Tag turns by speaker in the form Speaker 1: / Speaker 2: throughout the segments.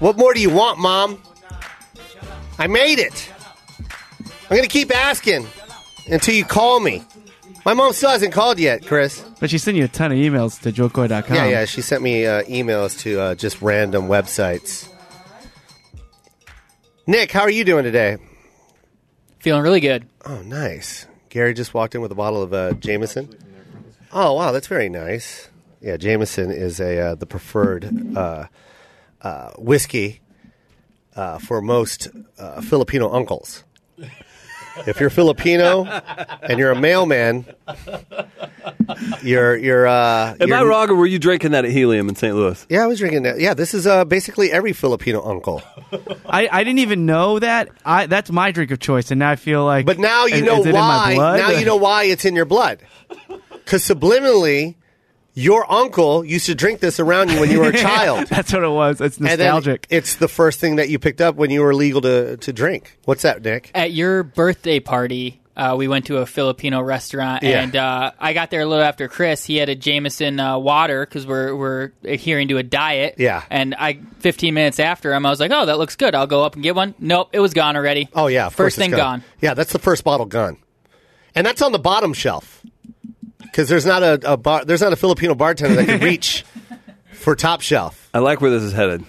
Speaker 1: What more do you want, Mom? I made it. I'm going to keep asking until you call me. My mom still hasn't called yet, Chris.
Speaker 2: But she sent you a ton of emails to joecoy.com.
Speaker 1: Yeah, yeah. She sent me uh, emails to uh, just random websites. Nick, how are you doing today?
Speaker 3: Feeling really good.
Speaker 1: Oh, nice. Gary just walked in with a bottle of uh, Jameson. Oh, wow, that's very nice. Yeah, Jameson is a uh, the preferred uh, uh, whiskey uh, for most uh, Filipino uncles. If you're Filipino and you're a mailman, you're you're. Uh,
Speaker 4: Am
Speaker 1: you're,
Speaker 4: I wrong, or were you drinking that at Helium in St. Louis?
Speaker 1: Yeah, I was drinking that. Yeah, this is uh, basically every Filipino uncle.
Speaker 2: I, I didn't even know that. I that's my drink of choice, and now I feel like.
Speaker 1: But now you
Speaker 2: is-
Speaker 1: know
Speaker 2: is it in my
Speaker 1: why.
Speaker 2: blood?
Speaker 1: Now you know why it's in your blood. Because subliminally, your uncle used to drink this around you when you were a child.
Speaker 2: That's what it was. It's
Speaker 1: And then
Speaker 2: nostalgic.
Speaker 1: It's the first thing that you picked up when you were legal to, to drink. What's that, Nick?
Speaker 3: At your birthday party, uh, we went to a Filipino restaurant,
Speaker 1: Yeah.
Speaker 3: and uh, I got there a little after Chris. He had a Jameson uh, water because we're we're adhering to a diet.
Speaker 1: Yeah.
Speaker 3: And I, 15 minutes after him, I was like, "Oh, that looks good. I'll go up and get one." Nope, it was gone already.
Speaker 1: Oh yeah, of course
Speaker 3: first
Speaker 1: it's
Speaker 3: thing gone.
Speaker 1: Yeah, that's the first bottle gone, and that's on the bottom shelf because there's not a, a bar, there's not a Filipino bartender that can reach for top shelf.
Speaker 4: I like where this is headed.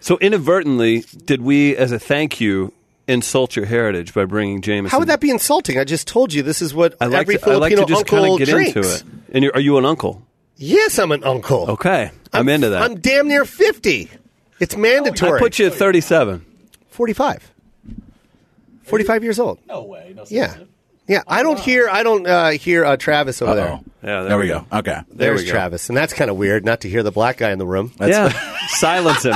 Speaker 4: So inadvertently, did we, as a thank you, insult your heritage by bringing Jameson?
Speaker 1: How would that be insulting? I just told you this is what
Speaker 4: I like
Speaker 1: every
Speaker 4: to, I
Speaker 1: Filipino
Speaker 4: like to just
Speaker 1: uncle
Speaker 4: kind of get
Speaker 1: drinks.
Speaker 4: into it. And you're, are you an uncle?
Speaker 1: Yes, I'm an uncle.
Speaker 4: Okay, I'm, into that.
Speaker 1: I'm damn near 50. It's mandatory.
Speaker 4: I put you at 37.
Speaker 1: 45. 45 years old.
Speaker 5: No way. No
Speaker 1: Yeah. Yeah, I don't hear I don't uh, hear uh, Travis over there.
Speaker 5: Oh,
Speaker 4: Yeah, there
Speaker 5: there we
Speaker 4: we
Speaker 5: go. Okay.
Speaker 1: There's
Speaker 4: we go.
Speaker 1: Travis, and that's kind of weird not to hear the black guy in the room.
Speaker 4: yeah, silence him.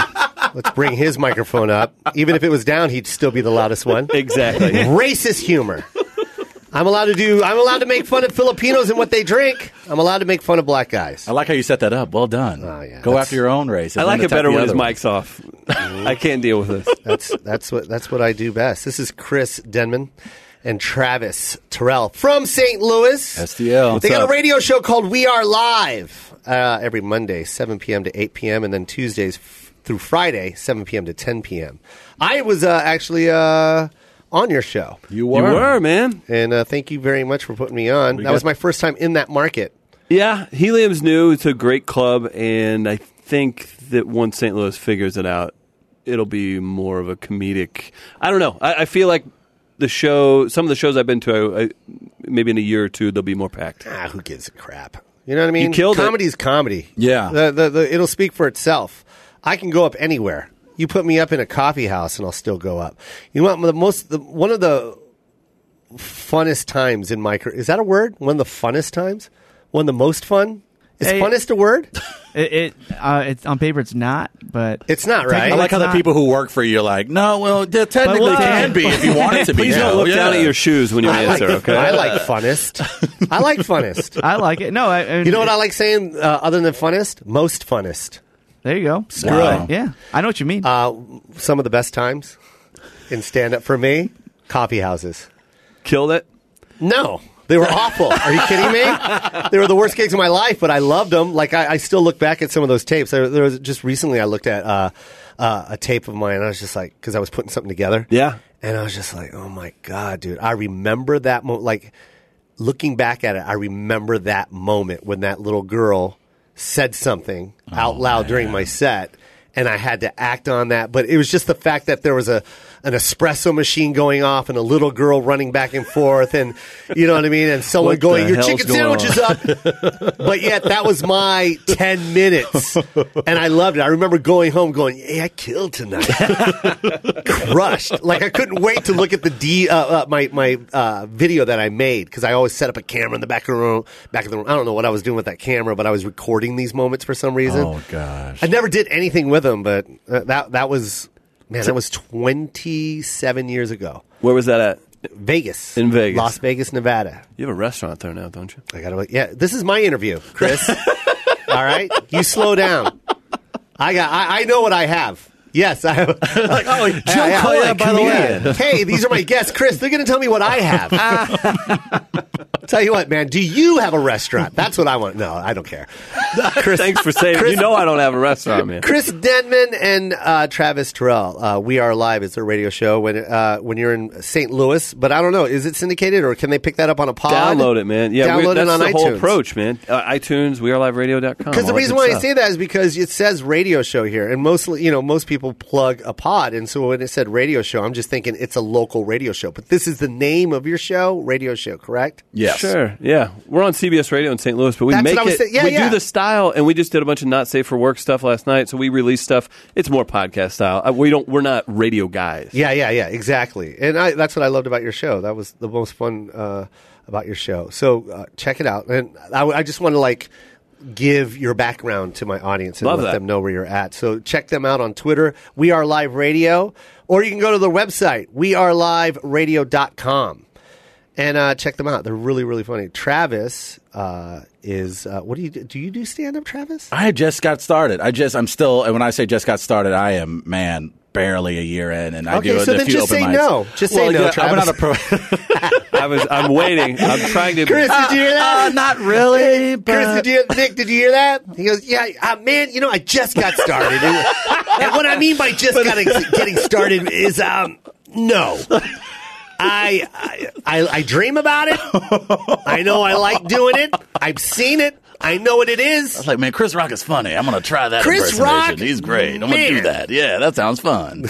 Speaker 1: Let's bring his microphone up. Even if it was down, he'd still be the loudest one.
Speaker 4: Exactly.
Speaker 1: Racist humor. I'm allowed to do. I'm allowed to make fun of Filipinos and what they drink. I'm allowed to make fun of black guys.
Speaker 5: I like how you set that up. Well done.
Speaker 1: Oh, yeah.
Speaker 5: Go
Speaker 1: That's-
Speaker 5: after your own race.
Speaker 4: I like it better when his mic's off. I can't deal with this.
Speaker 1: That's that's what that's what I do best. This is Chris Denman and Travis Terrell from St. Louis.
Speaker 5: STL. What's
Speaker 1: they got
Speaker 5: up?
Speaker 1: a radio show called We Are Live uh, every Monday, 7 p.m. to 8 p.m., and then Tuesdays f- through Friday, 7 p.m. to 10 p.m. I was uh, actually uh, on your show,
Speaker 5: You
Speaker 4: You
Speaker 5: were.
Speaker 4: were, man.
Speaker 1: and uh, thank you very much for putting me on. that
Speaker 5: got-
Speaker 1: was my first time in that market.
Speaker 4: Yeah, Helium's new. It's a great club, and I think that once St. Louis figures it out, it'll be more of a comedic. I don't know. I, I feel like the show, some of the shows I've been to, I, I, maybe in a year or two, they'll be more packed.
Speaker 1: Ah, who gives a crap? You know what I mean?
Speaker 4: killed it.
Speaker 1: Comedy's comedy.
Speaker 5: Yeah.
Speaker 1: The, the, the, it'll speak for itself. I can go up anywhere. You put me up in a coffee house and I'll still go up. You know what? The most, the, one of the funnest times in my career. Is that a word? One of the funnest times? One of the most fun? Is
Speaker 2: Hey.
Speaker 1: funnest a word?
Speaker 2: It, it, uh, it's on paper. It's not, but
Speaker 1: It's not,
Speaker 5: I
Speaker 1: right?
Speaker 5: like how the
Speaker 2: not-
Speaker 5: people who work for you are like, no, well, d- technically
Speaker 2: why?
Speaker 5: can be if you want it to be.
Speaker 4: Please
Speaker 5: No,
Speaker 4: don't look
Speaker 5: yeah.
Speaker 4: down at your shoes when you answer, okay?
Speaker 1: I Oh, like funnest. I like funnest.
Speaker 2: I like it. No, I, I-
Speaker 1: You know what I like saying uh, other than funnest? Most funnest.
Speaker 2: There you go.
Speaker 5: Wow.
Speaker 2: Yeah, I know what you mean.
Speaker 1: Uh, some of the best times in stand up for me, coffee houses.
Speaker 4: Killed it.
Speaker 1: No, they were awful. Are you kidding me? They were the worst gigs of my life, but I loved them. Like I, I still look back at some of those tapes. There, there was just recently I looked at uh, uh, a tape of mine, and I was just like, because I was putting something together.
Speaker 4: Yeah.
Speaker 1: and I was just like, oh my god, dude, I remember that moment. Like looking back at it, I remember that moment when that little girl said something
Speaker 4: Oh,
Speaker 1: out loud during my set. And I had to act on that, but it was just the fact that there was a an espresso machine going off and a little girl running back and forth, and you know what I mean, and someone
Speaker 4: What
Speaker 1: going,
Speaker 4: the
Speaker 1: "Your
Speaker 4: hell's
Speaker 1: chicken
Speaker 4: going on?"
Speaker 1: sandwich is up," but yet that was my ten minutes, and I loved it. I remember going home, going, "Yeah, I killed tonight." crushed. Like I couldn't wait to look at the D uh, uh, my my uh, video that I made because I always set up a camera in the back of the room. Back of the room. I don't know what I was doing with that camera, but I was recording these moments for some reason.
Speaker 5: Oh, gosh.
Speaker 1: I never did anything with them, but uh, that that was man, that was twenty seven years ago.
Speaker 4: Where was that at?
Speaker 1: Vegas
Speaker 4: In Vegas.
Speaker 1: Las Vegas, Nevada.
Speaker 4: You have a restaurant there now, don't you?
Speaker 1: I gotta wait. Yeah, this is my interview, Chris. All right, you slow down. I got. I, I know what I have. Yes, I have. like, oh, Joe
Speaker 4: Coy,
Speaker 1: by the way.
Speaker 4: comedian.
Speaker 1: Hey, these are my guests, Chris. They're going to tell me what I have. Tell you what, man. Do you have a restaurant? That's what I want. No, I don't care. Chris,
Speaker 4: Thanks for saying. You know I don't have a restaurant, man.
Speaker 1: Chris Denman and uh, Travis Terrell. Uh, we are live. It's a radio show when uh, when you're in St. Louis, but I don't know. Is it syndicated or can they pick that up on a pod?
Speaker 4: Download it, man. Yeah, we-
Speaker 1: download
Speaker 4: that's
Speaker 1: it on
Speaker 4: the
Speaker 1: iTunes.
Speaker 4: whole approach, man. Uh, iTunes, weareliveradio.com.
Speaker 1: Because the
Speaker 4: all that
Speaker 1: reason
Speaker 4: good
Speaker 1: why I
Speaker 4: stuff.
Speaker 1: say that is because it says radio show here, and mostly, you know, most people plug a pod, and so when it said radio show, I'm just thinking it's a local radio show. But this is the name of your show, radio show, correct?
Speaker 5: Yes.
Speaker 4: Sure. Yeah, we're on CBS Radio in St. Louis, but we
Speaker 1: That's
Speaker 4: make
Speaker 1: what I was
Speaker 4: it.
Speaker 1: saying. Yeah,
Speaker 4: we
Speaker 1: yeah.
Speaker 4: do the style, and we just did a bunch of not safe for work stuff last night. So we release stuff. It's more podcast style. Uh, We don't. We're not radio guys.
Speaker 1: Yeah, yeah, yeah, exactly. And I, that's what I loved about your show. That was the most fun uh, about your show. So uh, check it out. And I, I just want to like give your background to my audience and
Speaker 4: Love
Speaker 1: let
Speaker 4: that.
Speaker 1: them know where you're at. So check them out on Twitter. We are live radio, or you can go to their website, weareliveradio.com. And uh, check them out. They're really, really funny. Travis uh, is. Uh, what do you do? Do you do stand up, Travis?
Speaker 5: I just got started. I just, I'm still, and when I say just got started, I am, man, barely a year in, and I
Speaker 1: Okay,
Speaker 5: do
Speaker 1: so
Speaker 5: a
Speaker 1: then
Speaker 5: few
Speaker 1: just
Speaker 5: open
Speaker 1: say
Speaker 5: mics.
Speaker 1: no. Just say
Speaker 5: Well,
Speaker 1: no,
Speaker 5: yeah, I'm
Speaker 1: Travis.
Speaker 5: not a pro.
Speaker 4: I was. I'm waiting. I'm trying to.
Speaker 1: Chris, did you hear that?
Speaker 5: Uh, not really, but
Speaker 1: Chris, did you hear, Nick, did you hear that? He goes, yeah, uh, man, you know, I just got started. and, and what I mean by just got, getting started is, um, no. I, I, I, I dream about it. I know I like doing it. I've seen it. I know what it
Speaker 5: I was
Speaker 1: is.
Speaker 5: like, man, Chris Rock is funny. I'm gonna try that
Speaker 1: Chris
Speaker 5: impersonation.
Speaker 1: Rock?
Speaker 5: He's great. I'm gonna
Speaker 1: Man.
Speaker 5: do that. Yeah, that sounds fun.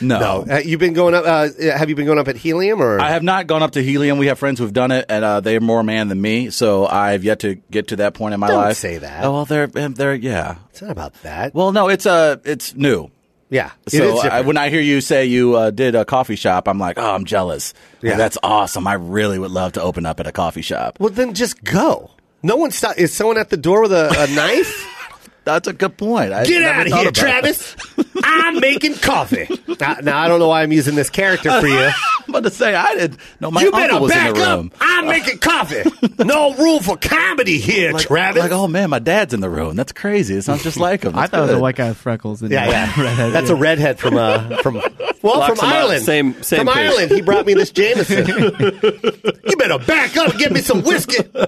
Speaker 5: No.
Speaker 1: Uh, you've been going up, uh, have you been going up at Helium or?
Speaker 5: I have not gone up to helium. We have friends who've done it, and uh, they're more man than me. So I've yet to get to that point in my
Speaker 1: Don't
Speaker 5: life.
Speaker 1: say that.
Speaker 5: Oh well, they're they're yeah.
Speaker 1: it's not about that.
Speaker 5: Well, no, it's uh, it's new.
Speaker 1: yeah. it is
Speaker 5: So I,
Speaker 1: different.
Speaker 5: when I hear you say you uh, did a coffee shop, I'm like, oh, I'm jealous. Like,
Speaker 1: Yeah.
Speaker 5: that's awesome. I really would love to open up at a coffee shop.
Speaker 1: well, then just go. No one stop. Is someone at the door with a, a knife?
Speaker 5: That's a good point. I
Speaker 1: Get
Speaker 5: never
Speaker 1: out of
Speaker 5: thought
Speaker 1: here,
Speaker 5: about that.
Speaker 1: Travis. I'm making coffee. Now, now, I don't know why I'm using this character for you.
Speaker 5: I'm about to say I did. No, my
Speaker 1: you
Speaker 5: uncle
Speaker 1: better
Speaker 5: was in
Speaker 1: back
Speaker 5: the
Speaker 1: up.
Speaker 5: room.
Speaker 1: I'm making coffee. No room for comedy here, Travis.
Speaker 5: Like, oh man, my dad's in the room. That's crazy. It sounds just like him.
Speaker 2: I
Speaker 5: That's
Speaker 2: thought it was a
Speaker 5: good.
Speaker 2: white guy with freckles. And
Speaker 1: yeah, yeah.
Speaker 2: redhead,
Speaker 1: That's a redhead from uh, from well
Speaker 4: Locks
Speaker 1: from
Speaker 4: him up.
Speaker 1: Ireland.
Speaker 4: Same- same
Speaker 1: from
Speaker 4: page.
Speaker 1: Ireland. He brought me this Jameson. you better back up and get me some whiskey.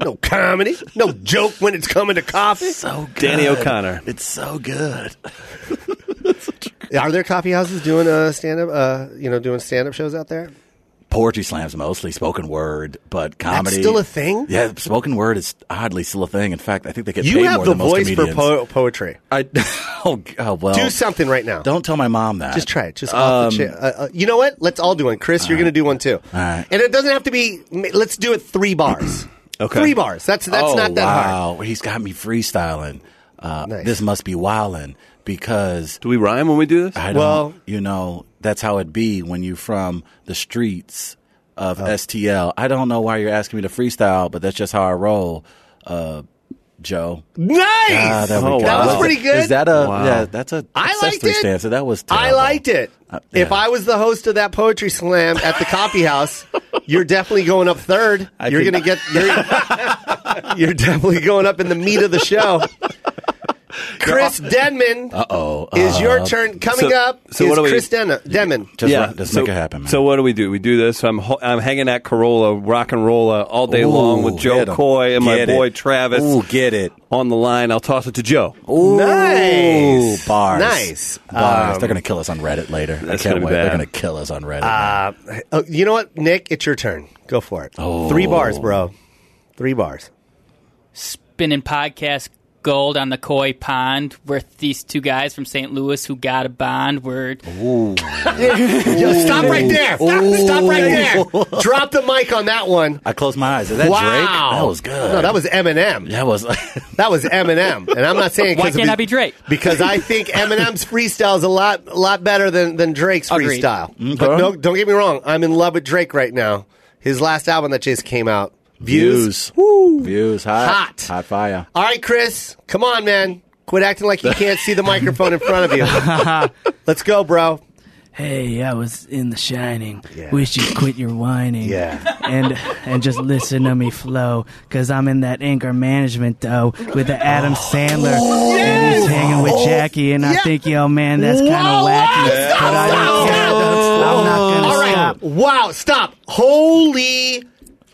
Speaker 1: No comedy. No joke when it's coming to coffee.
Speaker 5: so good.
Speaker 4: Danny O'Connor.
Speaker 5: It's so good.
Speaker 1: Are there coffee houses doing uh, stand up? Uh, you know, doing stand up shows out there?
Speaker 5: Poetry slams mostly spoken word, but
Speaker 1: That's
Speaker 5: comedy
Speaker 1: still a thing.
Speaker 5: Yeah, spoken word is oddly still a thing. In fact, I think they get
Speaker 1: You
Speaker 5: paid
Speaker 1: have
Speaker 5: more
Speaker 1: the
Speaker 5: than most
Speaker 1: voice for
Speaker 5: comedians.
Speaker 1: po- poetry.
Speaker 5: I, oh, g- oh, well.
Speaker 1: Do something right now.
Speaker 5: Don't tell my mom that.
Speaker 1: Just try it. Just off the chair. Uh, uh, you know what? Let's all do one. Chris, you're going to do one too.
Speaker 5: Um, All right.
Speaker 1: And it doesn't have to be. m- Let's do it three bars.
Speaker 4: Okay.
Speaker 1: Three bars. That's that's
Speaker 5: oh,
Speaker 1: not that hard.
Speaker 5: wow. He's got me freestyling. Uh,
Speaker 1: Nice.
Speaker 5: This must be wildin' because
Speaker 4: Do we rhyme when we do this?
Speaker 5: I don't,
Speaker 1: Well-
Speaker 5: you know, that's how it be when you from the streets
Speaker 1: Oh.
Speaker 5: of STL. I don't know why you're asking me to freestyle, but that's just how I roll, uh, Joe.
Speaker 1: Nice.
Speaker 5: Ah, there we
Speaker 4: Oh,
Speaker 5: go.
Speaker 1: That was
Speaker 4: wow.
Speaker 1: pretty good.
Speaker 5: Is that a
Speaker 4: Wow.
Speaker 5: yeah? That's a
Speaker 1: I
Speaker 5: that's
Speaker 1: liked
Speaker 5: three
Speaker 1: it.
Speaker 5: Stanza. That was. Terrible.
Speaker 1: I liked it.
Speaker 5: Uh, yeah.
Speaker 1: If I was the host of that poetry slam at the coffee house, you're definitely going up third.
Speaker 5: I
Speaker 1: you're going
Speaker 5: think-
Speaker 1: to get. You're, you're definitely going up in the meat of the show. Chris Denman
Speaker 5: Uh-oh. Uh oh.
Speaker 1: is your turn coming
Speaker 4: so-
Speaker 1: up.
Speaker 4: so
Speaker 1: is
Speaker 4: what do we-
Speaker 1: Chris Den- Denman?
Speaker 5: Just, yeah,
Speaker 4: yeah,
Speaker 5: just
Speaker 4: so,
Speaker 5: make it happen, man.
Speaker 4: So what do we do? We do this. I'm ho- I'm hanging at Corolla, rock and rolla all day
Speaker 5: Ooh,
Speaker 4: long with Joe
Speaker 5: get 'em.
Speaker 4: Coy and
Speaker 5: Get
Speaker 4: my
Speaker 5: it.
Speaker 4: boy Travis
Speaker 5: Ooh, get it.
Speaker 4: on the line. I'll toss it to Joe.
Speaker 5: Ooh,
Speaker 1: Nice.
Speaker 5: bars.
Speaker 1: Nice.
Speaker 5: bars.
Speaker 1: Um,
Speaker 5: They're gonna kill us on Reddit later. I
Speaker 4: that's
Speaker 5: can't
Speaker 4: gonna be
Speaker 5: wait. They're
Speaker 4: bad.
Speaker 5: gonna kill us on Reddit.
Speaker 1: Uh, oh, you know what, Nick? It's your turn. Go for it. Three bars, bro. Three bars.
Speaker 3: spinning podcast gold on the koi pond with these two guys from St. Louis who got a bond. We're
Speaker 1: Yo, stop right there. Stop, stop right there. Drop the mic on that one.
Speaker 5: I closed my eyes. Is that
Speaker 1: wow,
Speaker 5: Drake? That was good.
Speaker 1: No, that was Eminem.
Speaker 5: That was.
Speaker 1: That was Eminem, and I'm not saying
Speaker 3: Why
Speaker 1: 'cause of
Speaker 3: can't
Speaker 1: his-
Speaker 3: I be Drake?
Speaker 1: because I think Eminem's freestyle is a lot, a lot better than than Drake's
Speaker 3: Agreed.
Speaker 1: freestyle. But no, don't get me wrong. I'm in love with Drake right now. His last album that just came out, Views.
Speaker 5: views. Woo. Views. Hot.
Speaker 1: Hot.
Speaker 5: Hot fire.
Speaker 1: All right, Chris, come on, man. Quit acting like you can't see the microphone in front of you. Let's go, bro.
Speaker 6: Hey, I was in The Shining.
Speaker 1: Yeah.
Speaker 6: Wish you'd quit your whining.
Speaker 1: Yeah.
Speaker 6: And and just listen to me flow, cause I'm in that anger management though with the Adam Sandler, and he's hanging with Jackie, and I
Speaker 1: Yeah.
Speaker 6: think, yo, man, that's kind
Speaker 1: Whoa, whoa,
Speaker 6: of wacky.
Speaker 1: stop,
Speaker 6: but I
Speaker 1: stop,
Speaker 6: don't care.
Speaker 1: stop.
Speaker 6: I'm not gonna
Speaker 1: All right.
Speaker 6: stop.
Speaker 1: Wow. Stop. Holy.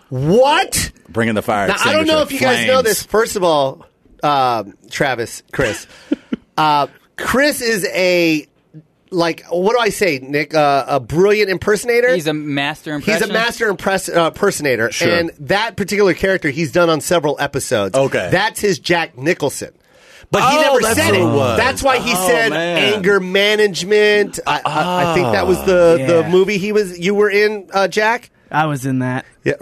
Speaker 1: What?
Speaker 5: Bringing the fire.
Speaker 1: Now, I don't know if you guys
Speaker 5: extinguisher.
Speaker 1: know this.
Speaker 5: Flames.
Speaker 1: First of all, uh, Travis, Chris, uh, Chris is a like what do I say, Nick? Uh, a brilliant impersonator.
Speaker 3: He's a master
Speaker 1: He's
Speaker 3: impressionist.
Speaker 1: a master impress- uh, impersonator,
Speaker 5: Sure.
Speaker 1: and that particular character he's done on several episodes.
Speaker 5: Okay.
Speaker 1: that's his Jack Nicholson. But he
Speaker 5: Oh,
Speaker 1: never
Speaker 5: that's
Speaker 1: said
Speaker 5: what
Speaker 1: it.
Speaker 5: it was.
Speaker 1: That's why he
Speaker 5: Oh,
Speaker 1: said
Speaker 5: man.
Speaker 1: anger management. I, I, I think that was the,
Speaker 5: Oh,
Speaker 1: the
Speaker 2: yeah.
Speaker 1: movie he was you were in, uh, Jack.
Speaker 2: I was in that.
Speaker 1: Yeah.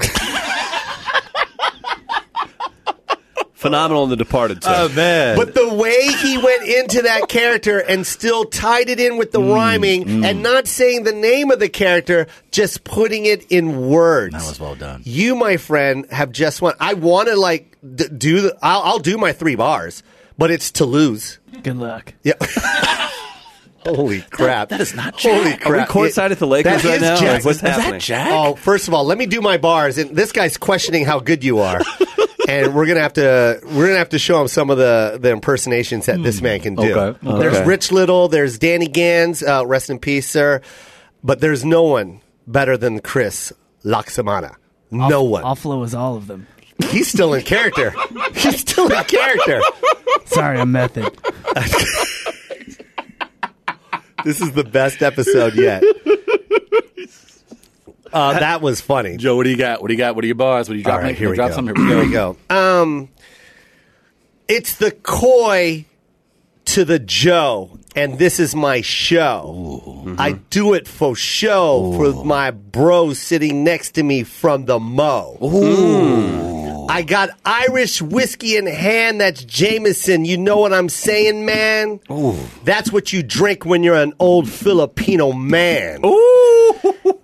Speaker 4: Phenomenal in The Departed. So.
Speaker 5: Oh man!
Speaker 1: But the way he went into that character and still tied it in with the
Speaker 5: Mm,
Speaker 1: rhyming and not saying the name of the character, just putting it in words.
Speaker 5: That was well done.
Speaker 1: You, my friend, have just won. I want to like d- do. The, I'll, I'll do my three bars, but it's to lose.
Speaker 2: Good luck.
Speaker 1: Yeah. Holy crap! That is not Jack. Holy
Speaker 4: Are we
Speaker 1: crap!
Speaker 4: courtside
Speaker 1: It-
Speaker 4: at the Lakers
Speaker 1: that
Speaker 4: right
Speaker 1: is
Speaker 4: now?
Speaker 1: Jack.
Speaker 4: Like, what's
Speaker 1: Is that
Speaker 4: happening?
Speaker 5: Jack.
Speaker 1: Oh, first of all, let me do my bars, and this guy's questioning how good you are, and we're gonna have to we're gonna have to show him some of the the impersonations that this man can do.
Speaker 5: Okay. Okay.
Speaker 1: There's Rich Little, there's Danny Gans, uh, rest in peace, sir. But there's no one better than Chris Laksamana. No one.
Speaker 2: All flow is all of them.
Speaker 1: He's still in character. He's still in character.
Speaker 2: Sorry, I'm method.
Speaker 1: This is the best episode yet. Uh, that was funny.
Speaker 5: Joe, what do you got? What do you got? What are your bars? What are you
Speaker 1: All
Speaker 5: dropping?
Speaker 1: right, here we
Speaker 5: drop
Speaker 1: go.
Speaker 5: some. Here we go.
Speaker 1: go. Um, it's the coy to the Joe, and this is my show. I do it for show for my bro sitting next to me from the Mo. I got Irish whiskey in hand. That's Jameson. You know what I'm saying, man? That's what you drink when you're an old Filipino man.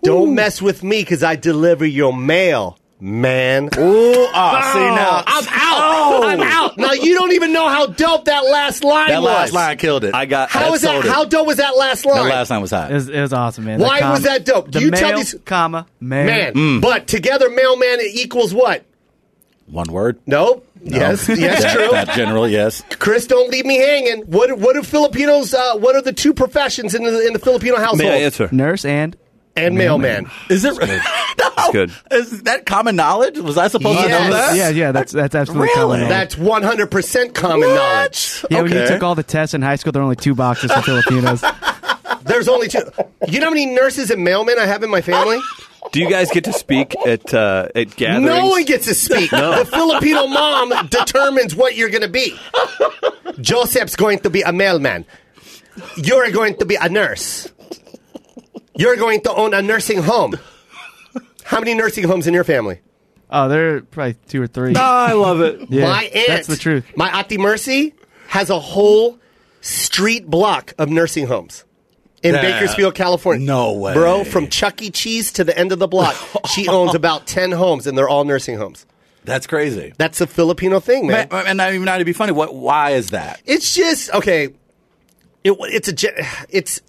Speaker 1: Don't mess with me because I deliver your mail, man.
Speaker 5: Ooh, ah, see now.
Speaker 1: I'm out. I'm out. Oh. Now you don't even know how dope that last line
Speaker 5: That
Speaker 1: was.
Speaker 5: last line killed it.
Speaker 4: I got.
Speaker 1: How
Speaker 4: I
Speaker 1: was that?
Speaker 4: sold it.
Speaker 1: How dope was that last line?
Speaker 5: That last line was hot.
Speaker 2: It was, it was awesome, man.
Speaker 1: Why
Speaker 2: the comma,
Speaker 1: was that dope?
Speaker 2: The
Speaker 1: You
Speaker 2: male,
Speaker 1: tell these-
Speaker 2: comma man.
Speaker 1: man. But together, mailman it equals what?
Speaker 5: One word.
Speaker 1: No. Yes. Yes.
Speaker 5: That-
Speaker 1: true.
Speaker 5: That general, yes.
Speaker 1: Chris, don't leave me hanging. What? What do Filipinos? Uh, what are the two professions in the in the Filipino household?
Speaker 4: May I answer?
Speaker 2: Nurse and
Speaker 1: and mailman.
Speaker 5: Is it? That's
Speaker 4: good.
Speaker 5: Is that common knowledge? Was I supposed to
Speaker 1: Yes.
Speaker 5: know that?
Speaker 2: yeah, yeah. That's that's absolutely
Speaker 5: Really?
Speaker 2: common knowledge.
Speaker 1: That's one hundred percent common
Speaker 5: What?
Speaker 1: knowledge.
Speaker 2: Yeah, when you
Speaker 5: Okay.
Speaker 2: took all the tests in high school, there were only two boxes for Filipinos.
Speaker 1: There's only two. You know how many nurses and mailmen I have in my family?
Speaker 4: Do you guys get to speak at uh, at gatherings?
Speaker 1: No one gets to speak. The Filipino mom determines what you're going to be. Joseph's going to be a mailman. You're going to be a nurse. You're going to own a nursing home. How many nursing homes in your family?
Speaker 2: Oh, there are probably two or three.
Speaker 6: Oh,
Speaker 4: Ah, I love it.
Speaker 2: Yeah,
Speaker 1: my aunt.
Speaker 2: That's the truth.
Speaker 1: My Auntie Mercy has a whole street block of nursing homes. In
Speaker 5: Nah.
Speaker 1: Bakersfield, California.
Speaker 5: No way.
Speaker 1: Bro, from Chuck E. Cheese to the end of the block, she owns about 10 homes, and they're all nursing homes.
Speaker 5: That's crazy.
Speaker 1: That's a Filipino thing, man.
Speaker 5: And- And not even not to be funny. What? Why is that?
Speaker 1: It's just okay. It, it's a ge- it's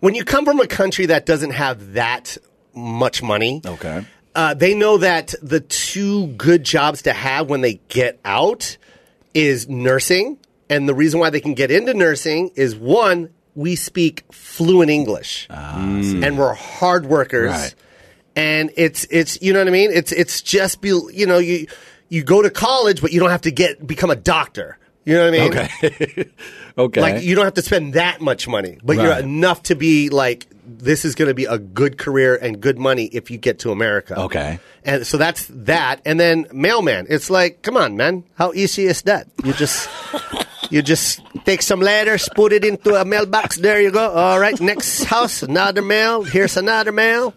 Speaker 1: when you come from a country that doesn't have that much money.
Speaker 5: Okay.
Speaker 1: Uh, they know that the two good jobs to have when they get out is nursing, and the reason why they can get into nursing is one, we speak fluent English, Mm. and we're hard workers,
Speaker 5: Ah, Right.
Speaker 1: and it's it's you know what I mean. It's it's just be you know you you go to college, but you don't have to get become a doctor. You know what I mean?
Speaker 5: Okay. okay.
Speaker 1: Like you don't have to spend that much money, but you're
Speaker 5: Right.
Speaker 1: enough to be like this is going to be a good career and good money if you get to America.
Speaker 5: Okay.
Speaker 1: And so that's that. And then mailman, it's like, come on, man, how easy is that? You just you just take some letters, put it into a mailbox. There you go. All right, next house, another mail. Here's another mail.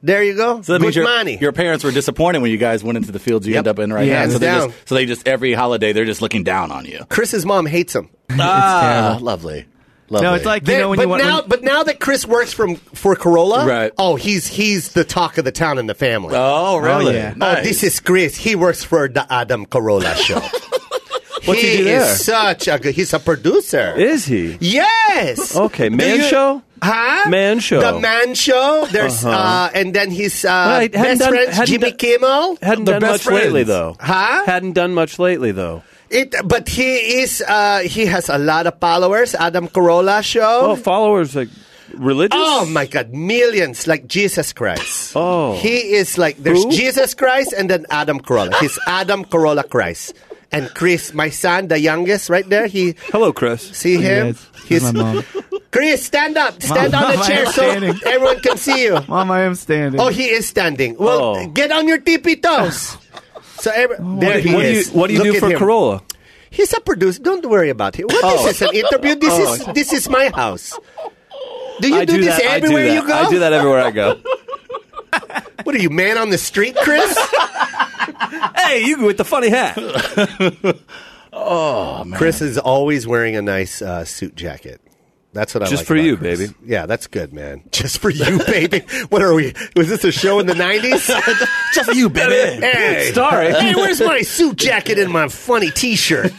Speaker 1: There you go.
Speaker 5: So that means
Speaker 1: good
Speaker 5: your,
Speaker 1: money.
Speaker 5: your parents were disappointed when you guys went into the fields you
Speaker 1: Yep.
Speaker 5: end up in right
Speaker 1: Yeah,
Speaker 5: now.
Speaker 1: it's
Speaker 5: So they,
Speaker 1: down.
Speaker 5: just, so they just every holiday they're just looking down on you.
Speaker 1: Chris's mom hates him.
Speaker 5: Ah, lovely, lovely.
Speaker 2: No, it's like you
Speaker 1: There-
Speaker 2: know when
Speaker 1: but
Speaker 2: you want.
Speaker 1: now,
Speaker 2: when-
Speaker 1: but now that Chris works from for Corolla,
Speaker 5: Right.
Speaker 1: Oh, he's he's the talk of the town and the family.
Speaker 5: oh, really?
Speaker 2: yeah.
Speaker 1: Oh, this is Chris. He works for the Adam Carolla show.
Speaker 4: What's he do there?
Speaker 1: is such a good. He's a producer.
Speaker 4: Is he?
Speaker 1: yes.
Speaker 4: Okay,
Speaker 1: Do
Speaker 4: man
Speaker 1: you-
Speaker 4: show?
Speaker 1: Huh?
Speaker 4: Man show. Uh-huh.
Speaker 1: The man show. There's uh and then his uh,
Speaker 4: I hadn't
Speaker 1: best
Speaker 4: done-
Speaker 1: friends,
Speaker 4: hadn't
Speaker 1: Jimmy
Speaker 4: done-
Speaker 1: Kimmel.
Speaker 4: Hadn't
Speaker 5: The
Speaker 4: done much
Speaker 5: best
Speaker 4: lately
Speaker 5: friends.
Speaker 4: though.
Speaker 1: Huh?
Speaker 4: Hadn't done much lately though.
Speaker 1: It, but he is uh, he has a lot of followers. Adam Carolla show.
Speaker 4: Oh, followers like religious?
Speaker 1: Oh my God, millions like Jesus Christ.
Speaker 4: Oh.
Speaker 1: he is like there's
Speaker 4: Who?
Speaker 1: Jesus Christ and then Adam Corolla. He's Adam Corolla Christ. And Chris, my son, the youngest, right there. He
Speaker 4: Hello, Chris.
Speaker 1: see
Speaker 2: Yeah,
Speaker 1: him.
Speaker 2: it's- it's my mom.
Speaker 1: Chris, stand up, stand
Speaker 2: Mom,
Speaker 1: on the
Speaker 2: mom,
Speaker 1: chair
Speaker 2: I'm
Speaker 1: so
Speaker 2: standing.
Speaker 1: everyone can see you.
Speaker 2: Mom, I am standing.
Speaker 1: Oh, he is standing. Well,
Speaker 4: Oh.
Speaker 1: get on your tippy toes. So every, there he
Speaker 4: What do you
Speaker 1: is.
Speaker 4: What do you
Speaker 1: Look
Speaker 4: do
Speaker 1: at
Speaker 4: for
Speaker 1: him.
Speaker 4: Corolla? Oh.
Speaker 1: He's a producer. Don't worry about him. What is this? An interview? This is this is my house. Do you
Speaker 4: I
Speaker 1: do,
Speaker 4: do
Speaker 1: this
Speaker 4: that. I do
Speaker 1: everywhere
Speaker 4: that.
Speaker 1: you go?
Speaker 4: I do that everywhere I go.
Speaker 1: What are you, man on the street, Chris?
Speaker 4: hey, you with the funny hat.
Speaker 1: Chris is always wearing a nice uh, suit jacket. That's what I
Speaker 4: Just
Speaker 1: like
Speaker 4: for
Speaker 1: about
Speaker 4: you,
Speaker 1: Chris.
Speaker 4: baby.
Speaker 1: Yeah, that's good, man. Just for you, baby. What are we? Was this a show in the nineties?
Speaker 5: Just you, baby.
Speaker 1: hey,
Speaker 4: Sorry.
Speaker 1: hey, where's my suit jacket and my funny T-shirt?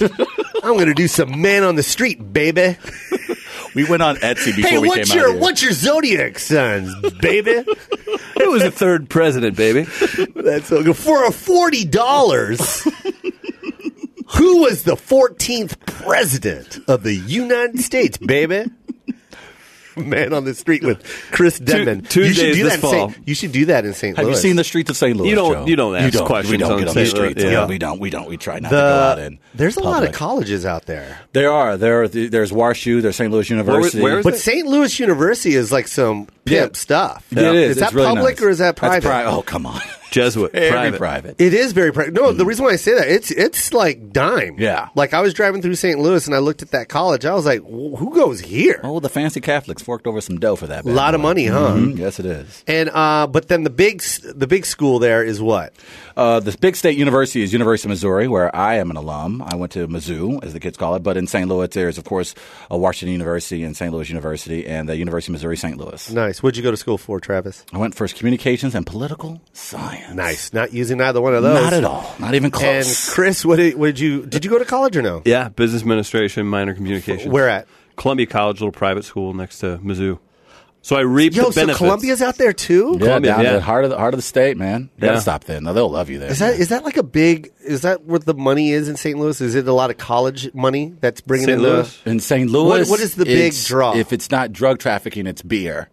Speaker 1: I'm gonna do some man on the street, baby.
Speaker 5: we went on Etsy before
Speaker 1: Hey,
Speaker 5: we
Speaker 1: what's
Speaker 5: came
Speaker 1: your
Speaker 5: out. Here.
Speaker 1: what's your zodiac signs, baby?
Speaker 4: It was the third president, baby.
Speaker 1: That's so good. for a forty dollars. Who was the fourteenth president of the United States, baby? Man on the street with Chris Denman. you should
Speaker 4: Tuesdays
Speaker 1: do
Speaker 4: this
Speaker 1: that. In Saint,
Speaker 4: fall.
Speaker 1: you should do that in St.
Speaker 5: Have
Speaker 1: Louis.
Speaker 5: you seen the streets of St. Louis?
Speaker 4: You don't-
Speaker 5: Joe?
Speaker 4: you don't ask questions
Speaker 5: We don't
Speaker 4: on
Speaker 5: get on
Speaker 4: St.
Speaker 5: the streets.
Speaker 4: Louis,
Speaker 5: Yeah.
Speaker 4: yeah.
Speaker 5: we don't. We don't. We try not to go out
Speaker 1: the
Speaker 5: in.
Speaker 1: there's a lot of
Speaker 5: public.
Speaker 1: colleges out there,
Speaker 5: There are. There are. There's WashU. There's St. Louis University.
Speaker 4: where is
Speaker 1: but
Speaker 4: it?
Speaker 1: St. Louis University is like some pimp stuff.
Speaker 4: Yeah, it is.
Speaker 1: Is that
Speaker 5: It's really
Speaker 1: public
Speaker 5: nice.
Speaker 1: or is that private?
Speaker 5: That's pri- oh, come on.
Speaker 4: Jesuit.
Speaker 5: Very
Speaker 4: private.
Speaker 5: private.
Speaker 1: It is very private. No, the reason why I say that it's it's like dime.
Speaker 5: Mm. Yeah.
Speaker 1: Like I was driving through St. Louis and I looked at that college. I was like, "Wh- who goes here?
Speaker 5: Oh, the fancy Catholics forked over some dough for that. Mm-hmm.
Speaker 1: A lot of money, huh?
Speaker 5: Yes, it is.
Speaker 1: And uh, but then the big s- the big school there is what?
Speaker 5: Uh, the big state university is University of Missouri, where I am an alum. I went to Mizzou, as the kids call it. But in St. Louis, there is, of course, a Washington University and St. Louis University and the University of Missouri St. Louis.
Speaker 1: Nice. What'd you go to school for, Travis?
Speaker 5: I went first communications and political science.
Speaker 1: Nice. Not using either one of those.
Speaker 5: Not at all. Not even
Speaker 1: And
Speaker 5: close.
Speaker 1: Chris, what did, what did you did you go to college or no?
Speaker 4: Yeah, business administration, minor communications.
Speaker 1: Where at?
Speaker 4: Columbia College, little private school next to Mizzou. So I reaped
Speaker 1: Yo,
Speaker 4: the
Speaker 1: so
Speaker 4: benefits.
Speaker 1: Columbia's out there too.
Speaker 5: yeah,
Speaker 4: Columbia,
Speaker 5: down
Speaker 4: yeah.
Speaker 5: to the heart of the heart of the state, man.
Speaker 4: Yeah.
Speaker 5: You Gotta stop there. No, they'll love you there.
Speaker 1: Is that is that like a big? Is that what the money is in St. Louis? Is it a lot of college money that's bringing
Speaker 4: St.
Speaker 1: in the?
Speaker 4: Louis?
Speaker 5: in St. Louis?
Speaker 1: what is the big
Speaker 5: it's-
Speaker 1: draw?
Speaker 5: If it's not drug trafficking, it's beer.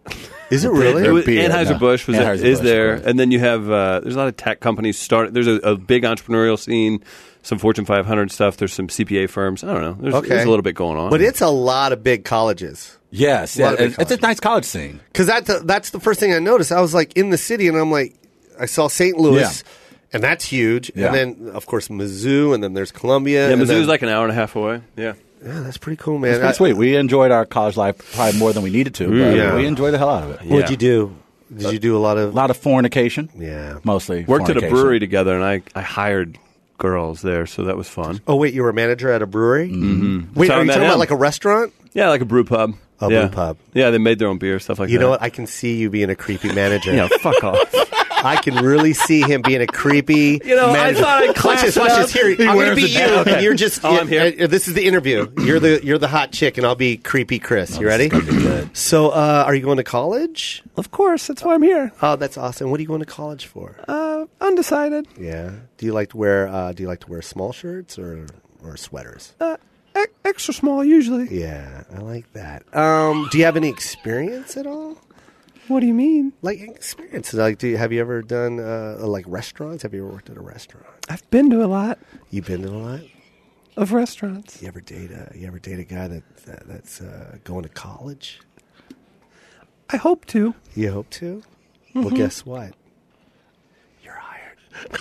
Speaker 1: Is it
Speaker 4: It
Speaker 1: really?
Speaker 4: was,
Speaker 5: beer,
Speaker 4: Anheuser Busch
Speaker 5: no.
Speaker 4: was
Speaker 5: Anheuser-Busch,
Speaker 4: is there,
Speaker 5: correct.
Speaker 4: and then you have uh, there's a lot of tech companies starting. There's a, a big entrepreneurial scene, some Fortune 500 stuff. There's some CPA firms. I don't know. There's,
Speaker 1: Okay.
Speaker 4: there's a little bit going on,
Speaker 1: But it's a lot of big colleges.
Speaker 5: Yes,
Speaker 1: A lot
Speaker 5: yeah,
Speaker 1: of big
Speaker 5: it's it's a nice college scene.
Speaker 1: Because that's, that's the first thing I noticed. I was like in the city, and I'm like, I saw St. Louis, and that's huge.
Speaker 5: Yeah.
Speaker 1: And then, of course, Mizzou, and then there's Columbia.
Speaker 4: yeah,
Speaker 1: and
Speaker 4: Mizzou's
Speaker 1: then-
Speaker 4: like an hour and a half away. Yeah,
Speaker 1: yeah, that's pretty cool, man.
Speaker 5: Pretty sweet. We enjoyed our college life probably more than we needed to, but
Speaker 1: yeah.
Speaker 5: we enjoyed the hell out of it.
Speaker 1: What'd
Speaker 4: Yeah.
Speaker 1: you do? Did you do a lot of?
Speaker 5: A lot of fornication.
Speaker 1: Yeah.
Speaker 5: Mostly.
Speaker 4: worked at a
Speaker 5: fornication.
Speaker 4: brewery together, and I I hired girls there, so that was fun.
Speaker 1: Oh wait, you were a manager at a brewery. Mm-hmm. Wait,
Speaker 4: That's how
Speaker 1: are
Speaker 4: I
Speaker 1: you
Speaker 4: met
Speaker 1: talking
Speaker 4: him.
Speaker 1: about like a restaurant?
Speaker 4: Yeah, like a brew pub.
Speaker 1: A
Speaker 4: yeah.
Speaker 1: brew pub.
Speaker 4: Yeah, they made their own beer, stuff like
Speaker 1: You
Speaker 4: that.
Speaker 1: know what? I can see you being a creepy manager.
Speaker 4: Yeah, fuck off.
Speaker 1: I can really see him being a creepy.
Speaker 4: You know, I
Speaker 1: manager.
Speaker 4: thought I'd
Speaker 1: Watch
Speaker 4: class
Speaker 1: this, watch
Speaker 4: up.
Speaker 1: this. Here,
Speaker 4: He
Speaker 1: I'm gonna
Speaker 4: wears
Speaker 1: be
Speaker 4: it
Speaker 1: you,
Speaker 4: down.
Speaker 1: and you're just.
Speaker 4: Oh, I'm here.
Speaker 1: uh, This is the interview. You're the you're the hot chick, and I'll be creepy Chris. You ready? So, uh, are you going to college?
Speaker 4: of course, that's why I'm here.
Speaker 1: Oh, that's awesome. What are you going to college for?
Speaker 4: Uh, undecided.
Speaker 1: yeah. Do you like to wear uh, Do you like to wear small shirts or or sweaters?
Speaker 4: Uh, e- extra small usually.
Speaker 1: Yeah, I like that. Um, do you have any experience at all?
Speaker 4: What do you mean?
Speaker 1: Like experience? Like, do you, have you ever done uh, like restaurants? Have you ever worked at a restaurant?
Speaker 4: I've been to a lot
Speaker 1: You been to a lot?
Speaker 4: of restaurants.
Speaker 1: You ever date a you ever date a guy that, that that's uh, going to college?
Speaker 4: I hope to.
Speaker 1: You hope to? Well, guess what? You're hired.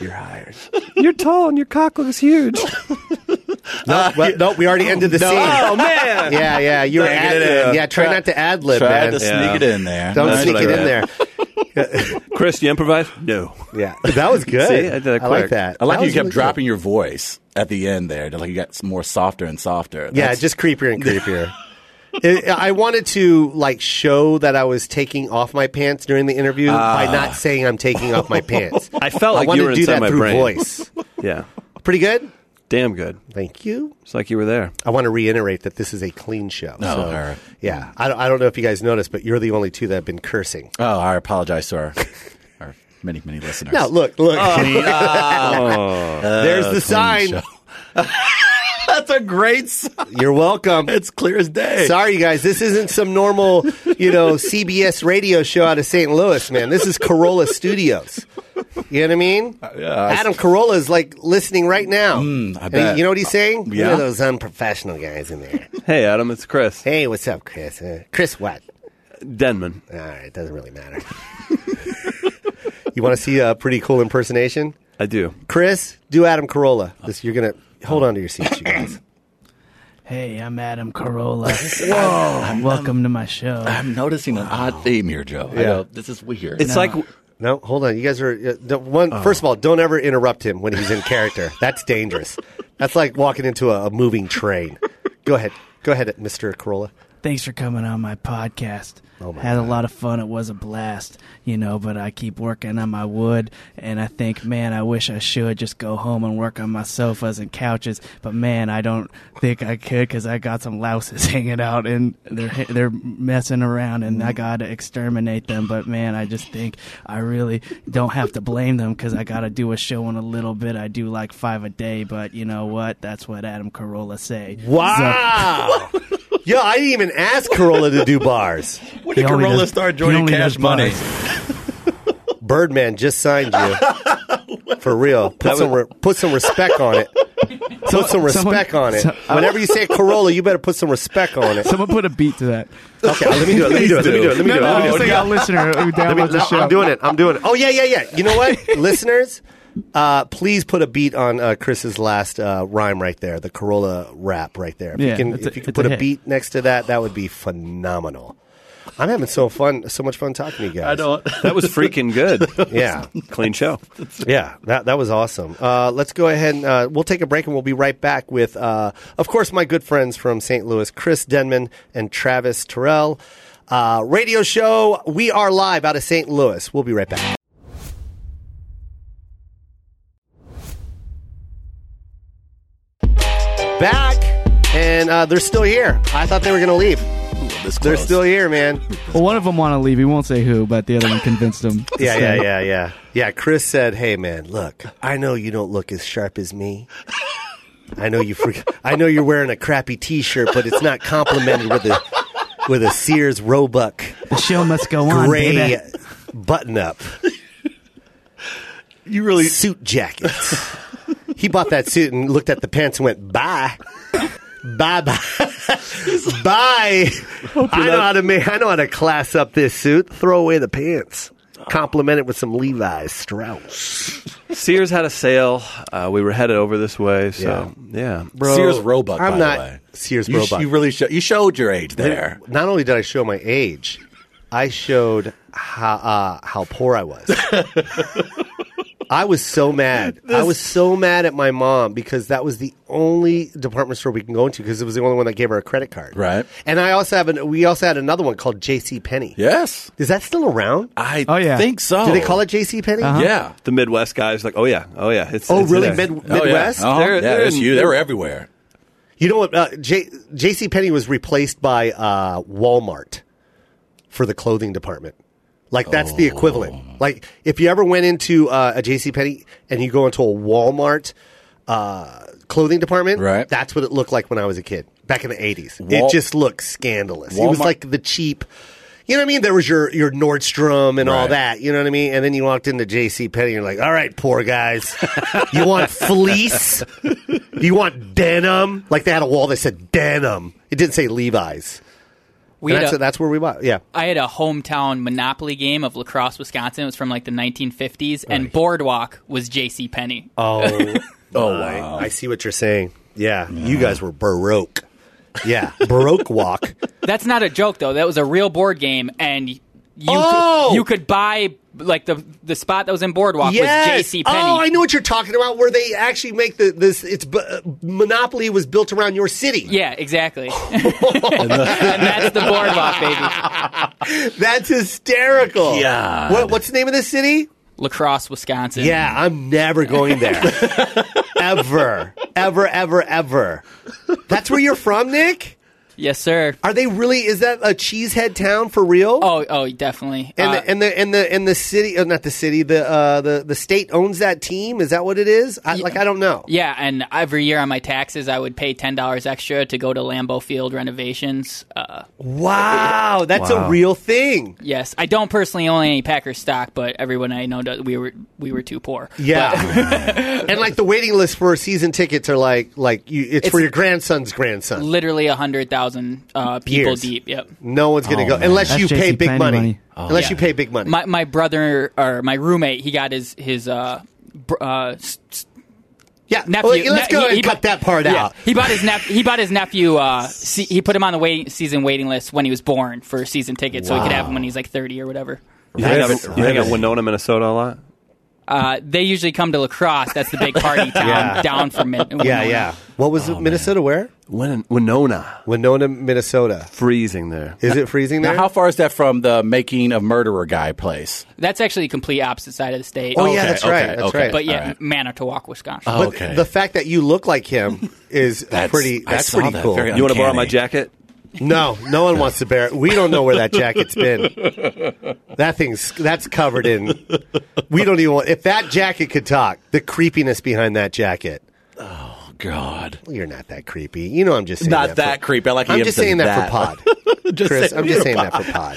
Speaker 1: You're hired.
Speaker 4: You're tall and your cock looks huge.
Speaker 1: No, well, no, we already ended the scene.
Speaker 4: oh man!
Speaker 1: Yeah, yeah, you're
Speaker 5: Bang it
Speaker 1: ad
Speaker 5: in.
Speaker 1: Yeah, try not to ad lib,
Speaker 5: Tried
Speaker 1: man.
Speaker 5: to
Speaker 4: Yeah.
Speaker 5: sneak it in there.
Speaker 1: Don't
Speaker 4: That's
Speaker 1: sneak
Speaker 4: what
Speaker 1: it
Speaker 4: I
Speaker 1: in there.
Speaker 4: read. Chris, do you improvise? No.
Speaker 1: Yeah, that was good.
Speaker 4: See, I did it
Speaker 1: like
Speaker 4: quick.
Speaker 1: that.
Speaker 5: I like
Speaker 1: That
Speaker 5: how you
Speaker 1: was
Speaker 5: kept
Speaker 1: really good.
Speaker 5: dropping your voice at the end there. Like you got s- more softer and softer.
Speaker 1: Yeah,
Speaker 5: That's-
Speaker 1: just creepier and creepier. It, I wanted to like show that I was taking off my pants during the interview by not saying I'm taking off my pants.
Speaker 4: I felt
Speaker 1: I
Speaker 4: like you
Speaker 1: wanted
Speaker 4: were
Speaker 1: to do
Speaker 4: inside
Speaker 1: that
Speaker 4: my
Speaker 1: through
Speaker 4: brain.
Speaker 1: voice.
Speaker 4: Yeah,
Speaker 1: Pretty good.
Speaker 4: damn good.
Speaker 1: Thank you.
Speaker 4: It's like you were there.
Speaker 1: I want to reiterate that this is a clean show.
Speaker 5: No,
Speaker 1: so,
Speaker 5: all right.
Speaker 1: Yeah, I don't, I don't know if you guys noticed, but you're the only two that have been cursing.
Speaker 5: Oh, I apologize, sir. Our many, many listeners.
Speaker 1: No, look, look.
Speaker 5: Clean- ah,
Speaker 1: Oh. There's the
Speaker 5: clean
Speaker 1: sign.
Speaker 5: show. That's a great song.
Speaker 1: You're welcome.
Speaker 5: It's clear as day.
Speaker 1: Sorry, you guys. This isn't some normal, you know, CBS radio show out of St. Louis, man. This is Corolla Studios. You know what I mean?
Speaker 5: Uh, yeah, I- Hmm,
Speaker 1: Adam Carolla is like listening right now.
Speaker 5: I
Speaker 1: And
Speaker 5: bet.
Speaker 1: You know what he's saying? Look
Speaker 5: yeah.
Speaker 1: at those unprofessional guys in there.
Speaker 4: Hey, Adam, it's Chris
Speaker 1: hey, what's up, Chris? Uh, Chris, what?
Speaker 4: Denman.
Speaker 1: All right, it doesn't really matter. you want to see a pretty cool impersonation?
Speaker 4: I do.
Speaker 1: Chris, do Adam Carolla. This, you're gonna hold on to your seats, you guys.
Speaker 6: Hey, I'm Adam Carolla. Whoa! Welcome to my show.
Speaker 5: I'm noticing an odd theme here, Joe. I
Speaker 1: Yeah.
Speaker 5: go, this is weird.
Speaker 4: It's like
Speaker 1: No, hold on. You guys are uh, the one. First of all, don't ever interrupt him when he's in character. That's dangerous. That's like walking into a, a moving train. Go ahead, go ahead, Mr. Carolla.
Speaker 6: Thanks for coming on my podcast.
Speaker 1: Oh, my
Speaker 6: Had a lot of fun. It was a blast, you know, but I keep working on my wood and I think, man, I wish I should just go home and work on my sofas and couches, but man, I don't think I could cuz I got some louses hanging out and they're they're messing around and
Speaker 1: Mm-hmm.
Speaker 6: I got to exterminate them, but man, I just think I really don't have to blame them cuz I got to do a show in a little bit. I do like 5 a day, but you know what? That's what Adam Carolla say.
Speaker 1: Wow. Yo, I didn't even ask Carolla to do bars.
Speaker 5: when
Speaker 6: He only does- he only does bars.
Speaker 1: Birdman just signed you. For real, put some re- put some respect on it. Put some respect on it.
Speaker 6: so-
Speaker 1: Whenever you say Corolla, you better put some respect on it.
Speaker 6: Someone put a beat to that.
Speaker 1: Okay, let me do it. Let me do it. Let me do it. Let me do it.
Speaker 6: I'm
Speaker 1: Let me do
Speaker 6: just
Speaker 1: it.
Speaker 6: saying, our listener who
Speaker 1: Let me-
Speaker 6: downloads the
Speaker 1: no,
Speaker 6: show.
Speaker 1: I'm doing it. I'm doing it. Oh yeah, yeah, yeah. You know what, listeners? Uh, please put a beat on uh, Chris's last uh, rhyme right there, the Corolla rap right there. If you
Speaker 6: Yeah,
Speaker 1: can,
Speaker 6: it's a-
Speaker 1: if you can
Speaker 6: it's a
Speaker 1: put a,
Speaker 6: hit.
Speaker 1: beat next to that, that would be phenomenal. I'm having so fun, so much fun talking to you guys.
Speaker 5: I don't.
Speaker 4: that was freaking good.
Speaker 1: Yeah,
Speaker 4: Clean show.
Speaker 1: yeah. That that was awesome. Uh, let's go ahead and uh, we'll take a break and we'll be right back with, uh, of course, my good friends from St. Louis, Chris Denman and Travis Terrell. Uh, radio show. We are live out of St. Louis. We'll be right back. Back, and uh, they're still here. I thought they were going to leave. They're still here, man.
Speaker 6: Well, one of them want to leave. He won't say who, but the other one convinced him. to
Speaker 1: Yeah, yeah,
Speaker 6: stay.
Speaker 1: yeah, yeah. Yeah, Chris said, "Hey man, look, I know you don't look as sharp as me. I know you forg I know you're wearing a crappy t-shirt, but it's not complimented with a with a Sears Roebuck
Speaker 6: The show must go on,
Speaker 1: gray
Speaker 6: baby.
Speaker 1: button-up
Speaker 5: You really.
Speaker 1: suit jacket." He bought that suit and looked at the pants and went, "Bye." Bye bye. bye. I know how to make, I know how to class up this suit. Throw away the pants. Compliment it with some Levi's Strauss.
Speaker 4: Sears had a sale. Uh, we were headed over this way, so yeah.
Speaker 1: Bro,
Speaker 5: Sears Roebuck,
Speaker 1: I'm
Speaker 5: by
Speaker 1: not
Speaker 5: the way.
Speaker 1: Sears
Speaker 5: you,
Speaker 1: Roebuck.
Speaker 5: You really show, you showed your age there.
Speaker 1: Not only did I show my age, I showed how uh, how poor I was. I was so mad. I was so mad at my mom because that was the only department store we can go into because it was the only one that gave her a credit card.
Speaker 5: Right.
Speaker 1: And I also have an, we also had another one called J.C. Penney.
Speaker 5: Yes.
Speaker 1: Is that still around?
Speaker 5: I
Speaker 6: Oh, yeah.
Speaker 5: think so.
Speaker 1: Do they call it J.C. Penney?
Speaker 5: Yeah.
Speaker 4: The Midwest guys like, oh yeah, oh yeah. It's
Speaker 1: Oh,
Speaker 4: it's
Speaker 1: really?
Speaker 4: there.
Speaker 1: Mid-
Speaker 5: Oh, yeah.
Speaker 1: Midwest?
Speaker 5: Uh-huh.
Speaker 4: They're-
Speaker 5: yeah,
Speaker 4: they're
Speaker 5: that's
Speaker 4: in-
Speaker 5: you. They were everywhere.
Speaker 1: You know what? Uh, J- J.C. Penney was replaced by uh, Walmart for the clothing department. Like that's the
Speaker 5: Oh.
Speaker 1: equivalent. Like if you ever went into uh, a J.C. Penney and you go into a Walmart uh, clothing department,
Speaker 5: Right.
Speaker 1: That's what it looked like when I was a kid back in the eighties.
Speaker 5: Wal-
Speaker 1: it just looked scandalous. It was
Speaker 5: Walmart-
Speaker 1: like the cheap. You know what I mean? There was your your Nordstrom and all
Speaker 5: Right.
Speaker 1: that. You know what I mean? And then you walked into J.C. Penney, you're like, all right, poor guys, you want fleece? You want denim? Like they had a wall that said denim. It didn't say Levi's.
Speaker 3: We
Speaker 1: And
Speaker 3: had
Speaker 1: that's,
Speaker 3: a-
Speaker 1: that's where we bought. Yeah.
Speaker 3: I had a hometown Monopoly game of Lacrosse, Wisconsin. It was from like the 1950s, and Boardwalk was J.C. Penney.
Speaker 1: Oh,
Speaker 5: Oh,
Speaker 1: I, I see what you're saying. Yeah, you guys were baroque. Yeah, baroque walk.
Speaker 3: That's not a joke though. That was a real board game, and you
Speaker 1: Oh!
Speaker 3: could, you could buy like the the spot that was in Boardwalk
Speaker 1: Yes.
Speaker 3: was J.C. Penney.
Speaker 1: Oh, I know what you're talking about. Where they actually make the this. It's bu- uh, Monopoly was built around your city.
Speaker 3: Yeah, exactly. and that's the Boardwalk baby,
Speaker 1: That's hysterical.
Speaker 5: God.
Speaker 1: What, what's the name of this city?
Speaker 3: Lacrosse, Wisconsin.
Speaker 1: Yeah, I'm never going there. ever, ever, ever, ever. That's where you're from, Nick.
Speaker 3: Yes, sir.
Speaker 1: Are they really? Is that a cheesehead town for real?
Speaker 3: Oh, oh, definitely.
Speaker 1: And,
Speaker 3: Uh,
Speaker 1: the, and the and the and the city, uh, not the city, the uh, the the state owns that team. Is that what it is? I, Like I don't know.
Speaker 3: yeah, and every year on my taxes, I would pay ten dollars extra to go to Lambeau Field renovations. Uh,
Speaker 1: Wow, that's a real thing.
Speaker 3: yes, I don't personally own any Packers stock, but everyone I know does. We were we were too poor.
Speaker 1: Yeah, and like the waiting list for season tickets are like like you, it's, for
Speaker 3: It's-
Speaker 1: your grandson's grandson.
Speaker 3: Literally a hundred thousand uh, people
Speaker 1: Years.
Speaker 3: deep. Yep.
Speaker 1: No one's going to
Speaker 5: Oh,
Speaker 1: go
Speaker 5: man.
Speaker 1: unless
Speaker 2: That's
Speaker 1: you pay
Speaker 2: JCPenney
Speaker 1: big money.
Speaker 2: money.
Speaker 5: Oh,
Speaker 1: unless
Speaker 3: Yeah.
Speaker 1: you pay big money.
Speaker 3: My my brother or my roommate, he got his his uh, br- uh, s- s-
Speaker 1: yeah,
Speaker 3: nephew.
Speaker 1: Well, let's
Speaker 3: ne-
Speaker 1: go
Speaker 3: he-
Speaker 1: and
Speaker 3: he
Speaker 1: cut
Speaker 3: bu-
Speaker 1: that part
Speaker 3: yeah.
Speaker 1: out.
Speaker 3: He bought his nephew. He bought his nephew. Uh, se- he put him on the waiting season waiting list when he was born for season tickets, so he could have him when he's like thirty or whatever.
Speaker 4: You hang, out,
Speaker 5: That's
Speaker 4: you hang out
Speaker 5: right.
Speaker 4: Winona, Minnesota a lot?
Speaker 3: Uh, they usually come to lacrosse. That's the big party town
Speaker 1: Yeah.
Speaker 3: down from Min-
Speaker 1: Yeah,
Speaker 3: Winona.
Speaker 1: yeah. What was
Speaker 5: Oh,
Speaker 1: it, Minnesota? Where?
Speaker 4: Win- Winona.
Speaker 1: Winona, Minnesota.
Speaker 4: Freezing there.
Speaker 1: Is it freezing there?
Speaker 5: Now, how far is that from the making of murderer guy place?
Speaker 3: That's actually the complete opposite side of the state.
Speaker 1: oh yeah,
Speaker 5: Okay,
Speaker 1: that's right.
Speaker 5: okay,
Speaker 1: that's
Speaker 5: okay.
Speaker 1: right.
Speaker 3: but yeah,
Speaker 5: All right.
Speaker 3: Manitowoc, Wisconsin.
Speaker 5: Oh.
Speaker 1: But
Speaker 5: Okay.
Speaker 1: the fact that you look like him is
Speaker 5: That's-
Speaker 1: pretty.
Speaker 5: I
Speaker 1: That's
Speaker 5: saw
Speaker 1: pretty
Speaker 5: that.
Speaker 1: cool.
Speaker 5: Very
Speaker 4: You want to borrow
Speaker 5: Uncanny.
Speaker 4: my jacket?
Speaker 1: no, no one wants to bear it. We don't know where that jacket's been. That thing's that's covered in. We don't even want. If that jacket could talk, the creepiness behind that jacket.
Speaker 5: God.
Speaker 1: Well, you're not that creepy. You know, I'm just saying
Speaker 5: Not
Speaker 1: that,
Speaker 5: that
Speaker 1: for-
Speaker 5: creepy. I like
Speaker 1: I'm
Speaker 5: you
Speaker 1: just
Speaker 5: said
Speaker 1: saying that,
Speaker 5: that.
Speaker 1: for pod, Chris. I'm just saying that for pod.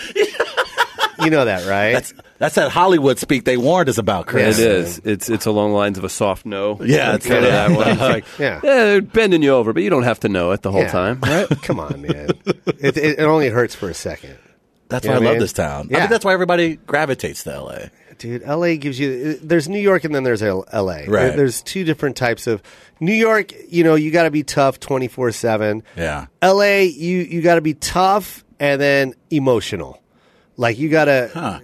Speaker 1: you know that, right?
Speaker 5: That's that's that Hollywood speak they warned us about, Chris.
Speaker 4: It is. It's it's along the lines of a soft no.
Speaker 5: Yeah, it's
Speaker 4: kind of
Speaker 5: kinda-
Speaker 4: that one. It's like,
Speaker 1: Yeah.
Speaker 4: yeah. they're bending you over, but you don't have to know it the whole
Speaker 1: Yeah.
Speaker 4: time, right?
Speaker 1: Come on, man. It, it, it only hurts for a second.
Speaker 5: That's
Speaker 1: You
Speaker 5: why
Speaker 1: know
Speaker 5: I
Speaker 1: what I
Speaker 5: love
Speaker 1: mean?
Speaker 5: this town. I
Speaker 1: Yeah.
Speaker 5: think that's why everybody gravitates to LA.
Speaker 1: Dude, LA gives you. There's New York and then there's L- LA.
Speaker 5: Right.
Speaker 1: There's two different types of New York. You know, you got to be tough 24 seven.
Speaker 5: Yeah.
Speaker 1: LA, you you got to be tough and then emotional. Like you got to.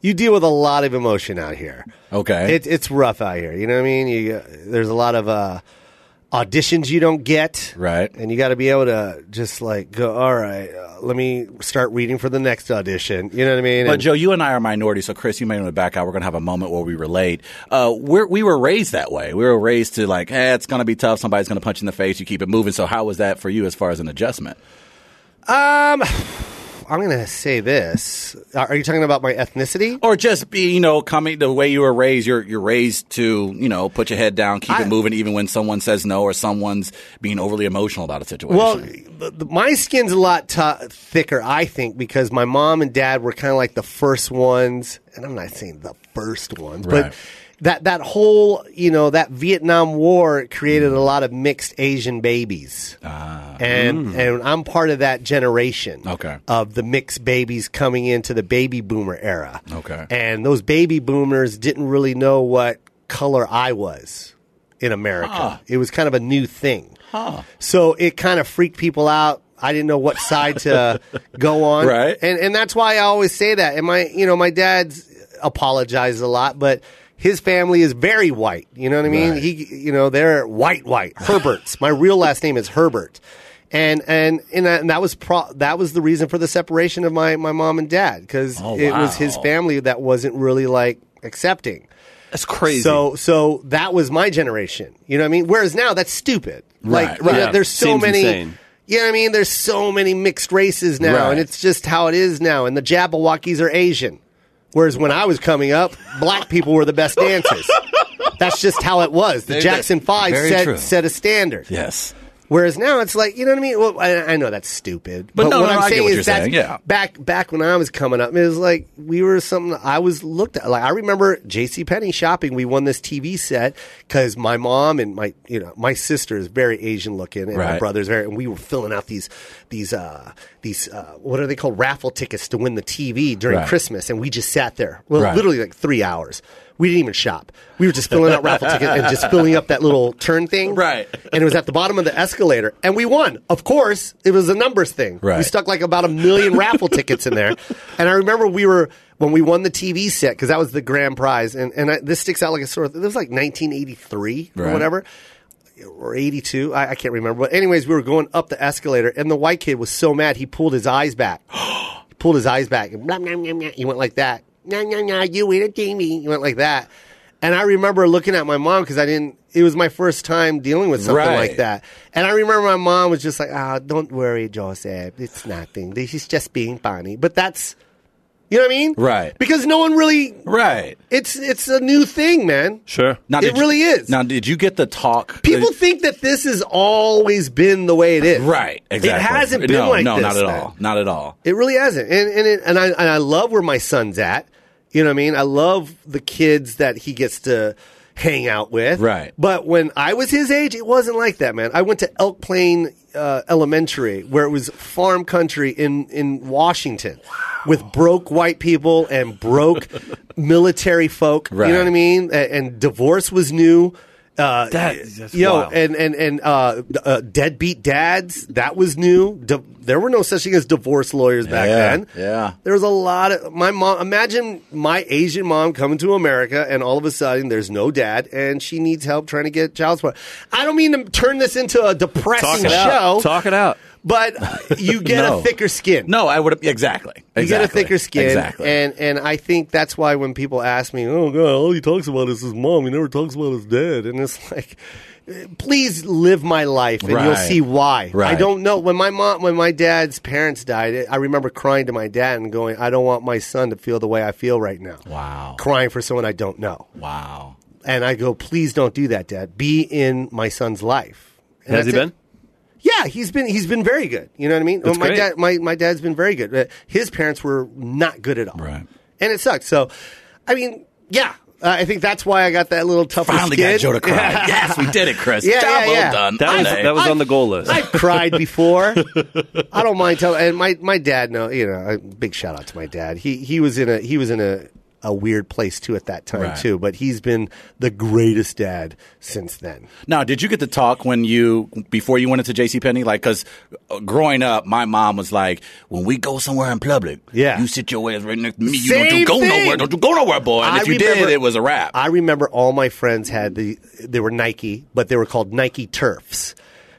Speaker 1: You deal with a lot of emotion out here.
Speaker 5: Okay.
Speaker 1: It, it's rough out here. You know what I mean? You there's a lot of uh, auditions you don't get.
Speaker 5: Right.
Speaker 1: And you got to be able to just like go. All right, uh, let me start reading for the next audition. You know what I mean?
Speaker 5: But
Speaker 1: And-
Speaker 5: Joe, you and I are minorities, so Chris, you may want to back out. We're going to have a moment where we relate. Uh, we're, we were raised that way. We were raised to like, eh, it's going to be tough. Somebody's going to punch you in the face. You keep it moving. So how was that for you as far as an adjustment?
Speaker 1: Um, I'm gonna say this. Are are you talking about my ethnicity?
Speaker 5: Or just be, you know, coming the way you were raised. You're you're raised to, you know, put your head down, keep
Speaker 1: I-
Speaker 5: it moving, even when someone says no or someone's being overly emotional about a situation.
Speaker 1: Well, the, the, my skin's a lot t- thicker, I think, because my mom and dad were kind of like the first ones, and I'm not saying the first ones,
Speaker 5: Right.
Speaker 1: but that that whole you know that Vietnam War created a lot of mixed Asian babies, and and I'm part of that generation.
Speaker 5: Ah. Mm. Okay.
Speaker 1: of the mixed babies coming into the baby boomer era.
Speaker 5: Okay.
Speaker 1: And those baby boomers didn't really know what color I was in America. It was kind of a new thing. So it kind of freaked people out. I didn't know what side to go on.
Speaker 5: Right.
Speaker 1: And and that's why I always say that. And my you know, my dad's apologized a lot, but his family is very white. You know what I mean?
Speaker 5: Right.
Speaker 1: He you know, they're white white. Herberts. my real last name is Herbert. And and and that, and that was pro- that was the reason for the separation of my, my mom and dad because
Speaker 5: Oh,
Speaker 1: it was his
Speaker 5: wow.
Speaker 1: family that wasn't really like accepting.
Speaker 4: That's crazy.
Speaker 1: So so that was my generation. You know what I mean? Whereas now that's stupid.
Speaker 5: Right,
Speaker 1: like you know,
Speaker 5: right.
Speaker 1: there's so
Speaker 4: Seems
Speaker 1: many
Speaker 4: insane.
Speaker 1: You know what I mean? There's so many mixed races now
Speaker 5: Right.
Speaker 1: and it's just how it is now and the Jabberwockies are Asian. Whereas when I was coming up, black people were the best dancers. That's just how it was. The Jackson 5
Speaker 5: very
Speaker 1: set
Speaker 5: true.
Speaker 1: set a standard.
Speaker 5: yes.
Speaker 1: Whereas now it's like you know what I mean. Well, I, I know that's stupid,
Speaker 5: But no,
Speaker 1: what
Speaker 5: no,
Speaker 1: I'm
Speaker 5: I get
Speaker 1: saying
Speaker 5: what
Speaker 1: is
Speaker 5: you're
Speaker 1: that's
Speaker 5: saying, yeah.
Speaker 1: back back when I was coming up, it was like we were something I was looked at. Like I remember J.C. Penney shopping. We won this TV set because my mom and my you know my sister is very Asian looking, and my
Speaker 5: Right.
Speaker 1: brother's very. And we were filling out these these uh, these uh, what are they called raffle tickets to win the TV during
Speaker 5: Right.
Speaker 1: Christmas, and we just sat there. Well,
Speaker 5: Right.
Speaker 1: literally like three hours. We didn't even shop. We were just filling out raffle tickets and just filling up that little turn thing
Speaker 5: Right.
Speaker 1: and it was at the bottom of the escalator, and we won. Of course, it was a numbers thing. We
Speaker 5: Right.
Speaker 1: stuck like about a million raffle tickets in there, and I remember we were when we won the TV set because that was the grand prize, and and I, this sticks out like a sore. It was like 1983 or
Speaker 5: Right.
Speaker 1: whatever. Or 82, I, I can't remember. But, anyways, we were going up the escalator, and the white kid was so mad he pulled his eyes back. he pulled his eyes back, and blah, blah, blah, blah. he went like that. Nah, nah, nah, you win a TV. He went like that. And I remember looking at my mom because I didn't, it was my first time dealing with something
Speaker 5: Right.
Speaker 1: like that. And I remember my mom was just like, "Ah, don't worry, Joseph. It's nothing. He's just being funny." But that's you know what I mean?
Speaker 5: Right.
Speaker 1: Because no one really
Speaker 5: Right.
Speaker 1: it's it's a new thing, man.
Speaker 4: Sure.
Speaker 5: Now,
Speaker 1: It
Speaker 5: did you-
Speaker 1: really is.
Speaker 5: Now, did you get the talk?
Speaker 1: People think that this has always been the way it is.
Speaker 5: right. Exactly.
Speaker 1: It hasn't been
Speaker 5: no,
Speaker 1: like
Speaker 5: no,
Speaker 1: this.
Speaker 5: not at
Speaker 1: man.
Speaker 5: all. Not at all.
Speaker 1: It really hasn't. And and it, and I and I love where my son's at. You know what I mean? I love the kids that he gets to hang out with.
Speaker 5: Right.
Speaker 1: But when I was his age, it wasn't like that, man. I went to Elk Plain uh, Elementary, where it was farm country in in Washington, with broke white people and broke military folk. You
Speaker 5: Right.
Speaker 1: know what I mean? And, and divorce was new. Uh,
Speaker 4: That is- that's
Speaker 1: yo,
Speaker 4: wild.
Speaker 1: and and and uh, d- uh, deadbeat dads that was new. Di- there were no such thing as divorce lawyers back
Speaker 5: Yeah,
Speaker 1: then.
Speaker 5: yeah.
Speaker 1: there was a lot of my mom. Imagine my Asian mom coming to America, and all of a sudden there's no dad, and she needs help trying to get child support. I don't mean to turn this into a
Speaker 4: Talk
Speaker 1: depressing
Speaker 4: it
Speaker 1: show,
Speaker 4: out. Talk it out.
Speaker 1: but you get
Speaker 5: No.
Speaker 1: a thicker skin.
Speaker 5: No, I would have exactly.
Speaker 1: You
Speaker 5: exactly.
Speaker 1: get a thicker skin,
Speaker 5: Exactly.
Speaker 1: and and I think that's why when people ask me, "Oh God, all he talks about is his mom. He never talks about his dad," and it's like, please live my life, and you'll
Speaker 5: Right.
Speaker 1: see why. I
Speaker 5: Right.
Speaker 1: don't know when my mom, when my dad's parents died, I remember crying to my dad and going, "I don't want my son to feel the way I feel right now."
Speaker 5: wow.
Speaker 1: Crying for someone I don't know,
Speaker 5: Wow.
Speaker 1: and I go, "Please don't do that, Dad. Be in my son's life." And
Speaker 4: Has he
Speaker 1: that's it.
Speaker 4: been?
Speaker 1: Yeah, he's been he's been very good. You know what I mean?
Speaker 4: That's
Speaker 1: my
Speaker 4: great.
Speaker 1: dad my, my dad's been very good. Uh, His parents were not good at all.
Speaker 5: Right.
Speaker 1: And it sucked. So, I mean, yeah, uh, I think that's why I got that little tougher
Speaker 5: Finally
Speaker 1: skin.
Speaker 5: got Joe to cry. yes, we did it, Chris.
Speaker 1: Yeah,
Speaker 5: Job
Speaker 1: yeah,
Speaker 5: well
Speaker 1: yeah.
Speaker 5: done.
Speaker 4: That was
Speaker 5: Hey.
Speaker 4: that was on the goal list.
Speaker 1: I've cried before. I don't mind telling. And my, my dad, no, you know, a big shout out to my dad. He he was in a he was in a, a weird place too at that time
Speaker 5: Right.
Speaker 1: too. But he's been the greatest dad since then.
Speaker 5: Now, did you get to talk when you before you went into JCPenney? Like, because growing up, my mom was like, "When we go somewhere in public,
Speaker 1: Yeah.
Speaker 5: you sit your ass right next to me. You
Speaker 1: Same
Speaker 5: don't you go
Speaker 1: thing.
Speaker 5: nowhere. Don't you go nowhere, boy." And
Speaker 1: I
Speaker 5: if you
Speaker 1: remember-
Speaker 5: did, it was a wrap.
Speaker 1: I remember all my friends had the they were Nike, but they were called Nike Turfs.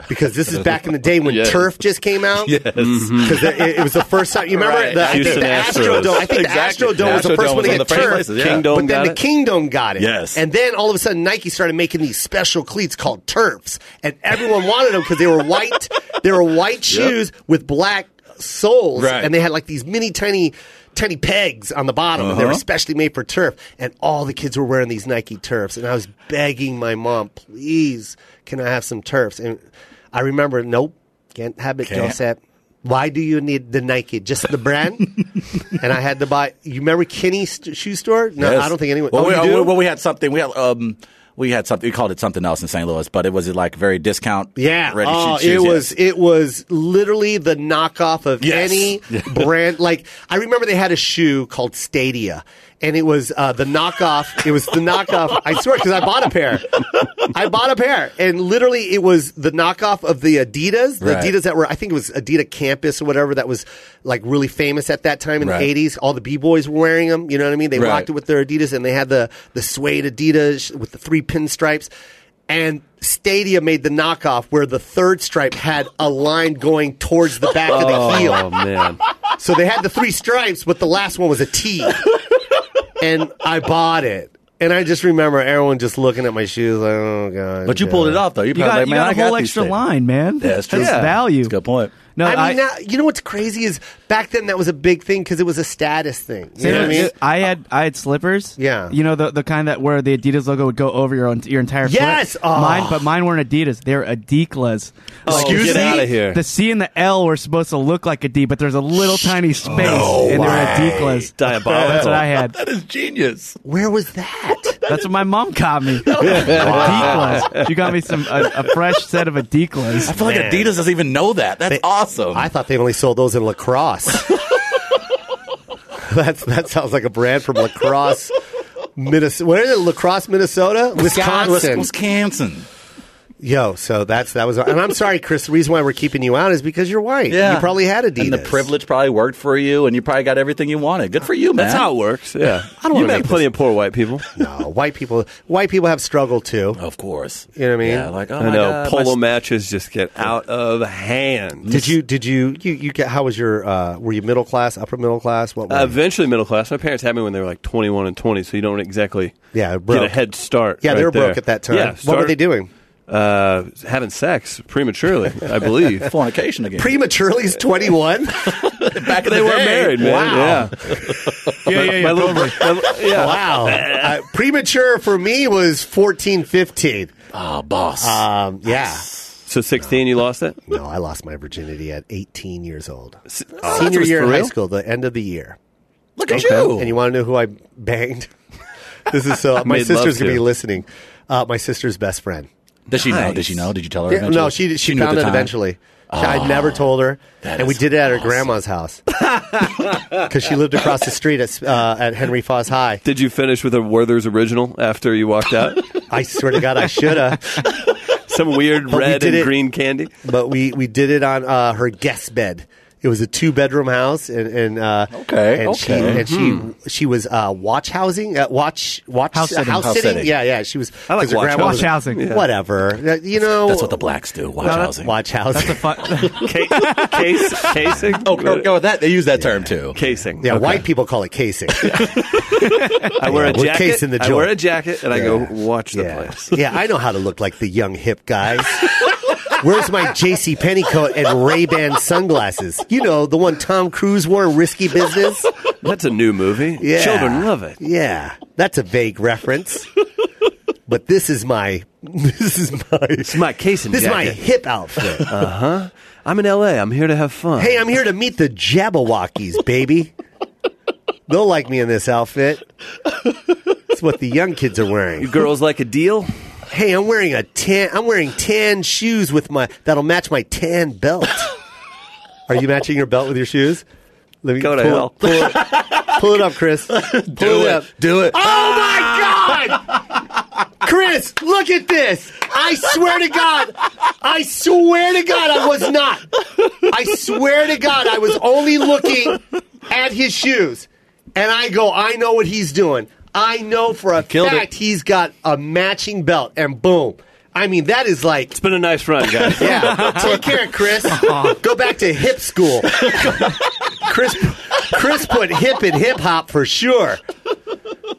Speaker 1: Because this is back in the day when
Speaker 4: Yes.
Speaker 1: turf just came out. Yes,
Speaker 5: Mm-hmm.
Speaker 1: it, it was the first time. You remember
Speaker 5: Right.
Speaker 1: the, I think
Speaker 4: Houston
Speaker 1: the
Speaker 4: Astros.
Speaker 1: Astrodome. I think
Speaker 5: Exactly.
Speaker 1: the Astrodome was the
Speaker 5: The
Speaker 1: first one
Speaker 5: Astrodome was
Speaker 1: to
Speaker 5: one
Speaker 1: get
Speaker 5: of the first
Speaker 1: turf.
Speaker 5: places, yeah.
Speaker 4: Kingdom
Speaker 1: but then
Speaker 4: got
Speaker 1: the
Speaker 4: it.
Speaker 1: Kingdom got it.
Speaker 5: Yes.
Speaker 1: and then all of a sudden Nike started making these special cleats called turfs, and everyone wanted them because they were white. They were white shoes with black soles,
Speaker 5: Right.
Speaker 1: and they had like these mini tiny. Tiny pegs on the bottom. and They were
Speaker 5: Uh-huh.
Speaker 1: especially made for turf. And all the kids were wearing these Nike turfs. And I was begging my mom, please, can I have some turfs? And I remember, nope, can't have it,
Speaker 5: Can't.
Speaker 1: Joseph. Why do you need the Nike? Just the brand? and I had to buy. You remember Kinney st- shoe store? No,
Speaker 5: Yes.
Speaker 1: I don't think anyone.
Speaker 5: Well,
Speaker 1: oh,
Speaker 5: we,
Speaker 1: you
Speaker 5: uh,
Speaker 1: do?
Speaker 5: we- well, we had something. We had um, we had something. We called it something else in St. Louis, but it was like very discount.
Speaker 1: yeah,
Speaker 5: ready
Speaker 1: oh,
Speaker 5: shoe
Speaker 1: it
Speaker 5: shoes,
Speaker 1: was
Speaker 5: yes.
Speaker 1: it was literally the knockoff of
Speaker 5: Yes.
Speaker 1: any brand. Like I remember they had a shoe called Stadia, and it was uh, the knockoff. It was the knockoff. I swear, because I bought a pair. I bought a pair, and literally it was the knockoff of the Adidas. The
Speaker 5: Right.
Speaker 1: Adidas that were I think it was Adidas Campus or whatever that was like really famous at that time in
Speaker 5: Right.
Speaker 1: the eighties. All the b boys were wearing them. You know what I mean? They
Speaker 5: Right.
Speaker 1: rocked it with their Adidas, and they had the the suede Adidas with the three pinstripes. And Stadia made the knockoff where the third stripe had a line going towards the back of the heel.
Speaker 4: oh man.
Speaker 1: So they had the three stripes, but the last one was a T. and I bought it. And I just remember everyone just looking at my shoes like, oh, God.
Speaker 5: But you
Speaker 1: God."
Speaker 5: pulled it off though. You,
Speaker 6: You got,
Speaker 5: probably like,
Speaker 6: you
Speaker 5: man,
Speaker 6: got
Speaker 5: I
Speaker 6: a whole
Speaker 5: got these
Speaker 6: extra
Speaker 5: things."
Speaker 6: line, man.
Speaker 5: Yeah, that's true.
Speaker 6: That's value.
Speaker 5: That's a good point.
Speaker 6: No,
Speaker 1: I mean,
Speaker 6: I-
Speaker 1: now, you know what's crazy is back then that was a big thing because it was a status thing. You know what I mean?
Speaker 6: I had I had slippers.
Speaker 1: Yeah.
Speaker 6: you know the the kind that where the Adidas logo would go over your own, your entire foot.
Speaker 1: Yes! Oh.
Speaker 6: mine, but mine weren't Adidas. They were Adiklas. the C-
Speaker 4: Excuse me? Get outta here.
Speaker 6: The C and the L were supposed to look like a D, but there's a little tiny space, and they were Adiklas.
Speaker 4: Diabolical.
Speaker 6: That's what I had.
Speaker 5: That is genius.
Speaker 1: Where was that?
Speaker 6: That's what my mom got me. Adiklas. She got me some a, a fresh set of
Speaker 5: I
Speaker 6: Adiklas.
Speaker 5: feel like
Speaker 1: Man.
Speaker 5: Adidas doesn't even know that. That's awesome.
Speaker 1: I thought they only sold those in lacrosse. That's that sounds like a brand from lacrosse, Minnesota. Where is it? Lacrosse, Minnesota, Wisconsin.
Speaker 5: Wisconsin.
Speaker 1: Yo, so that's that was, and I'm sorry, Chris. The reason why we're keeping you out is because you're white. you probably had Adidas.
Speaker 5: And the privilege probably worked for you, and you probably got everything you wanted. Good for you, man.
Speaker 4: That's how it works. Yeah, I
Speaker 1: don't
Speaker 4: You
Speaker 1: wanna
Speaker 4: met
Speaker 1: make Oh,
Speaker 4: plenty of poor white people.
Speaker 1: No, white people. White people have struggle too.
Speaker 5: Of course.
Speaker 1: You know what I mean?
Speaker 5: Yeah, like, oh,
Speaker 4: I
Speaker 5: my
Speaker 4: know
Speaker 5: God, my
Speaker 4: polo matches just get out of hand.
Speaker 1: Did you? Did you? You? You? Get, how was your? Uh, were you middle class, upper middle class? What? Were
Speaker 4: Uh,
Speaker 1: you?
Speaker 4: eventually, middle class. My parents had me when they were like 21 and 20, so you don't exactly
Speaker 1: Yeah,
Speaker 4: get a
Speaker 1: broke.
Speaker 4: head start.
Speaker 1: Yeah,
Speaker 4: right
Speaker 1: they were
Speaker 4: there.
Speaker 1: broke at that time.
Speaker 4: Yeah,
Speaker 1: what were
Speaker 4: start-
Speaker 1: they doing?
Speaker 4: Uh, having sex prematurely, I believe.
Speaker 5: fornication again.
Speaker 1: Prematurely is 21.
Speaker 5: Back in
Speaker 4: they
Speaker 5: the
Speaker 4: were
Speaker 5: day.
Speaker 4: married, man.
Speaker 1: Wow.
Speaker 4: Yeah,
Speaker 2: yeah, yeah, yeah.
Speaker 4: my little,
Speaker 2: totally.
Speaker 4: my li- yeah.
Speaker 1: wow. Uh, premature for me was 14, 15.
Speaker 5: Oh, boss.
Speaker 1: Um, yeah.
Speaker 4: So 16, you lost it.
Speaker 1: No, I lost my virginity at 18 years old. Uh,
Speaker 4: S-
Speaker 5: oh,
Speaker 1: Senior
Speaker 4: was
Speaker 1: year
Speaker 4: for
Speaker 1: in high
Speaker 4: real?
Speaker 1: school, the end of the year.
Speaker 5: Look at you.
Speaker 1: And you want to know who I banged? this is so. My
Speaker 4: Made love
Speaker 1: sister's going to
Speaker 4: to.
Speaker 1: be listening. Uh, my sister's best friend.
Speaker 5: Did she know? Did she know? Oh, Did you tell her?
Speaker 1: Yeah,
Speaker 5: Eventually?
Speaker 1: no, she she,
Speaker 5: knew at
Speaker 1: found
Speaker 5: the
Speaker 1: it
Speaker 5: time? Ah,
Speaker 1: eventually. I never told her, and we
Speaker 5: is
Speaker 1: did it at her grandma's house because she lived across the street at uh, at Henry Foss High.
Speaker 4: Did you finish with a Werther's original after you walked out?
Speaker 1: I swear to God, I should have,
Speaker 4: Some weird
Speaker 1: we
Speaker 4: red
Speaker 1: did
Speaker 4: and
Speaker 1: it-
Speaker 4: green candy.
Speaker 1: but we we did it on uh, her guest bed. It was a two bedroom house, and, and uh,
Speaker 5: Okay,
Speaker 1: and she
Speaker 5: okay.
Speaker 1: and she she was uh, watch housing, uh, watch watch
Speaker 2: House sitting.
Speaker 1: house
Speaker 5: House
Speaker 1: sitting.
Speaker 5: sitting.
Speaker 1: Yeah, yeah, she was.
Speaker 4: I like
Speaker 1: 'cause her
Speaker 4: watch
Speaker 1: grandma was-
Speaker 2: housing. Watch housing.
Speaker 1: Whatever, Uh, you know,
Speaker 5: That's what the blacks do. Watch housing.
Speaker 1: watch housing.
Speaker 2: That's a fun.
Speaker 4: Case, case, casing.
Speaker 5: Oh, no, no, that they use that term too.
Speaker 4: casing.
Speaker 1: yeah, white people call it casing.
Speaker 4: I wear a
Speaker 1: we're
Speaker 4: jacket.
Speaker 1: casing the
Speaker 4: I wear
Speaker 1: joint.
Speaker 4: a jacket and I go watch the
Speaker 1: yeah.
Speaker 4: place.
Speaker 1: Yeah, I know how to look like the young hip guys. Where's my JC Penney coat and Ray Ban sunglasses? You know, the one Tom Cruise wore in Risky Business?
Speaker 4: That's a new movie.
Speaker 1: Yeah.
Speaker 4: Children love it.
Speaker 1: Yeah. That's a vague reference. But this is my this is my
Speaker 4: It's my casing
Speaker 1: this is my
Speaker 4: jacket.
Speaker 1: hip outfit.
Speaker 4: I'm in LA. I'm here to have fun.
Speaker 1: hey, I'm here to meet the Jabberwockies, baby. They'll like me in this outfit. It's what the young kids are wearing.
Speaker 4: you girls like a deal?
Speaker 1: Hey, I'm wearing a tan. I'm wearing tan shoes with my that'll match my tan belt. Are you matching your belt with your shoes? Let me
Speaker 4: Go to
Speaker 1: pull,
Speaker 4: hell.
Speaker 1: Pull it, pull it up, Chris. Pull it, up.
Speaker 5: Do it.
Speaker 1: Oh my
Speaker 5: Ah!
Speaker 1: God! Chris, look at this. I swear to God. I swear to God, I was not. I swear to God, I was only looking at his shoes. And I go, I know what he's doing. I know for a
Speaker 5: killed it.
Speaker 1: fact he's got a matching belt. And boom. I mean, that is like.
Speaker 4: It's been a nice run, guys.
Speaker 1: Yeah. Take care, Chris. Go back to hip school. Chris Chris put hip in hip hop for sure.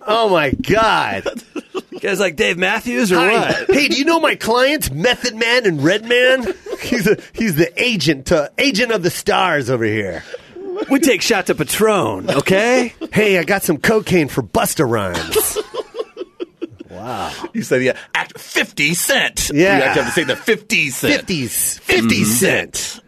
Speaker 1: Oh my God.
Speaker 4: you guys like Dave Matthews or
Speaker 1: Hi.
Speaker 4: what?
Speaker 1: Hey, do you know my clients, Method Man and Red Man? He's a, he's the agent to agent of the stars over here.
Speaker 4: We take shots of Patron, okay?
Speaker 1: Hey, I got some cocaine for Busta Rhymes.
Speaker 5: You said yeah. Act fifty cent.
Speaker 1: Yeah.
Speaker 5: You actually have to say the fifty cent.
Speaker 1: 50s, 50 cent.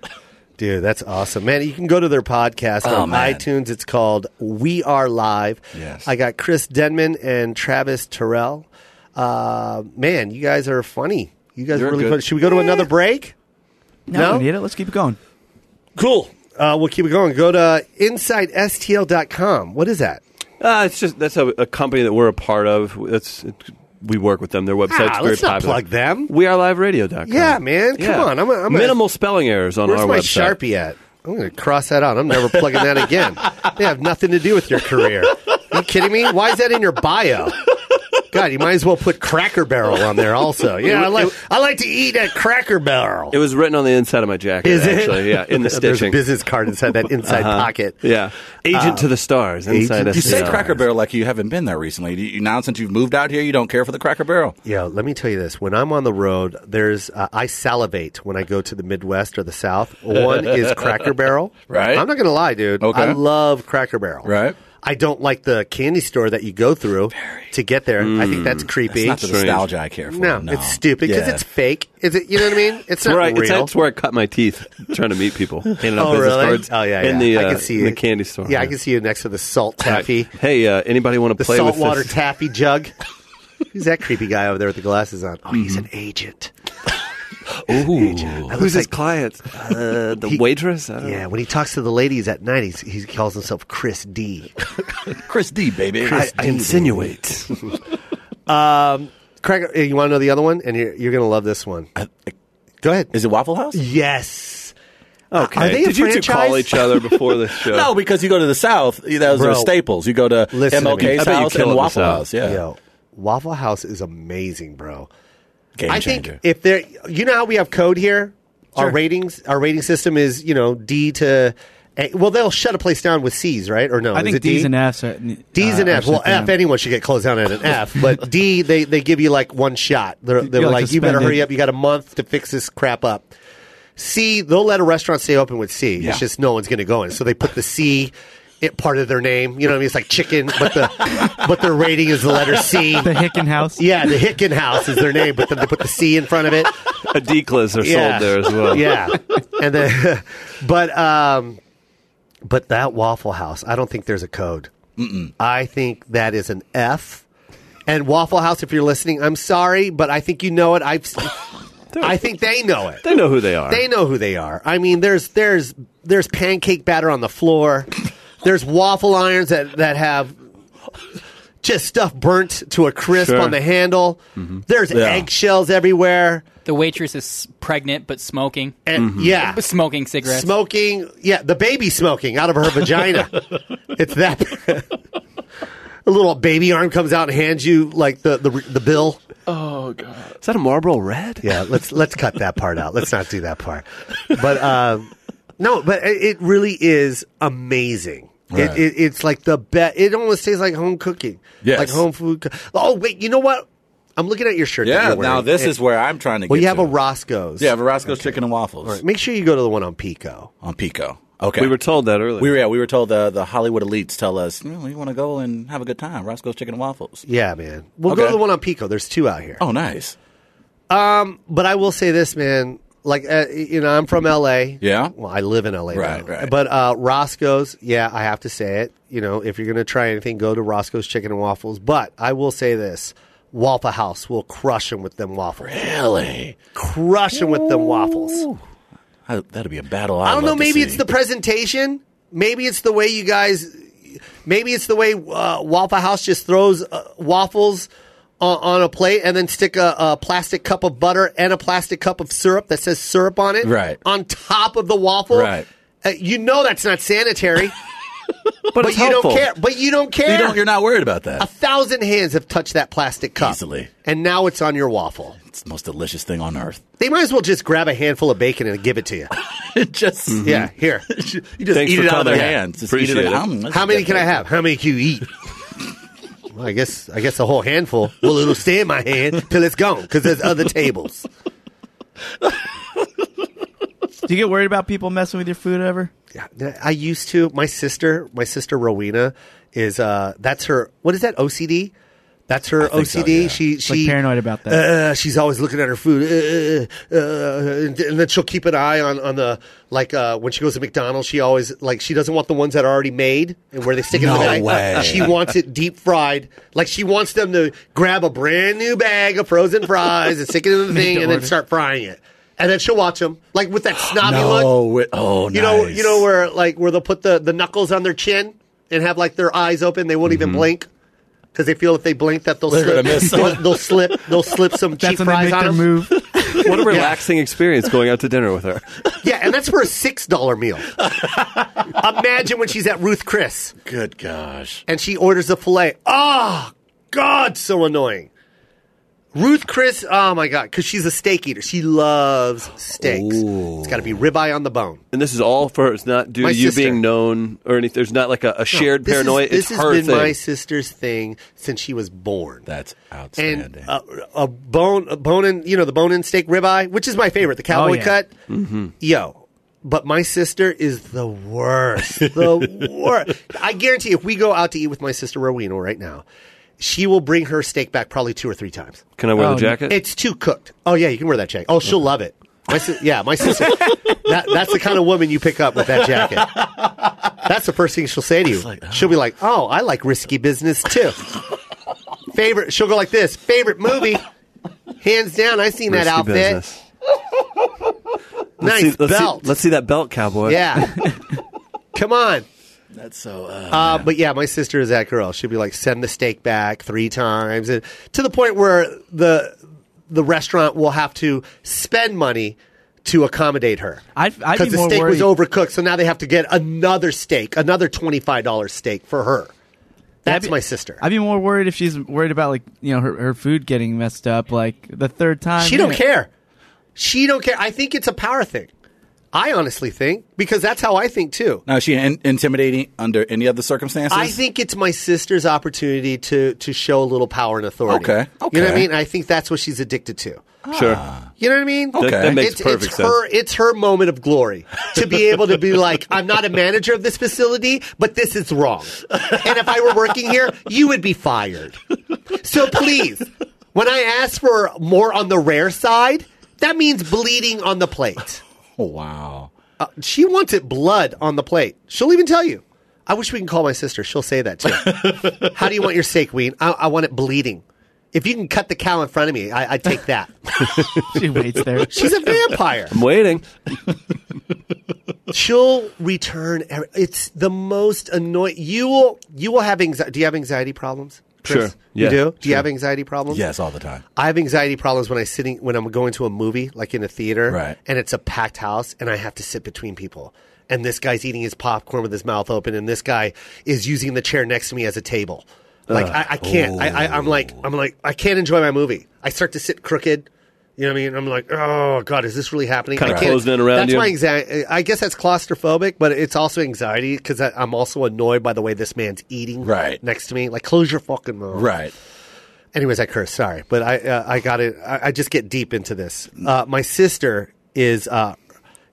Speaker 1: Dude, that's awesome. Man, you can go to their podcast on
Speaker 5: man.
Speaker 1: iTunes. It's called We Are Live.
Speaker 5: Yes.
Speaker 1: I got Chris Denman and Travis Terrell. Uh, man, you guys are funny. You guys
Speaker 4: You're
Speaker 1: really
Speaker 4: good.
Speaker 1: funny. Should we go to another break?
Speaker 2: No,
Speaker 1: No?
Speaker 2: we need it. Let's keep it going.
Speaker 1: Cool. Uh, we'll keep it going. Go to insidestl.com. What is that?
Speaker 4: Uh, it's just that's a, a company that we're a part of. That's it, we work with them. Their website's
Speaker 1: Ah,
Speaker 4: very
Speaker 1: let's not
Speaker 4: popular.
Speaker 1: plug them.
Speaker 4: We are live radio.com.
Speaker 1: Yeah, man. Come on. I'm a- I'm a-
Speaker 4: minimal spelling errors on
Speaker 1: Where's
Speaker 4: our
Speaker 1: my
Speaker 4: website.
Speaker 1: Sharpie at? I'm going to cross that out. I'm never plugging that again. They have nothing to do with your career. Are you kidding me? Why is that in your bio? God, you might as well put Cracker Barrel on there also. Yeah, I like I like to eat at Cracker Barrel.
Speaker 4: It was written on the inside of my jacket.
Speaker 1: Is it?
Speaker 4: actually, yeah, in the
Speaker 1: There's a
Speaker 4: stitching. Uh-huh.
Speaker 1: business card inside that inside pocket.
Speaker 4: Yeah, Ah. agent to the stars inside.
Speaker 1: agent-
Speaker 5: You say
Speaker 4: SDR.
Speaker 5: Cracker Barrel like you haven't been there recently. Do You, now since you've moved out here, you don't care for the Cracker Barrel.
Speaker 1: Yeah, let me tell you this. When I'm on the road, there's uh, I salivate when I go to the Midwest or the South. One is Cracker Barrel.
Speaker 5: Right.
Speaker 1: I'm not going to lie, dude.
Speaker 5: Okay.
Speaker 1: I love Cracker Barrel.
Speaker 5: Right.
Speaker 1: I don't like the candy store that you go through to get there. I think
Speaker 4: Mm.
Speaker 1: that's creepy.
Speaker 5: It's not the
Speaker 4: Strange.
Speaker 5: nostalgia I care for.
Speaker 1: no,
Speaker 5: No,
Speaker 1: it's stupid because
Speaker 5: Yeah.
Speaker 1: it's fake. Is it? You know what I mean? It's not
Speaker 4: Where I, it's,
Speaker 1: real.
Speaker 4: that's where I cut my teeth trying to meet people, handing out
Speaker 1: oh,
Speaker 4: business
Speaker 1: really?
Speaker 4: cards.
Speaker 1: Oh, yeah.
Speaker 4: in
Speaker 1: yeah.
Speaker 4: the
Speaker 1: I
Speaker 4: uh,
Speaker 1: can see
Speaker 4: in the
Speaker 1: you.
Speaker 4: candy store.
Speaker 1: Yeah, I can see you next to the salt taffy,
Speaker 4: Hey, uh, anybody want to
Speaker 1: the
Speaker 4: play with
Speaker 1: saltwater
Speaker 4: this?
Speaker 1: taffy jug. Who's that creepy guy over there with the glasses on? Oh, he's an agent.
Speaker 5: Ooh.
Speaker 4: Who's his client? Uh, the waitress. I don't
Speaker 1: Yeah,
Speaker 4: know.
Speaker 1: when he talks to the ladies at night, he's, he calls himself Chris D.
Speaker 5: Chris D, baby.
Speaker 4: I, I insinuate.
Speaker 1: Um, Craig, you want to know the other one? And you're, you're going to love this one. Go ahead.
Speaker 5: Is it Waffle House?
Speaker 1: Yes. Okay. Are they a
Speaker 4: Did you two
Speaker 1: franchise?
Speaker 4: call each other before the show?
Speaker 5: No, because you go to the South, those
Speaker 1: Bro.
Speaker 5: are staples. You go to
Speaker 1: Listen to me. I
Speaker 5: MLK's
Speaker 4: bet you kill
Speaker 5: house
Speaker 4: it in
Speaker 5: and
Speaker 4: the
Speaker 5: Waffle
Speaker 4: South.
Speaker 5: House. Yeah.
Speaker 1: Yo, Waffle House is amazing, bro.
Speaker 5: Game
Speaker 1: I
Speaker 5: changer.
Speaker 1: think if there, you know how we have code here. Our ratings, our rating system is you know D to. A, well, they'll shut a place down with C's, right? Or no?
Speaker 6: I
Speaker 1: is
Speaker 6: think
Speaker 1: it D?
Speaker 6: D's and F's. Are,
Speaker 1: D's and
Speaker 6: uh,
Speaker 1: F. Well,
Speaker 6: actually,
Speaker 1: F.
Speaker 6: yeah.
Speaker 1: Anyone should get closed down at an F, but D. They they give you like one shot. They're, they're
Speaker 6: You're,
Speaker 1: like,
Speaker 6: like,
Speaker 1: you better hurry
Speaker 6: suspended.
Speaker 1: up. You got a month to fix this crap up. C. They'll let a restaurant stay open with C.
Speaker 5: Yeah.
Speaker 1: It's just no one's going to go in, so they put the C. It part of their name, you know what I mean? It's like chicken, but the but their rating is the letter C.
Speaker 6: the Hicken House.
Speaker 1: Yeah, the Hicken House is their name, but then they put the C in front of it.
Speaker 4: a Adikas are
Speaker 1: Yeah.
Speaker 4: sold there as well.
Speaker 1: Yeah, and then, but um, but that Waffle House, I don't think there's a code. I think that is an F. And Waffle House, if you're listening, I'm sorry, but I think you know it. I've, I think they know it.
Speaker 4: They know who they are.
Speaker 1: They know who they are. I mean, there's there's there's pancake batter on the floor. There's waffle irons that that have just stuff burnt to a crisp
Speaker 4: Sure.
Speaker 1: on the handle. There's
Speaker 5: Yeah.
Speaker 1: eggshells everywhere.
Speaker 3: The waitress is pregnant but smoking.
Speaker 1: And yeah,
Speaker 3: Smoking cigarettes.
Speaker 1: smoking. Yeah, the baby smoking out of her vagina. it's that. a little baby arm comes out and hands you like the the, the bill.
Speaker 4: Is that a Marlboro Red?
Speaker 1: Yeah, let's let's cut that part out. Let's not do that part. But uh, no, but it, it really is amazing.
Speaker 5: Right.
Speaker 1: It, it, it's like the best. It almost tastes like home cooking.
Speaker 5: Yes.
Speaker 1: like home food. co- oh wait, you know what? I'm looking at your shirt. that
Speaker 5: yeah,
Speaker 1: you're wearing.
Speaker 5: now this
Speaker 1: It-
Speaker 5: is where I'm trying to
Speaker 1: Well,
Speaker 5: get
Speaker 1: you have
Speaker 5: to.
Speaker 1: a Roscoe's.
Speaker 5: Yeah, Verasco's Chicken and Waffles
Speaker 1: Make sure you go to the one on Pico.
Speaker 5: on Pico. Okay.
Speaker 4: We were told that earlier.
Speaker 5: We were, yeah, we were told the, the Hollywood elites tell us, "Mm, we want to go and have a good time. Roscoe's Chicken and Waffles.
Speaker 1: Yeah, man. We'll go
Speaker 5: Okay.
Speaker 1: to the one on Pico. There's two out here.
Speaker 5: Oh, nice.
Speaker 1: But I will say this, man. Like uh, you know, I'm from LA.
Speaker 5: Yeah.
Speaker 1: Well, I live in LA. now.
Speaker 5: Right, right.
Speaker 1: But uh, Roscoe's, yeah, I have to say it. You know, if you're gonna try anything, go to Roscoe's Chicken and Waffles. But I will say this: Waffle House will crush them with them waffles.
Speaker 5: Really?
Speaker 1: Crush them with them waffles.
Speaker 5: I- that'd be a battle.
Speaker 1: I don't know. Maybe it's the presentation. Maybe it's the way you guys. Maybe it's the way uh, Waffle House just throws uh, waffles on, on a plate and then stick a, a plastic cup of butter and a plastic cup of syrup that says syrup on it.
Speaker 5: Right.
Speaker 1: on top of the waffle.
Speaker 5: Right.
Speaker 1: Uh, you know that's not sanitary,
Speaker 4: but,
Speaker 1: but
Speaker 4: it's
Speaker 1: you
Speaker 4: helpful.
Speaker 1: don't care. But you don't care.
Speaker 5: You don't, you're not worried about that.
Speaker 1: a thousand hands have touched that plastic cup
Speaker 5: Easily.
Speaker 1: and now it's on your waffle.
Speaker 5: It's the most delicious thing on earth.
Speaker 1: They might as well just grab a handful of bacon and give it to you.
Speaker 5: just
Speaker 1: Yeah, here.
Speaker 5: you just
Speaker 4: Thanks
Speaker 5: eat
Speaker 4: for
Speaker 5: it out of their
Speaker 4: coming.
Speaker 5: hands. Just
Speaker 4: Appreciate
Speaker 5: eat it.
Speaker 4: it.
Speaker 5: out. Mm, that's
Speaker 1: How many can I
Speaker 5: good.
Speaker 1: have? How many can you eat? well, I guess I guess a whole handful. Well, it'll stay in my hand till it's gone because there's other tables.
Speaker 6: Do you get worried about people messing with your food ever?
Speaker 1: I used to. My sister, my sister Rowena, is uh, that's her. What is that? OCD. That's her
Speaker 5: think so,
Speaker 1: OCD.
Speaker 5: yeah.
Speaker 1: She
Speaker 6: Like
Speaker 1: she
Speaker 6: paranoid about that.
Speaker 1: uh, she's always looking at her food, uh, uh, uh, and, and then she'll keep an eye on on the like uh, when she goes to McDonald's. She always like she doesn't want the ones that are already made and where they stick it in
Speaker 5: No
Speaker 1: the bag.
Speaker 5: way.
Speaker 1: She wants it deep fried. Like she wants them to grab a brand new bag of frozen fries and stick it in the thing and then start frying it. And then she'll watch them like with that snobby look.
Speaker 5: No, wi- oh,
Speaker 1: You know,
Speaker 5: nice.
Speaker 1: you know where like where they'll put the the knuckles on their chin and have like their eyes open. They won't even blink because they feel if they blink that they'll
Speaker 5: They're
Speaker 1: slip.
Speaker 5: gonna miss
Speaker 1: they'll, they'll slip. They'll slip some cheap
Speaker 6: That's when
Speaker 1: fries
Speaker 6: they make
Speaker 1: on
Speaker 6: their
Speaker 1: them.
Speaker 6: move.
Speaker 4: What a relaxing experience going out to dinner with her.
Speaker 1: Yeah, and that's for a six dollar meal. Imagine when she's at Ruth Chris
Speaker 5: Good gosh.
Speaker 1: and she orders a fillet. Oh God, so annoying. Ruth Chris, oh my God, because she's a steak eater. She loves steaks. It's got to be ribeye on the bone.
Speaker 4: And this is all for her. It's not due
Speaker 1: My
Speaker 4: to you
Speaker 1: sister.
Speaker 4: being known or anything. There's not like a, a shared
Speaker 1: This is-
Speaker 4: paranoia.
Speaker 1: This
Speaker 4: it's
Speaker 1: has
Speaker 4: her
Speaker 1: been
Speaker 4: thing.
Speaker 1: my sister's thing since she was born.
Speaker 5: That's outstanding.
Speaker 1: and a, a bone, a bone in, you know, the bone in steak ribeye, which is my favorite, the cowboy
Speaker 6: yeah.
Speaker 1: cut. Yo, but my sister is the worst. The worst. I guarantee if we go out to eat with my sister Rowena right now, she will bring her steak back probably two or three times.
Speaker 4: Can I wear
Speaker 6: Oh,
Speaker 4: the jacket?
Speaker 1: It's too cooked. Oh yeah, you can wear that jacket. Oh, she'll love it. My si- yeah, my sister. that, that's the kind of woman you pick up with that jacket. That's the first thing she'll say to you. She'll be like, "Oh, I like risky business too." Favorite. She'll go like this. Favorite movie. Hands down, I seen that
Speaker 4: Risky
Speaker 1: outfit.
Speaker 4: business.
Speaker 1: Nice
Speaker 4: See- let's,
Speaker 1: belt.
Speaker 4: See, let's see that belt, cowboy.
Speaker 1: yeah. Come on.
Speaker 5: That's so.
Speaker 1: Uh,
Speaker 5: Uh,
Speaker 1: but yeah, my sister is that girl. She'll be like, send the steak back three times, and to the point where the the restaurant will have to spend money to accommodate her.
Speaker 2: I'd- I'd be
Speaker 1: the
Speaker 2: more
Speaker 1: steak was
Speaker 2: worried-
Speaker 1: overcooked, so now they have to get another steak, another twenty five dollar steak for her. That's
Speaker 2: be-
Speaker 1: my sister.
Speaker 2: I'd be more worried if she's worried about like you know her, her food getting messed up like the third time.
Speaker 1: she don't
Speaker 2: yeah.
Speaker 1: care. She don't care. I think it's a power thing. I honestly think because that's how I think too.
Speaker 5: now, is she in- intimidating under any other circumstances?
Speaker 1: I think it's my sister's opportunity to to show a little power and authority.
Speaker 5: Okay,
Speaker 1: You know what I
Speaker 5: okay.
Speaker 1: mean? I think that's what she's addicted to.
Speaker 4: Sure.
Speaker 1: You know what I mean?
Speaker 5: Okay. That- that
Speaker 4: makes
Speaker 1: it's,
Speaker 4: perfect
Speaker 1: it's Her, it's her moment of glory to be able to be like, I'm not a manager of this facility, but this is wrong. And if I were working here, you would be fired. So please, when I ask for more on the rare side, that means bleeding on the plate.
Speaker 5: Oh, wow.
Speaker 1: Uh, she wants it blood on the plate. She'll even tell you. I wish we can call my sister. She'll say that too. How do you want your steak, Ween? I, I want it bleeding. If you can cut the cow in front of me, I, I take that.
Speaker 2: She waits there.
Speaker 1: She's a vampire.
Speaker 4: I'm waiting.
Speaker 1: She'll return. every- It's the most annoying. You will. You will have anxiety. Do you have anxiety problems? Chris?
Speaker 4: Sure. Yeah.
Speaker 1: You do. Do you
Speaker 4: Sure.
Speaker 1: have anxiety problems?
Speaker 5: Yes, all the time.
Speaker 1: I have anxiety problems when I sitting when I'm going to a movie, like in a theater,
Speaker 5: Right.
Speaker 1: and it's a packed house, and I have to sit between people. And this guy's eating his popcorn with his mouth open, and this guy is using the chair next to me as a table. Like I, I can't. I, I, I'm like I'm like I can't enjoy my movie. I start to sit crooked. You know what I mean? I'm like, oh god, is this really happening?
Speaker 4: Kinda
Speaker 1: I can't-
Speaker 4: closing in around
Speaker 1: That's
Speaker 4: you.
Speaker 1: my anxiety. I guess that's claustrophobic, but it's also anxiety because I'm also annoyed by the way this man's eating
Speaker 5: Right.
Speaker 1: next to me. Like, close your fucking mouth.
Speaker 5: Right.
Speaker 1: Anyways, I curse. Sorry, but I uh, I got it. I, I just get deep into this. Uh, my sister is. Uh,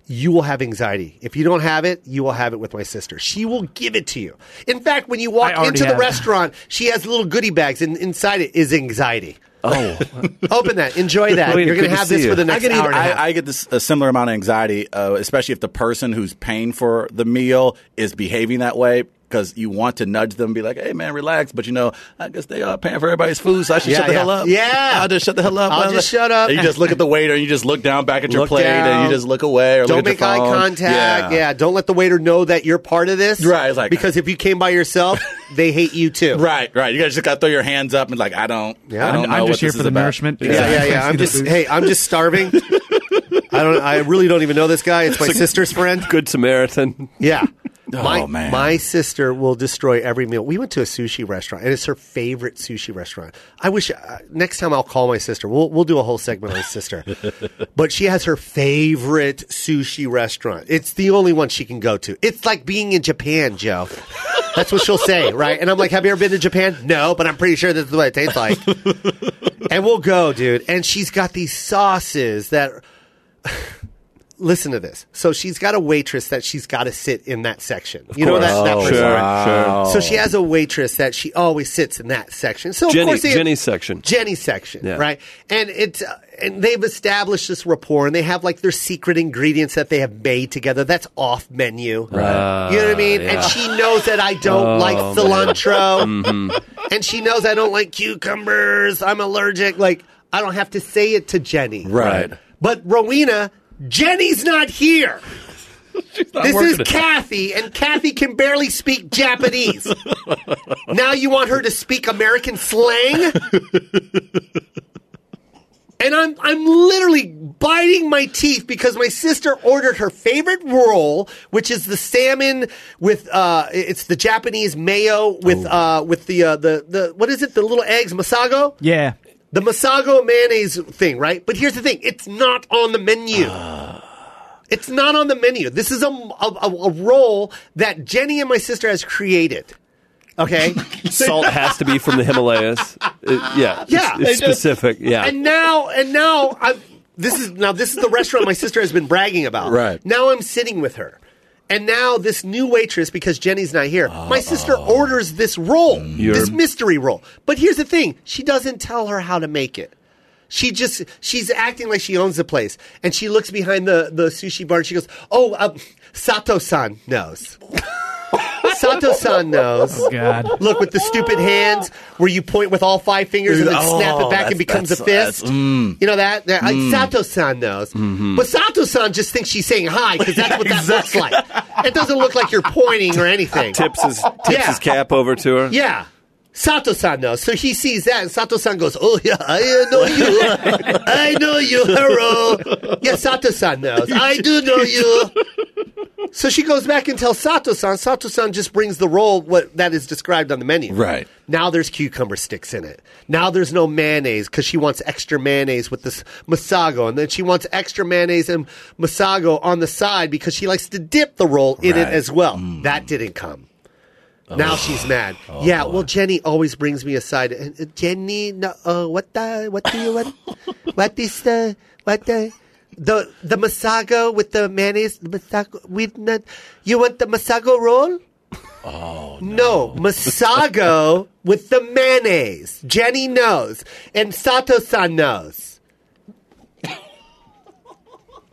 Speaker 1: you will have anxiety if you don't have it. You will have it with my sister. She will give it to you. In fact, when you
Speaker 2: I
Speaker 1: walk
Speaker 2: already
Speaker 1: into the
Speaker 2: have it.
Speaker 1: restaurant, she has little goodie bags, and inside it is anxiety. Oh, open that. Enjoy that.
Speaker 4: Wait,
Speaker 1: You're going
Speaker 4: good
Speaker 1: to
Speaker 4: to
Speaker 1: have
Speaker 4: see
Speaker 1: this
Speaker 4: you.
Speaker 1: for the
Speaker 5: I
Speaker 1: next
Speaker 5: get,
Speaker 1: hour
Speaker 5: either,
Speaker 1: and a half.
Speaker 5: I, I get this, a similar amount of anxiety, uh, especially if the person who's paying for the meal is behaving that way. Because you want to nudge them, and be like, "Hey, man, relax," but you know, I guess they are paying for everybody's food, so I should
Speaker 1: Yeah,
Speaker 5: shut the
Speaker 1: yeah.
Speaker 5: hell up.
Speaker 1: Yeah.
Speaker 5: I'll just shut the hell up.
Speaker 1: I'll
Speaker 5: Blah, blah,
Speaker 1: just
Speaker 5: blah.
Speaker 1: shut up.
Speaker 5: And you just look at the waiter, and you just look down back at your
Speaker 1: Look
Speaker 5: plate, and
Speaker 1: down.
Speaker 5: you just look away or
Speaker 1: don't
Speaker 5: look at
Speaker 1: make
Speaker 5: your
Speaker 1: eye
Speaker 5: phone.
Speaker 1: contact. Yeah. don't let the waiter know that you're part of this.
Speaker 5: Right, it's like-
Speaker 1: because if you came by yourself, they hate you too.
Speaker 5: Right, right. You guys just got to throw your hands up and like, I don't.
Speaker 1: Yeah.
Speaker 5: I don't
Speaker 2: I'm-
Speaker 5: know
Speaker 2: I'm
Speaker 5: what
Speaker 2: just here
Speaker 5: this
Speaker 2: for
Speaker 5: is
Speaker 2: the
Speaker 5: about.
Speaker 2: nourishment.
Speaker 1: Yeah, yeah,
Speaker 2: I
Speaker 1: yeah.
Speaker 2: see
Speaker 1: I'm
Speaker 2: the
Speaker 1: just
Speaker 2: food.
Speaker 1: hey, I'm just starving. I don't. I really don't even know this guy. It's my sister's friend.
Speaker 4: Good Samaritan.
Speaker 1: Yeah.
Speaker 5: Oh,
Speaker 1: my,
Speaker 5: man.
Speaker 1: my sister will destroy every meal. We went to a sushi restaurant, and it's her favorite sushi restaurant. I wish uh, next time I'll call my sister. We'll we'll do a whole segment on sister, but she has her favorite sushi restaurant. It's the only one she can go to. It's like being in Japan, Joe. That's what she'll say, right? And I'm like, "Have you ever been to Japan? No, but I'm pretty sure this is what it tastes like." and we'll go, dude. And she's got these sauces that listen to this. So she's got a waitress that she's got to sit in that section. you know that, that
Speaker 5: Oh,
Speaker 1: person.
Speaker 4: Sure,
Speaker 5: wow.
Speaker 4: sure.
Speaker 1: So she has a waitress that she always sits in that section. So of
Speaker 4: Jenny,
Speaker 1: course they
Speaker 4: Jenny's section.
Speaker 1: Jenny section,
Speaker 4: Yeah.
Speaker 1: right? And it's uh, and they've established this rapport, and they have like their secret ingredients that they have made together. That's off menu,
Speaker 2: Uh,
Speaker 1: right? you know what I mean? And she knows that I don't like cilantro, and she knows I don't like cucumbers. I'm allergic. Like I don't have to say it to Jenny,
Speaker 5: Right.
Speaker 1: But Rowena, Jenny's not here. This is Kathy, and Kathy can barely speak Japanese. now you want her to speak American slang? and I'm I'm literally biting my teeth because my sister ordered her favorite roll, which is the salmon with uh, it's the Japanese mayo with uh, with the uh, the the what is it? The little eggs masago.
Speaker 2: Yeah.
Speaker 1: The Masago mayonnaise thing, right? But here's the thing it's not on the menu. It's not on the menu. This is a, a, a- a role that Jenny and my sister has created. Okay?
Speaker 4: Salt has to be from the Himalayas. It- yeah.
Speaker 1: Yeah.
Speaker 4: It's, it's
Speaker 1: They just-
Speaker 4: specific. Yeah.
Speaker 1: and now, and now, I'm, this is now this is the restaurant my sister has been bragging about.
Speaker 5: Right.
Speaker 1: Now I'm sitting with her. And now this new waitress, because Jenny's not here, my sister orders this roll, this mystery roll. But here's the thing: she doesn't tell her how to make it. She just she's acting like she owns the place, and she looks behind the the sushi bar and she goes, "Oh, uh, Sato-san knows." Santo San knows.
Speaker 6: God.
Speaker 1: Look with the stupid hands where you point with all five fingers and then snap it back and becomes a fist. You know that? that Sato san knows. But Sato san just thinks she's saying hi because that's what that looks like. It doesn't look like you're pointing or anything.
Speaker 4: tips his tips
Speaker 1: Yeah.
Speaker 4: his cap over to her.
Speaker 1: Yeah. Sato san knows. So he sees that and Sato san goes, Oh, yeah, I know you. I know you. Hello. Yeah, Sato san knows. I do know you. So she goes back and tells Sato san. Sato san just brings the roll what that is described on the menu.
Speaker 5: Right.
Speaker 1: Now there's cucumber sticks in it. Now there's no mayonnaise because she wants extra mayonnaise with this masago. And then she wants extra mayonnaise and masago on the side because she likes to dip the roll in it
Speaker 5: Right.
Speaker 1: as well. That didn't come. Now she's mad. yeah, well, Jenny always brings me aside. And uh, Jenny, no, uh, what the, what do you want? what is the, what the, the, the masago with the mayonnaise, the masago with not, you want the masago roll? No, Masago with the mayonnaise. Jenny knows, and Sato-san knows.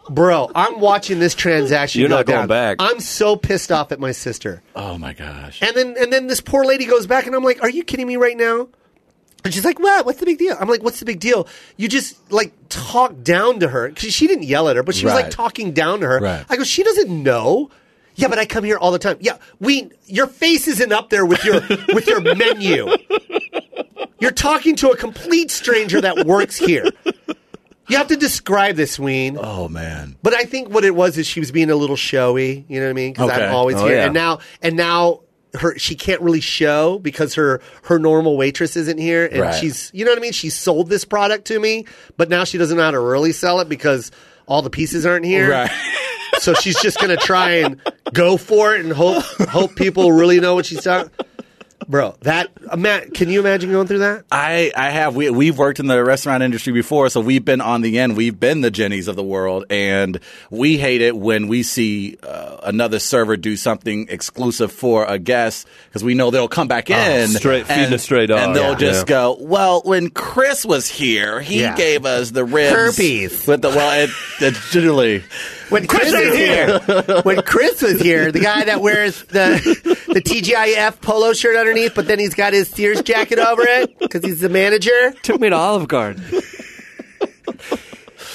Speaker 1: Bro, I'm watching this transaction.
Speaker 4: You're
Speaker 1: go
Speaker 4: not going
Speaker 1: down.
Speaker 4: back.
Speaker 1: I'm so pissed off at my sister.
Speaker 5: Oh my gosh.
Speaker 1: And then and then this poor lady goes back, and I'm like, "Are you kidding me right now?" And she's like, "What? What's the big deal?" I'm like, "What's the big deal?" You just like talk down to her 'Cause she didn't yell at her, but she was like
Speaker 5: Right.
Speaker 1: talking down to her.
Speaker 5: Right.
Speaker 1: I go, "She doesn't know." Yeah, but I come here all the time. Yeah, we your face isn't up there with your with your menu. You're talking to a complete stranger that works here. You have to describe this, Ween.
Speaker 5: Oh man.
Speaker 1: But I think what it was is she was being a little showy. You know what I mean? Because
Speaker 5: Okay.
Speaker 1: I'm always
Speaker 5: Oh,
Speaker 1: here,
Speaker 5: yeah.
Speaker 1: and now and now her she can't really show because her her normal waitress isn't here, and
Speaker 5: Right.
Speaker 1: she's you know what I mean? She sold this product to me, but now she doesn't know how to really sell it because all the pieces aren't here.
Speaker 5: Right.
Speaker 1: So she's just gonna try and go for it and hope hope people really know what she's talking. Bro, that uh, Matt, can you imagine going through that?
Speaker 5: I, I have we we've worked in the restaurant industry before, so we've been on the end. We've been the Jennies of the world, and we hate it when we see uh, another server do something exclusive for a guest because we know they'll come back
Speaker 1: Oh,
Speaker 5: in
Speaker 4: straight- feeding
Speaker 5: and,
Speaker 4: a stray dog.
Speaker 5: and they'll
Speaker 4: Yeah.
Speaker 5: just
Speaker 4: Yeah.
Speaker 5: go, "Well, when Chris was here, he
Speaker 1: Yeah.
Speaker 5: gave us the ribs
Speaker 1: Herpes.
Speaker 5: with the well, it, it's generally
Speaker 1: When Chris
Speaker 5: Chris
Speaker 1: was
Speaker 5: is
Speaker 1: here, when Chris was here, the guy that wears the the TGIF polo shirt underneath, but then he's got his Sears jacket over it because he's the manager.
Speaker 4: Took me to Olive Garden.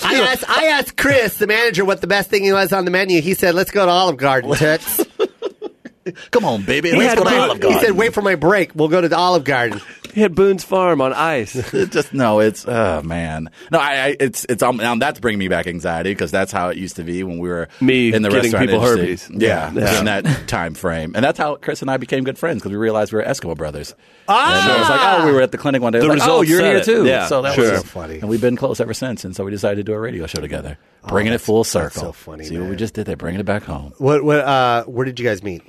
Speaker 1: I asked I asked Chris, the manager, what the best thing was on the menu. He said, "Let's go to Olive Garden, toots."
Speaker 5: come on, baby,
Speaker 1: He,
Speaker 5: let's
Speaker 1: said,
Speaker 5: go to
Speaker 1: "Wait-
Speaker 5: Olive
Speaker 1: he said,
Speaker 5: Garden."
Speaker 1: "Wait for my break. We'll go to the Olive Garden."
Speaker 4: He had Boone's Farm on ice.
Speaker 5: It just no, it's oh man, no, I, I it's it's um, now that's bringing me back anxiety because that's how it used to be when we were
Speaker 4: Me
Speaker 5: in the
Speaker 4: getting
Speaker 5: restaurant
Speaker 4: people
Speaker 5: industry.
Speaker 4: herpes.
Speaker 5: yeah,
Speaker 4: Yeah.
Speaker 5: in that time frame, and that's how Chris and I became good friends because we realized we were Eskimo brothers. Ah! and it was like oh, we were at the clinic one day. It
Speaker 4: The
Speaker 5: was like, oh,
Speaker 4: results
Speaker 5: you're
Speaker 4: said
Speaker 5: here
Speaker 4: it.
Speaker 5: too.
Speaker 4: Yeah,
Speaker 5: so that
Speaker 4: sure.
Speaker 5: was
Speaker 4: So
Speaker 1: funny. Oh,
Speaker 5: and we've been close ever since. And so we decided to do a radio show together, bringing it full circle.
Speaker 1: so funny,
Speaker 5: See
Speaker 1: man.
Speaker 5: what we just did there, bringing it back home
Speaker 1: What? What? Uh, where did you guys meet?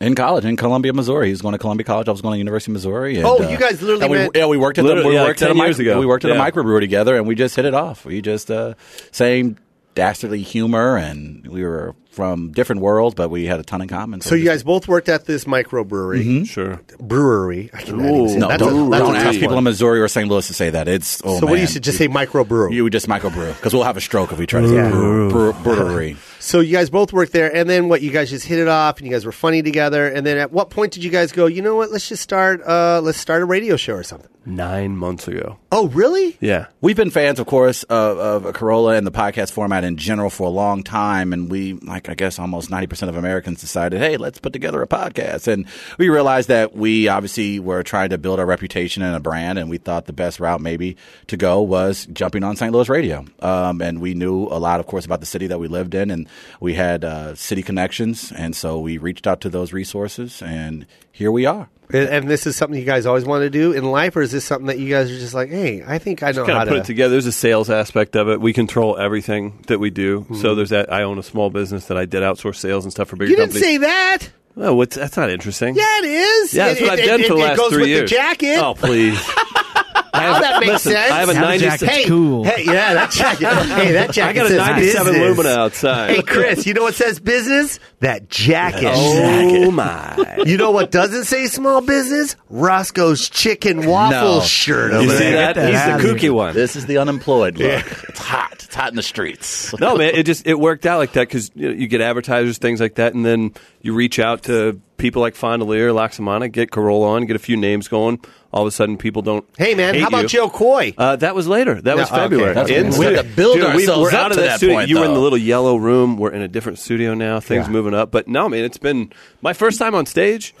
Speaker 5: in college in Columbia, Missouri. He was going to Columbia College. I was going to University of Missouri. and,
Speaker 1: Oh,
Speaker 5: uh,
Speaker 1: you guys literally
Speaker 5: and we,
Speaker 1: met-
Speaker 5: Yeah, we worked at the
Speaker 4: Literally,
Speaker 5: we
Speaker 4: yeah, like
Speaker 5: worked at a
Speaker 4: 10 years
Speaker 5: micro-
Speaker 4: ago.
Speaker 5: We worked at
Speaker 4: Yeah.
Speaker 5: a microbrewery together, and we just hit it off. We just uh, same dastardly humor, and we were from different worlds, but we had a ton in common.
Speaker 1: So
Speaker 5: we
Speaker 1: you guys both worked at this microbrewery.
Speaker 4: sure.
Speaker 1: Brewery. I can't
Speaker 4: Ooh.
Speaker 1: even say
Speaker 5: just- Mm-hmm. no,
Speaker 1: that's a-
Speaker 5: don't,
Speaker 1: that's a
Speaker 5: don't
Speaker 1: tough
Speaker 5: ask people
Speaker 1: one.
Speaker 5: in Missouri or St. Louis to say that. It's oh
Speaker 1: So what do you
Speaker 5: man.
Speaker 1: should just say microbrew?
Speaker 5: You would just microbrew because we'll have a stroke if we try to say brew- brew- brewery.
Speaker 1: So you guys both worked there, and then what? You guys just hit it off, and you guys were funny together. And then at what point did you guys go? You know what? Let's just start. Uh, let's start a radio show or something.
Speaker 4: Nine months ago.
Speaker 1: Oh, really?
Speaker 4: Yeah.
Speaker 5: We've been fans, of course, of, of Corolla and the podcast format in general for a long time, and we, like I guess, almost ninety percent of Americans decided, hey, let's put together a podcast, and we realized that we obviously were trying to build our reputation and a brand, and we thought the best route maybe to go was jumping on St. Louis radio, um, and we knew a lot, of course, about the city that we lived in, and we had uh, city connections, and so we reached out to those resources, and here we are.
Speaker 1: And, and this is something you guys always wanted to do in life, or is this something that you guys are just like, hey, I think I know
Speaker 4: Kind
Speaker 1: how
Speaker 4: of put
Speaker 1: to
Speaker 4: it together. There's a sales aspect of it. We control everything that we do. So there's that. I own a small business that I did outsource sales and stuff for bigger
Speaker 1: Mm-hmm. You didn't say
Speaker 4: companies.
Speaker 1: that.
Speaker 4: oh, what's, that's not interesting.
Speaker 1: Yeah, it is.
Speaker 4: Yeah,
Speaker 1: It-
Speaker 4: that's what
Speaker 1: it-
Speaker 4: I've done
Speaker 1: it-
Speaker 4: for the
Speaker 1: it-
Speaker 4: last
Speaker 1: It goes
Speaker 4: three
Speaker 1: with
Speaker 4: years.
Speaker 1: the jacket.
Speaker 4: Oh, please.
Speaker 1: Now that makes
Speaker 4: listen,
Speaker 1: sense.
Speaker 4: I have a
Speaker 1: Now the
Speaker 4: 90
Speaker 2: jacket's
Speaker 1: hey,
Speaker 2: cool.
Speaker 1: Hey, yeah, that jacket. hey, that jacket.
Speaker 4: I got a
Speaker 1: says
Speaker 4: 97
Speaker 1: business.
Speaker 4: Lumina outside.
Speaker 1: Hey, Chris, you know what says business? That jacket.
Speaker 4: oh, my.
Speaker 1: You know what doesn't say small business? Roscoe's chicken waffle
Speaker 5: No.
Speaker 1: shirt
Speaker 4: You
Speaker 1: over
Speaker 4: see
Speaker 1: there.
Speaker 4: that?
Speaker 2: that
Speaker 4: He's
Speaker 2: out
Speaker 4: the
Speaker 2: of
Speaker 4: kooky one.
Speaker 5: This is the unemployed look. It's hot. It's hot in the streets.
Speaker 4: no, man, it just it worked out like that because you, know, you get advertisers, things like that, and then you reach out to people like Fondelier, Laxamana, get Corolla on, get a few names going. All of a sudden, people don't.
Speaker 1: Hey man,
Speaker 4: hate
Speaker 1: how about
Speaker 4: you?
Speaker 1: Joe Coy?
Speaker 4: Uh, that was later. That was
Speaker 1: No, okay.
Speaker 4: February.
Speaker 1: That's
Speaker 4: In-
Speaker 1: when we
Speaker 5: had to build
Speaker 4: Dude,
Speaker 5: ourselves
Speaker 4: we're
Speaker 5: up
Speaker 4: out of
Speaker 5: to
Speaker 4: that
Speaker 5: that
Speaker 4: studio.
Speaker 5: point,
Speaker 4: you were in the
Speaker 5: though.
Speaker 4: little yellow room. We're in a different studio now. Things
Speaker 1: Yeah.
Speaker 4: moving up. But no, man, it's been my first time on stage.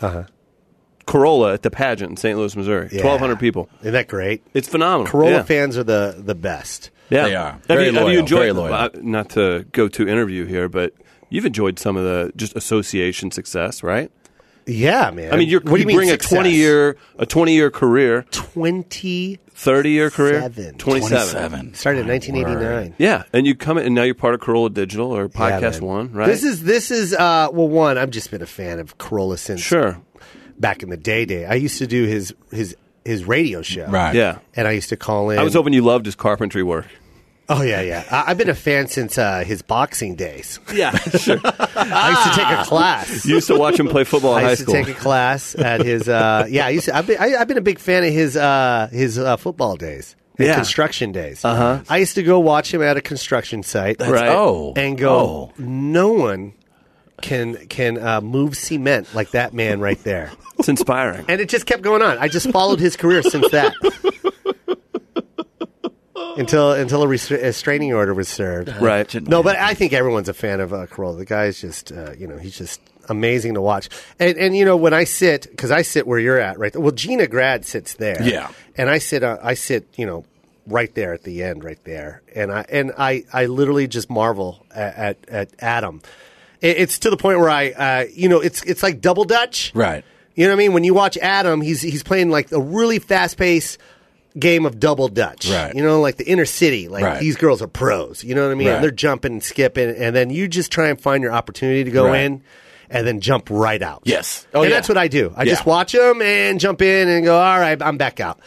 Speaker 4: Corolla at the pageant in St. Louis, Missouri.
Speaker 1: Uh-huh. Yeah.
Speaker 4: Twelve hundred people.
Speaker 1: Isn't that great?
Speaker 4: It's phenomenal.
Speaker 1: Corolla
Speaker 4: yeah.
Speaker 1: fans are the the best.
Speaker 4: Yeah.
Speaker 5: They are.
Speaker 4: Have
Speaker 5: Very
Speaker 4: you, have you
Speaker 5: loyal,
Speaker 4: enjoyed,
Speaker 5: very loyal.
Speaker 4: uh, not to go to interview here, but you've enjoyed some of the just association success, right?
Speaker 1: Yeah, man.
Speaker 4: I mean, you're,
Speaker 1: what do you, mean
Speaker 4: bring
Speaker 1: success?
Speaker 4: a 20 year a 20 year career,
Speaker 1: twenty
Speaker 4: 30 year career,
Speaker 1: Seven.
Speaker 4: 27.
Speaker 5: 27.
Speaker 1: started in
Speaker 5: My
Speaker 1: nineteen eighty
Speaker 5: word.
Speaker 1: nine.
Speaker 4: Yeah, and you come in, and now you're part of Corolla Digital or
Speaker 1: Yeah,
Speaker 4: Podcast
Speaker 1: man.
Speaker 4: One, right?
Speaker 1: This is this is uh well one, I've just been a fan of Corolla since
Speaker 4: sure.
Speaker 1: back in the day day. I used to do his his his radio show.
Speaker 5: Right.
Speaker 4: Yeah.
Speaker 1: And I used to call in
Speaker 4: I was hoping you loved his carpentry work.
Speaker 1: Oh yeah, yeah. I, I've been a fan since uh, his boxing days.
Speaker 4: Yeah, sure.
Speaker 1: I used to take a class.
Speaker 4: Ah. you used to watch him play football in
Speaker 1: I
Speaker 4: high
Speaker 1: used to
Speaker 4: school.
Speaker 1: take a class at his. Uh, yeah, I used to, I've been. I, I've been a big fan of his. Uh, his uh, football days, his
Speaker 4: Yeah.
Speaker 1: construction days. Uh-huh. I used to go watch him at a construction site
Speaker 5: That's-
Speaker 4: Right.
Speaker 5: Oh.
Speaker 1: and go.
Speaker 5: Oh.
Speaker 1: No one can can uh, move cement like that man right there.
Speaker 4: it's inspiring.
Speaker 1: And it just kept going on. I just followed his career since that. Until until a, restra- a restraining order was served,
Speaker 4: right.
Speaker 1: no, but I think everyone's a fan of uh, Corolla. The guy's just, uh, you know, he's just amazing to watch. And, and you know, when I sit, because I sit where you're at, right? Well, Gina Grad sits there,
Speaker 5: Yeah.
Speaker 1: and I sit, uh, I sit, you know, right there at the end, right there, and I and I, I literally just marvel at at, at Adam. It, it's to the point where I, uh, you know, it's it's like double dutch,
Speaker 5: Right.
Speaker 1: you know what I mean? When you watch Adam, he's he's playing like a really fast paced game of double dutch.
Speaker 5: Right.
Speaker 1: You know, like the inner city. Like
Speaker 5: Right.
Speaker 1: these girls are pros. You know what I mean?
Speaker 5: Right.
Speaker 1: They're jumping and skipping, and then you just try and find your opportunity to go
Speaker 5: Right.
Speaker 1: in. And then jump right out.
Speaker 5: Yes. Oh,
Speaker 1: and
Speaker 5: yeah.
Speaker 1: that's what I do. I
Speaker 5: Yeah.
Speaker 1: just watch him and jump in and go, all right, I'm back out.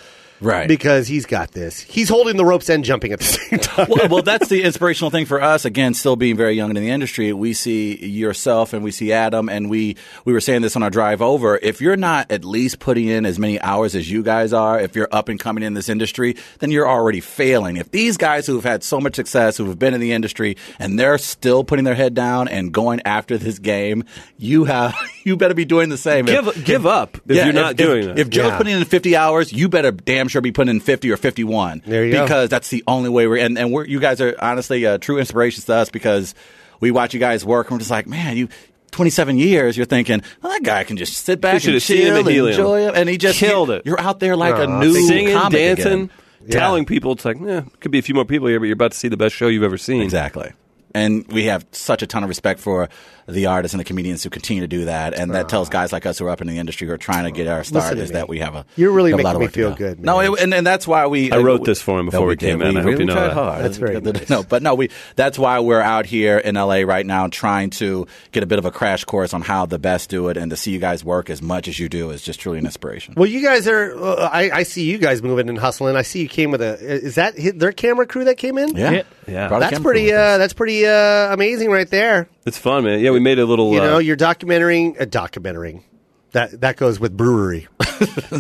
Speaker 5: Right.
Speaker 1: Because he's got this. He's holding the ropes and jumping at the same time.
Speaker 5: well, well, that's the inspirational thing for us. Again, still being very young in the industry, we see yourself and we see Adam, and we we were saying this on our drive over. If you're not at least putting in as many hours as you guys are, if you're up and coming in this industry, then you're already failing. If these guys who have had so much success, who have been in the industry, and they're still putting their head down and going after this game, you have you better be doing the same.
Speaker 4: Give
Speaker 5: If-
Speaker 4: give up if
Speaker 5: yeah,
Speaker 4: you're not doing
Speaker 5: if,
Speaker 4: that.
Speaker 5: If Joe's
Speaker 1: Yeah.
Speaker 5: putting in 50 hours, you better damn sure be putting in 50 or 51.
Speaker 1: There you go.
Speaker 5: because that's the only way we're and and we're, you guys are honestly uh, true inspirations to us because we watch you guys work and we're just like, man, you. 27 years, you're thinking, well, that guy can just sit back
Speaker 4: should
Speaker 5: and
Speaker 4: have seen him
Speaker 5: chill
Speaker 4: at
Speaker 5: and
Speaker 4: Helium.
Speaker 5: enjoy him. And he just
Speaker 4: Killed
Speaker 5: you-
Speaker 4: it.
Speaker 5: You're out there like
Speaker 1: Aw,
Speaker 5: a new
Speaker 4: singing,
Speaker 5: comic
Speaker 4: dancing,
Speaker 5: again.
Speaker 1: Yeah.
Speaker 4: telling people it's like, yeah, could be a few more people here, but you're about to see the best show you've ever seen.
Speaker 5: Exactly. And we have such a ton of respect for the artists and the comedians who continue to do that. And that tells guys like us who are up in the industry who are trying to get our start
Speaker 1: to
Speaker 5: is
Speaker 1: me.
Speaker 5: that we have a.
Speaker 1: You're really
Speaker 5: have a lot
Speaker 1: making
Speaker 5: of
Speaker 1: me
Speaker 5: work to
Speaker 1: feel
Speaker 5: go.
Speaker 1: good, man.
Speaker 5: No, it, and, and that's why we.
Speaker 4: I wrote this for him
Speaker 5: No,
Speaker 4: before we
Speaker 5: did.
Speaker 4: came in. I hope
Speaker 5: really
Speaker 4: you know
Speaker 5: tried
Speaker 4: that.
Speaker 5: hard.
Speaker 1: That's very nice.
Speaker 5: No, but no, we. That's why we're out here in LA right now trying to get a bit of a crash course on how the best do it. And to see you guys work as much as you do is just truly an inspiration.
Speaker 1: Well, you guys are. Uh, I, I see you guys moving and hustling. I see you came with a. Is that hi- their camera crew that came in?
Speaker 5: Yeah.
Speaker 4: Yeah.
Speaker 5: Brought a
Speaker 1: That's
Speaker 5: camera
Speaker 1: pretty.
Speaker 5: with us.
Speaker 1: Uh, that's pretty uh, amazing, right there.
Speaker 4: It's fun, man. Yeah, we made a little.
Speaker 1: You
Speaker 4: uh,
Speaker 1: know, you're documenting a documenting. That that goes with brewery.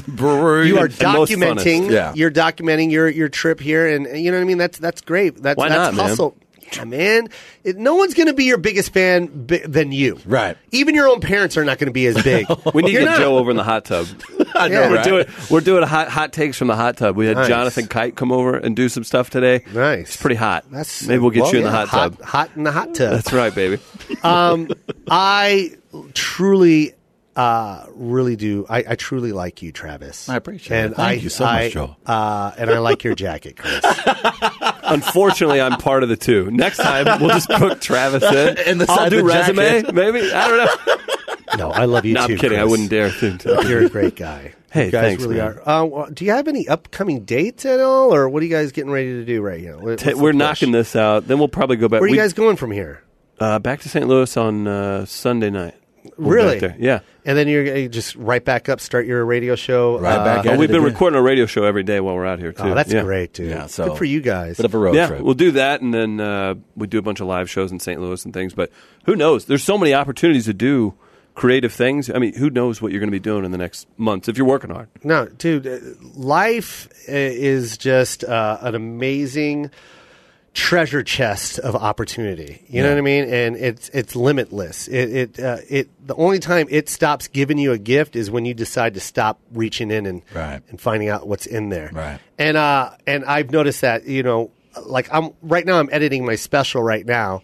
Speaker 5: brewery.
Speaker 1: You are
Speaker 4: the most funnest,
Speaker 1: documenting.
Speaker 5: yeah.
Speaker 1: You're documenting your your trip here, and and you know what I mean. That's that's great. That's
Speaker 4: Why
Speaker 1: that's
Speaker 4: not, man?
Speaker 1: hustle. Yeah, man. It, no one's going to be your biggest fan bi- than you.
Speaker 5: Right.
Speaker 1: Even your own parents are not going to be as big.
Speaker 4: We need to
Speaker 1: You're
Speaker 4: get
Speaker 1: not-
Speaker 4: Joe over in the hot tub. I
Speaker 1: know,
Speaker 4: we're
Speaker 1: right?
Speaker 4: doing we're doing hot hot takes from the hot tub. We had
Speaker 1: Nice.
Speaker 4: Jonathan Kite come over and do some stuff today.
Speaker 1: Nice.
Speaker 4: it's pretty hot.
Speaker 1: That's
Speaker 4: maybe we'll get
Speaker 1: well,
Speaker 4: you in the
Speaker 1: yeah,
Speaker 4: hot, tub.
Speaker 1: Hot in the hot tub.
Speaker 4: That's right, baby.
Speaker 1: um, I truly, uh, really do. I, I truly like you, Travis.
Speaker 5: I appreciate it. Thank you so much,
Speaker 1: I-
Speaker 5: Joe.
Speaker 1: Uh, and I like your jacket, Chris.
Speaker 4: Unfortunately, I'm part of the two. Next time, we'll just book Travis in.
Speaker 5: And the
Speaker 4: I'll
Speaker 5: side
Speaker 4: do
Speaker 5: of the
Speaker 4: resume,
Speaker 5: jacket.
Speaker 4: maybe. I don't know.
Speaker 1: No, I love you
Speaker 4: no,
Speaker 1: too.
Speaker 4: I'm kidding. I
Speaker 1: Chris.
Speaker 4: wouldn't dare. to- to-
Speaker 1: You're a great guy.
Speaker 4: Hey,
Speaker 1: you guys
Speaker 4: thanks,
Speaker 1: really
Speaker 4: man.
Speaker 1: are. Uh, well, do you have any upcoming dates at all, or what are you guys getting ready to do right now? What- what's
Speaker 4: T-
Speaker 1: the
Speaker 4: We're
Speaker 1: push?
Speaker 4: knocking this out. Then we'll probably go back.
Speaker 1: Where are you
Speaker 4: we-
Speaker 1: guys going from here?
Speaker 4: uh, back to St. Louis on uh, Sunday night? We'll be
Speaker 1: Really?
Speaker 4: back there. Yeah.
Speaker 1: And then you're gonna just right back up, start your radio show.
Speaker 5: Right
Speaker 1: Uh,
Speaker 5: back
Speaker 4: Oh,
Speaker 5: at
Speaker 4: we've
Speaker 5: it
Speaker 4: been
Speaker 5: again.
Speaker 4: recording a radio show every day while we're out here too.
Speaker 1: Oh, that's
Speaker 4: Yeah.
Speaker 1: great, dude.
Speaker 5: Yeah, so-
Speaker 1: good for you guys.
Speaker 5: Bit of a road
Speaker 4: yeah,
Speaker 5: trip.
Speaker 4: we'll do that, and then uh, we do a bunch of live shows in St. Louis and things. But who knows? There's so many opportunities to do creative things. I mean, who knows what you're going to be doing in the next months if you're working hard?
Speaker 1: No, dude, uh, life uh, is just uh, an amazing treasure chest of opportunity. You know what I mean? And it's it's limitless. It it uh, it the only time it stops giving you a gift is when you decide to stop reaching in and
Speaker 5: Right.
Speaker 1: and finding out what's in there.
Speaker 5: Right.
Speaker 1: And uh and I've noticed that you know like I'm right now I'm editing my special right now.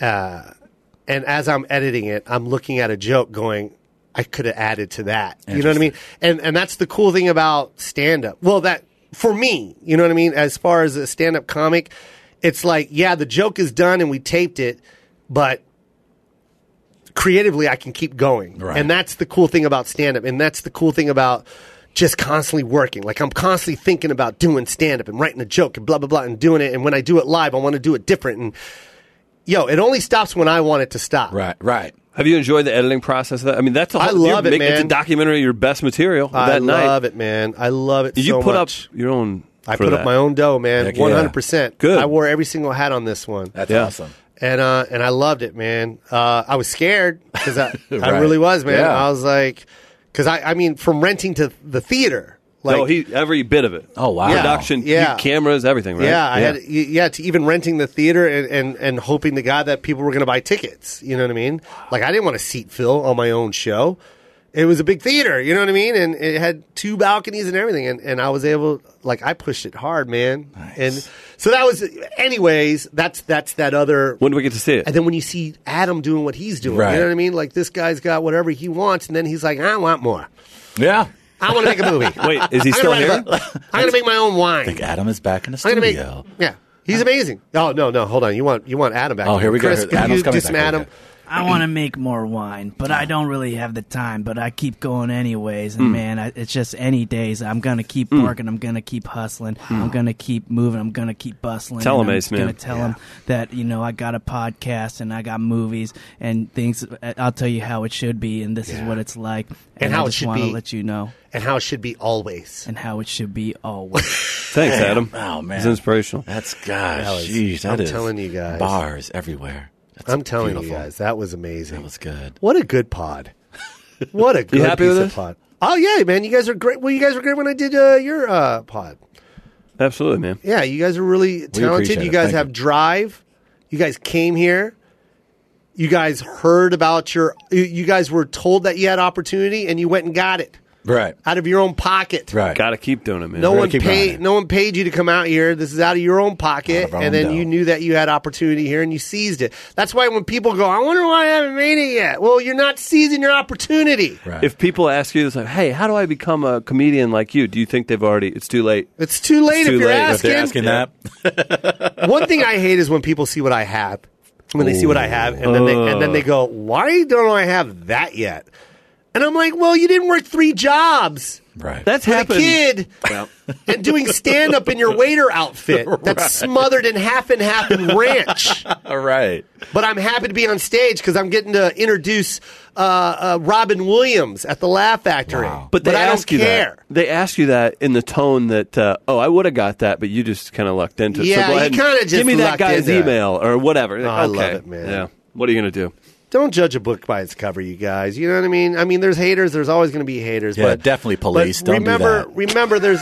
Speaker 1: Uh, and as I'm editing it, I'm looking at a joke going, I could have added to that. You know what I mean? And and that's the cool thing about stand up. Well, that for me, you know what I mean? As far as a stand up comic, it's like, yeah, the joke is done and we taped it, but creatively I can keep going.
Speaker 5: Right.
Speaker 1: And that's the cool thing about stand up. And that's the cool thing about just constantly working. Like I'm constantly thinking about doing stand up and writing a joke and blah, blah, blah, and doing it. And when I do it live, I want to do it different. And yo, it only stops when I want it to stop.
Speaker 5: Right, right.
Speaker 4: Have you enjoyed the editing process? Of that I mean, that's a
Speaker 1: I
Speaker 4: whole, you're
Speaker 1: love it,
Speaker 4: making- It's a
Speaker 1: man.
Speaker 4: documentary of your best material of
Speaker 1: I
Speaker 4: that night.
Speaker 1: love it, man. I love it
Speaker 4: Did
Speaker 1: so
Speaker 4: you put
Speaker 1: much.
Speaker 4: up your own?
Speaker 1: I
Speaker 4: for
Speaker 1: put
Speaker 4: that?
Speaker 1: up my own dough, man.
Speaker 5: Heck yeah.
Speaker 1: One hundred percent.
Speaker 4: Good.
Speaker 1: I wore every single hat on this one,
Speaker 5: That's
Speaker 4: Yeah.
Speaker 5: awesome.
Speaker 1: and uh, and I loved it, man. Uh, I was scared because I, I
Speaker 5: Right.
Speaker 1: really was, man.
Speaker 5: Yeah.
Speaker 1: I was like, because I, I mean, from renting to the theater, like,
Speaker 4: no, he every bit of it.
Speaker 5: Oh, wow.
Speaker 4: Production,
Speaker 1: Yeah.
Speaker 4: you- cameras, everything. Right?
Speaker 1: yeah, I had, y- yeah, to even renting the theater and and, and hoping to God that people were going to buy tickets. You know what I mean? Like, I didn't want to seat fill on my own show. It was a big theater, you know what I mean, and it had two balconies and everything, and, and I was able, like, I pushed it hard, man, and so that was, anyways, that's that's that other
Speaker 4: When do we get to see it?
Speaker 1: and then when you see Adam doing what he's doing,
Speaker 5: Right.
Speaker 1: you know what I mean? Like this guy's got whatever he wants, and then he's like, I want more.
Speaker 5: Yeah.
Speaker 1: I want to make a movie.
Speaker 4: Wait, is he
Speaker 1: I'm
Speaker 4: still
Speaker 1: gonna write
Speaker 4: here?
Speaker 1: a book. I'm gonna make my own wine.
Speaker 5: I think Adam is back in the
Speaker 1: I'm gonna make
Speaker 5: studio.
Speaker 1: yeah. He's amazing. Oh no, no, hold on. You want you want Adam back?
Speaker 5: Oh, here we go.
Speaker 1: Chris,
Speaker 5: Here-
Speaker 1: could
Speaker 5: Adam's
Speaker 1: you
Speaker 5: coming
Speaker 1: do
Speaker 5: back.
Speaker 1: some
Speaker 5: Here we
Speaker 1: Adam.
Speaker 5: go.
Speaker 6: I want to make more wine, but I don't really have the time. But I keep going anyways,
Speaker 4: Hmm.
Speaker 6: and man, I, it's just any days. I'm gonna keep working. I'm gonna keep hustling. I'm gonna keep moving. I'm gonna keep bustling.
Speaker 4: Hmm. Tell
Speaker 6: and
Speaker 4: 'em,
Speaker 6: I'm
Speaker 4: Ace
Speaker 6: just gonna
Speaker 4: Man.
Speaker 6: tell them that you know I got a podcast and I got movies and things. uh, I'll tell you how it should be, and this is what it's like, and,
Speaker 1: how
Speaker 6: I
Speaker 1: it
Speaker 6: just
Speaker 1: should
Speaker 6: wanna
Speaker 1: be.
Speaker 6: let you know
Speaker 1: And how it should be always.
Speaker 6: and how it should be always.
Speaker 4: Thanks, Adam.
Speaker 5: Oh, man.
Speaker 4: it's inspirational.
Speaker 5: That's gosh,
Speaker 1: That was-
Speaker 5: jeez, that
Speaker 1: I'm
Speaker 5: is
Speaker 1: telling you guys.
Speaker 5: bars everywhere. That's
Speaker 1: I'm telling you
Speaker 5: beautiful.
Speaker 1: guys, that was amazing.
Speaker 5: that was good.
Speaker 1: What a good pod. What a good
Speaker 4: happy
Speaker 1: piece
Speaker 4: with
Speaker 1: of
Speaker 4: us?
Speaker 1: pod. Oh yeah, man, you guys are great. Well, you guys were great when I did uh, your uh, pod.
Speaker 4: Absolutely, man.
Speaker 1: Yeah, you guys are really talented.
Speaker 5: appreciate
Speaker 1: you
Speaker 5: it.
Speaker 1: guys
Speaker 5: Thank
Speaker 1: have
Speaker 5: you.
Speaker 1: drive. You guys came here. You guys heard about your. You you guys were told that you had opportunity, and you went and got it
Speaker 5: Right,
Speaker 1: out of your own pocket.
Speaker 5: right.
Speaker 4: Got to keep doing it, man.
Speaker 1: No
Speaker 5: We're
Speaker 1: one
Speaker 5: gonna keep
Speaker 1: paid.
Speaker 5: grinding.
Speaker 1: No one paid you to come out here. This is out of your own
Speaker 5: Out
Speaker 1: pocket,
Speaker 5: of our own
Speaker 1: and then
Speaker 5: dough.
Speaker 1: you knew that you had opportunity here, and you seized it. That's why when people go, "I wonder why I haven't made it yet," well, you're not seizing your opportunity.
Speaker 5: right.
Speaker 4: If people ask you this, like, hey, how do I become a comedian like you? Do you think they've already? It's too late.
Speaker 1: It's too late
Speaker 4: too
Speaker 1: if you're
Speaker 4: late.
Speaker 5: If they're
Speaker 1: asking
Speaker 5: asking that,
Speaker 1: One thing I hate is when people see what I have. When they see what I have, and then they, and then they go, "Why don't I have that yet?" And I'm like, "Well, you didn't work three jobs
Speaker 5: right.
Speaker 4: That's
Speaker 1: with
Speaker 4: happened.
Speaker 1: a kid and doing stand up in your waiter outfit that's smothered in half and half and ranch."
Speaker 5: all right.
Speaker 1: But I'm happy to be on stage because I'm getting to introduce uh, uh, Robin Williams at the Laugh Factory.
Speaker 5: Wow.
Speaker 4: But they
Speaker 1: I don't
Speaker 4: ask you
Speaker 1: care.
Speaker 4: that. They ask you that in the tone that, uh, oh, I would have got that, but you just kind of lucked into it.
Speaker 1: Yeah,
Speaker 4: so go
Speaker 1: you
Speaker 4: ahead and
Speaker 1: kinda just
Speaker 4: give me that
Speaker 1: lucked
Speaker 4: guy's
Speaker 1: into it. Oh,
Speaker 4: email or whatever. Like,
Speaker 1: I love
Speaker 4: okay.
Speaker 1: it, man.
Speaker 4: Yeah. What are you gonna do?
Speaker 1: Don't judge a book by its cover, you guys. You know what I mean? I mean, there's haters. There's always going to be haters.
Speaker 5: Yeah,
Speaker 1: but,
Speaker 5: definitely
Speaker 1: but
Speaker 5: police. Don't do
Speaker 1: remember,
Speaker 5: that.
Speaker 1: remember, there's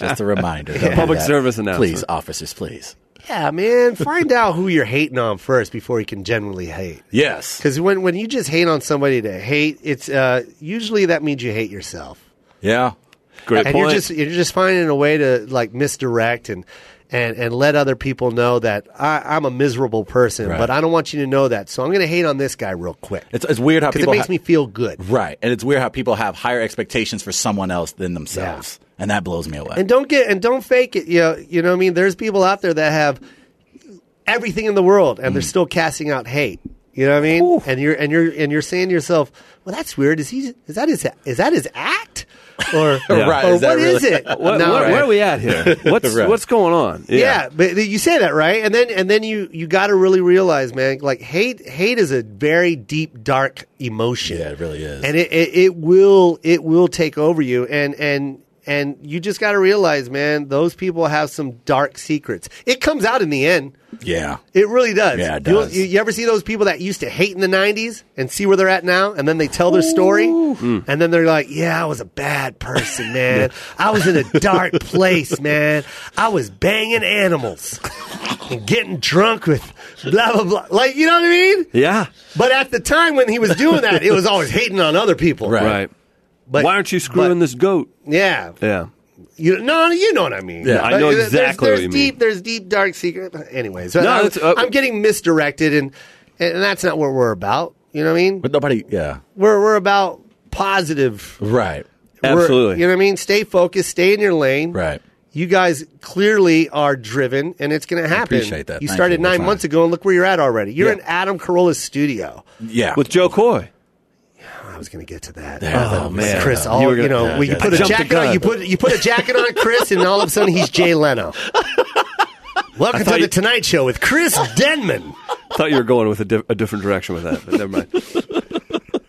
Speaker 5: Just a reminder. Don't do
Speaker 4: Public
Speaker 5: that.
Speaker 4: service announcement.
Speaker 5: Please, officers, please.
Speaker 1: Yeah, man. Find out who you're hating on first before you can generally hate.
Speaker 5: Yes.
Speaker 1: Because when, when you just hate on somebody to hate, it's uh, usually that means you hate yourself,
Speaker 5: Yeah.
Speaker 4: Great
Speaker 1: and
Speaker 4: point.
Speaker 1: you're just you're just finding a way to like misdirect and and and let other people know that I, I'm a miserable person,
Speaker 5: Right.
Speaker 1: but I don't want you to know that, so I'm going to hate on this guy real quick
Speaker 5: It's, it's weird how
Speaker 1: because it
Speaker 5: people
Speaker 1: makes
Speaker 5: ha-
Speaker 1: me feel good.
Speaker 5: right, and it's weird how people have higher expectations for someone else than themselves, and that blows me away.
Speaker 1: And don't get and don't fake it. You know, you know what I mean? There's people out there that have everything in the world and they're
Speaker 5: Mm.
Speaker 1: still casting out hate. You know what I mean? And you're and you're and you're saying to yourself, "Well, that's weird. Is he is that his is that his act?" Or,
Speaker 5: Yeah. Right,
Speaker 1: or
Speaker 5: is that
Speaker 1: what
Speaker 5: really-
Speaker 1: is it?
Speaker 4: What-
Speaker 1: No,
Speaker 4: what-
Speaker 1: right.
Speaker 4: Where are we at here? What's
Speaker 5: Right.
Speaker 4: what's going on?
Speaker 1: yeah. but you say that right, and then and then you you got to really realize, man, like hate hate is a very deep, dark emotion.
Speaker 5: Yeah, it really is.
Speaker 1: and it, it it will it will take over you, and and and you just got to realize, man, those people have some dark secrets. It comes out in the end.
Speaker 5: yeah,
Speaker 1: It really does.
Speaker 5: Yeah, it
Speaker 1: You'll-
Speaker 5: does.
Speaker 1: You, you ever see those people that used to hate in the '90s and see where they're at now, and then they tell their story, Mm. and then they're like, "Yeah, I was a bad person, man. I was in a dark place, man. I was banging animals." and getting drunk with blah blah blah. Like you know what I mean?
Speaker 4: Yeah.
Speaker 1: But at the time when he was doing that, it was always hating on other people.
Speaker 5: Right.
Speaker 4: Right.
Speaker 1: But
Speaker 4: Why aren't you screwing
Speaker 1: but-
Speaker 4: this goat?
Speaker 1: Yeah.
Speaker 4: Yeah.
Speaker 1: You no, you know what I mean.
Speaker 4: Yeah, I know
Speaker 1: there's-
Speaker 4: exactly
Speaker 1: There's,
Speaker 4: what you mean.
Speaker 1: deep, there's deep dark secret. but Anyways,
Speaker 4: No,
Speaker 1: I,
Speaker 4: it's, uh,
Speaker 1: am getting misdirected, and and that's not what we're about. You know what I mean?
Speaker 5: But nobody, yeah,
Speaker 1: We're we're about positive.
Speaker 5: right,
Speaker 1: We're-
Speaker 4: Absolutely.
Speaker 1: you know what I mean? Stay focused. Stay in your lane.
Speaker 5: right.
Speaker 1: You guys clearly are driven, and it's going to happen.
Speaker 5: appreciate that.
Speaker 1: You
Speaker 5: Thank
Speaker 1: started
Speaker 5: you. We're
Speaker 1: nine
Speaker 5: fine.
Speaker 1: months ago, and look where you're at already. You're
Speaker 5: Yeah.
Speaker 1: in Adam Carolla's studio.
Speaker 5: Yeah,
Speaker 4: With Joe Coy.
Speaker 1: I was going to get to that.
Speaker 5: Yeah.
Speaker 4: Oh, man.
Speaker 1: Chris,
Speaker 4: You
Speaker 1: all, you,
Speaker 4: were gonna-
Speaker 1: know,
Speaker 5: yeah,
Speaker 1: well, you
Speaker 5: yeah,
Speaker 1: put
Speaker 5: I
Speaker 1: a
Speaker 4: jumped the
Speaker 1: jacket on,
Speaker 4: gun.
Speaker 1: you put you put a jacket on Chris, and all of a sudden he's Jay Leno. Welcome to
Speaker 4: thought
Speaker 1: the
Speaker 4: you-
Speaker 1: Tonight Show with Chris Denman.
Speaker 4: Thought you were going with a, di- a different direction with that, but never mind.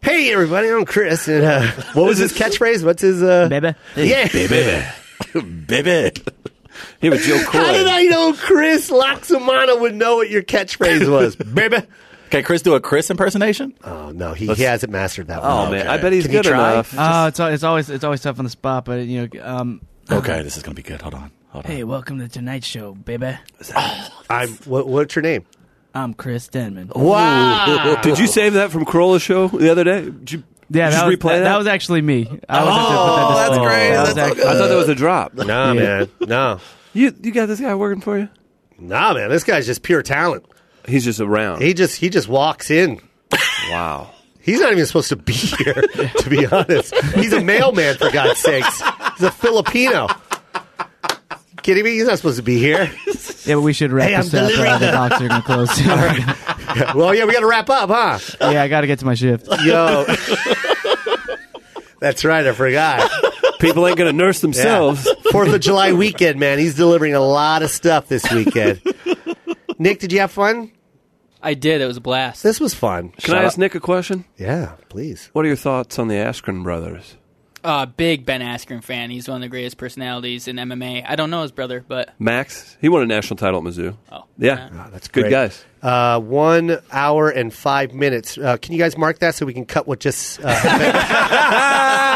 Speaker 1: Hey everybody, I'm Chris, and uh, what was his catchphrase? What's his uh,
Speaker 2: Baby.
Speaker 1: Yeah,
Speaker 5: baby, baby.
Speaker 4: Yeah, but Joe Coy.
Speaker 1: How did I know Chris Loxamana would know what your catchphrase was, baby?
Speaker 5: Can Chris do a Chris impersonation?
Speaker 1: Oh no, he, he hasn't mastered that one.
Speaker 4: oh, man. I bet he's
Speaker 1: Can he
Speaker 4: good
Speaker 1: try?
Speaker 4: enough.
Speaker 6: Uh,
Speaker 2: Oh, it's, al- it's always it's always tough on the spot, but you know. Um,
Speaker 5: Okay, this is gonna be good. Hold on, hold on.
Speaker 6: Hey, welcome to Tonight Show, baby.
Speaker 1: I'm. What, what's your name?
Speaker 6: I'm Chris Denman.
Speaker 4: Oh,
Speaker 1: Wow.
Speaker 4: Did you save that from Corolla show the other day? Did you,
Speaker 2: yeah,
Speaker 4: did
Speaker 2: that
Speaker 4: you
Speaker 2: was,
Speaker 4: replay
Speaker 2: that, that was actually me. I was
Speaker 5: Oh, that's great.
Speaker 2: That was
Speaker 5: That's so
Speaker 2: actually-
Speaker 4: I thought that was a drop.
Speaker 1: Nah, man. No.
Speaker 4: You you got this guy working for you?
Speaker 1: Nah, man. This guy's just pure talent.
Speaker 4: He's just around.
Speaker 1: He just he just walks in.
Speaker 4: wow.
Speaker 1: He's not even supposed to be here, to be honest. He's a mailman, for God's sakes. He's a Filipino. Kidding me? He's not supposed to be here.
Speaker 2: Yeah, but we should wrap
Speaker 1: Hey, I'm
Speaker 2: this up. or The boxer gonna close. soon.
Speaker 1: Well, yeah, we got to wrap up, huh?
Speaker 2: yeah, I got to get to my shift.
Speaker 1: Yo. That's right. I forgot.
Speaker 4: People ain't gonna nurse
Speaker 1: Yeah.
Speaker 4: themselves.
Speaker 1: Fourth of July weekend, man. He's delivering a lot of stuff this weekend. Nick, did you have fun?
Speaker 3: I did. It was a blast.
Speaker 1: This was fun.
Speaker 4: Can I ask Nick a question?
Speaker 1: Yeah, please.
Speaker 4: What are your thoughts on the Askren brothers?
Speaker 3: Uh, big Ben Askren fan. He's one of the greatest personalities in MMA. I don't know his brother, but
Speaker 4: Max, he won a national title at Mizzou.
Speaker 3: Oh.
Speaker 4: yeah,
Speaker 1: Ah, that's
Speaker 4: good
Speaker 1: great.
Speaker 4: guys.
Speaker 1: Uh, one hour and five minutes. Uh, can you guys mark that so we can cut what just? Uh,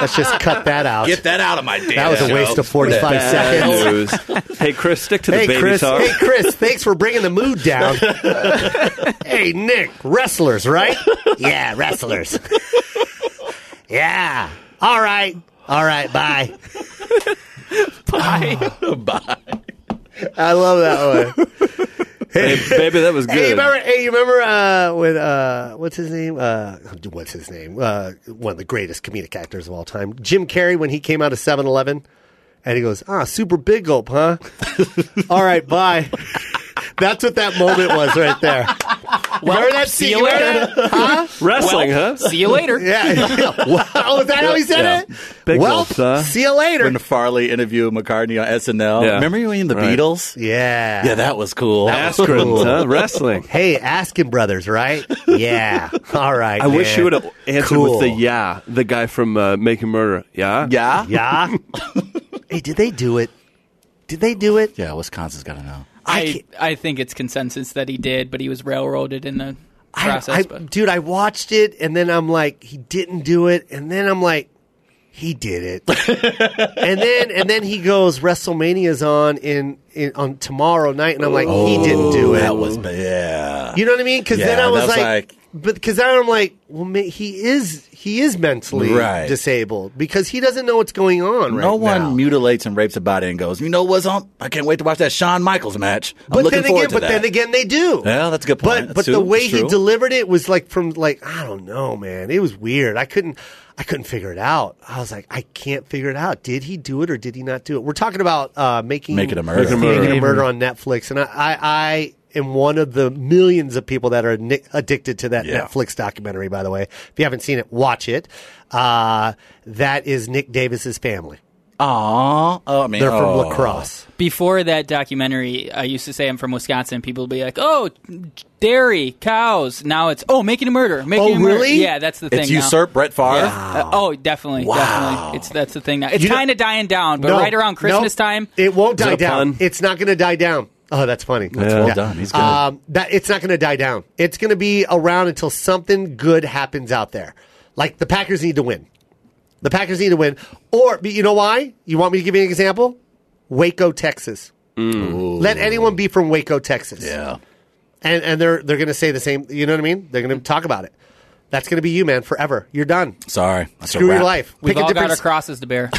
Speaker 1: let's just cut that out.
Speaker 5: Get that out of my damn
Speaker 1: That was a waste of 45 seconds.
Speaker 4: news. hey Chris, stick to the
Speaker 1: Hey
Speaker 4: baby
Speaker 1: Chris,
Speaker 4: talk.
Speaker 1: hey Chris, thanks for bringing the mood down. hey Nick, wrestlers, right? yeah, wrestlers. yeah. All right. All right, bye.
Speaker 5: Bye.
Speaker 1: I love that one.
Speaker 4: Hey, baby, that was
Speaker 1: Hey, you
Speaker 4: good.
Speaker 1: remember? Hey, you remember uh, when uh, what's his name? Uh, what's his name? Uh, one of the greatest comedic actors of all time, Jim Carrey, when he came out of 7-Eleven, and he goes, "Ah, super big gulp, huh? all right, bye." That's what that moment was right there. Well, remember that
Speaker 3: see
Speaker 1: scene? You
Speaker 3: you
Speaker 1: remember
Speaker 3: later.
Speaker 1: that? Huh?
Speaker 4: Wrestling, huh?
Speaker 3: see you later.
Speaker 1: Yeah. Well, oh, is that how he said
Speaker 5: Yeah.
Speaker 1: it?
Speaker 4: Big
Speaker 1: well,
Speaker 4: gulp, huh?
Speaker 1: see you later.
Speaker 5: When Farley interviewed McCartney on SNL,
Speaker 4: Yeah.
Speaker 5: remember when the
Speaker 4: Right.
Speaker 5: Beatles?
Speaker 1: yeah.
Speaker 5: Yeah, that was cool.
Speaker 1: That was
Speaker 4: Askren,
Speaker 1: cool.
Speaker 4: huh? Wrestling.
Speaker 1: Hey, Askin Brothers, right? Yeah. All right.
Speaker 4: I wish
Speaker 1: man.
Speaker 4: you would have answered
Speaker 1: Cool.
Speaker 4: with the yeah, the guy from uh, Making Murder. Yeah,
Speaker 5: yeah,
Speaker 1: Yeah. hey, did they do it? Did they do it?
Speaker 5: yeah. Wisconsin's got to know.
Speaker 3: I, I think it's consensus that he did, but he was railroaded in the
Speaker 1: I-
Speaker 3: process.
Speaker 1: I-
Speaker 3: but
Speaker 1: dude, I watched it and then I'm like, he didn't do it, and then I'm like, he did it, and then and then he goes, WrestleMania's on in, in on tomorrow night, and I'm like, he didn't do
Speaker 5: Ooh,
Speaker 1: it.
Speaker 5: Oh, That was yeah.
Speaker 1: you know what I mean? Because then
Speaker 5: Yeah,
Speaker 1: I was
Speaker 5: that's
Speaker 1: like,
Speaker 5: like-
Speaker 1: but because then I'm like, well, ma- he is he is mentally
Speaker 5: Right.
Speaker 1: disabled because he doesn't know what's going on.
Speaker 5: no
Speaker 1: right
Speaker 5: one
Speaker 1: now.
Speaker 5: mutilates and rapes a body and goes, you know what's on? I can't wait to watch that Shawn Michaels match. I'm
Speaker 1: But
Speaker 5: looking
Speaker 1: then
Speaker 5: forward
Speaker 1: again,
Speaker 5: to
Speaker 1: but
Speaker 5: that.
Speaker 1: then again, they do.
Speaker 5: Yeah, that's a good point.
Speaker 1: But but
Speaker 5: True,
Speaker 1: the way
Speaker 5: true.
Speaker 1: he delivered it was like from like I don't know, man. It was weird. I couldn't I couldn't figure it out. I was like, I can't figure it out. Did he do it or did he not do it? We're talking about uh, making
Speaker 5: Make It a Murder. Make It a
Speaker 1: Making
Speaker 4: Murder.
Speaker 1: Murder on Netflix, and I I, I am one of the millions of people that are ni- addicted to that
Speaker 5: Yeah.
Speaker 1: Netflix documentary. By the way, if you haven't seen it, watch it. Uh, that is Nick Davis's family.
Speaker 5: Aw, oh, I mean,
Speaker 1: They're from
Speaker 5: oh.
Speaker 1: Lacrosse.
Speaker 3: before that documentary, I used to say I'm from Wisconsin. People would be like, "Oh, dairy, cows." Now it's oh, making a murder. Making
Speaker 1: Oh,
Speaker 3: a murder.
Speaker 1: really?
Speaker 3: Yeah, that's the thing.
Speaker 5: It's
Speaker 3: now.
Speaker 5: usurp Brett Favre.
Speaker 3: Yeah. Uh, oh, definitely, definitely. It's that's the thing now. It's
Speaker 1: You know-
Speaker 3: kind of dying down, but right around Christmas
Speaker 1: nope.
Speaker 3: time,
Speaker 1: It won't die
Speaker 4: that a
Speaker 1: down.
Speaker 4: pun?
Speaker 1: It's not going to die down. Oh, that's funny. That's
Speaker 5: well done. He's good.
Speaker 1: Um, that it's not going to die down. It's going to be around until something good happens out there. Like the Packers need to win. The Packers need to win. Or but you know why? You want me to give you an example? Waco, Texas. Let anyone be from Waco, Texas.
Speaker 5: Mm. Yeah.
Speaker 1: And and they're they're gonna say the same you know what I mean? They're gonna talk about it. That's gonna be you, man, forever. You're done.
Speaker 5: Sorry. That's a
Speaker 1: Screw your
Speaker 5: wrap.
Speaker 1: life.
Speaker 3: We've
Speaker 1: Pick a
Speaker 3: all got
Speaker 1: different
Speaker 3: our crosses to bear.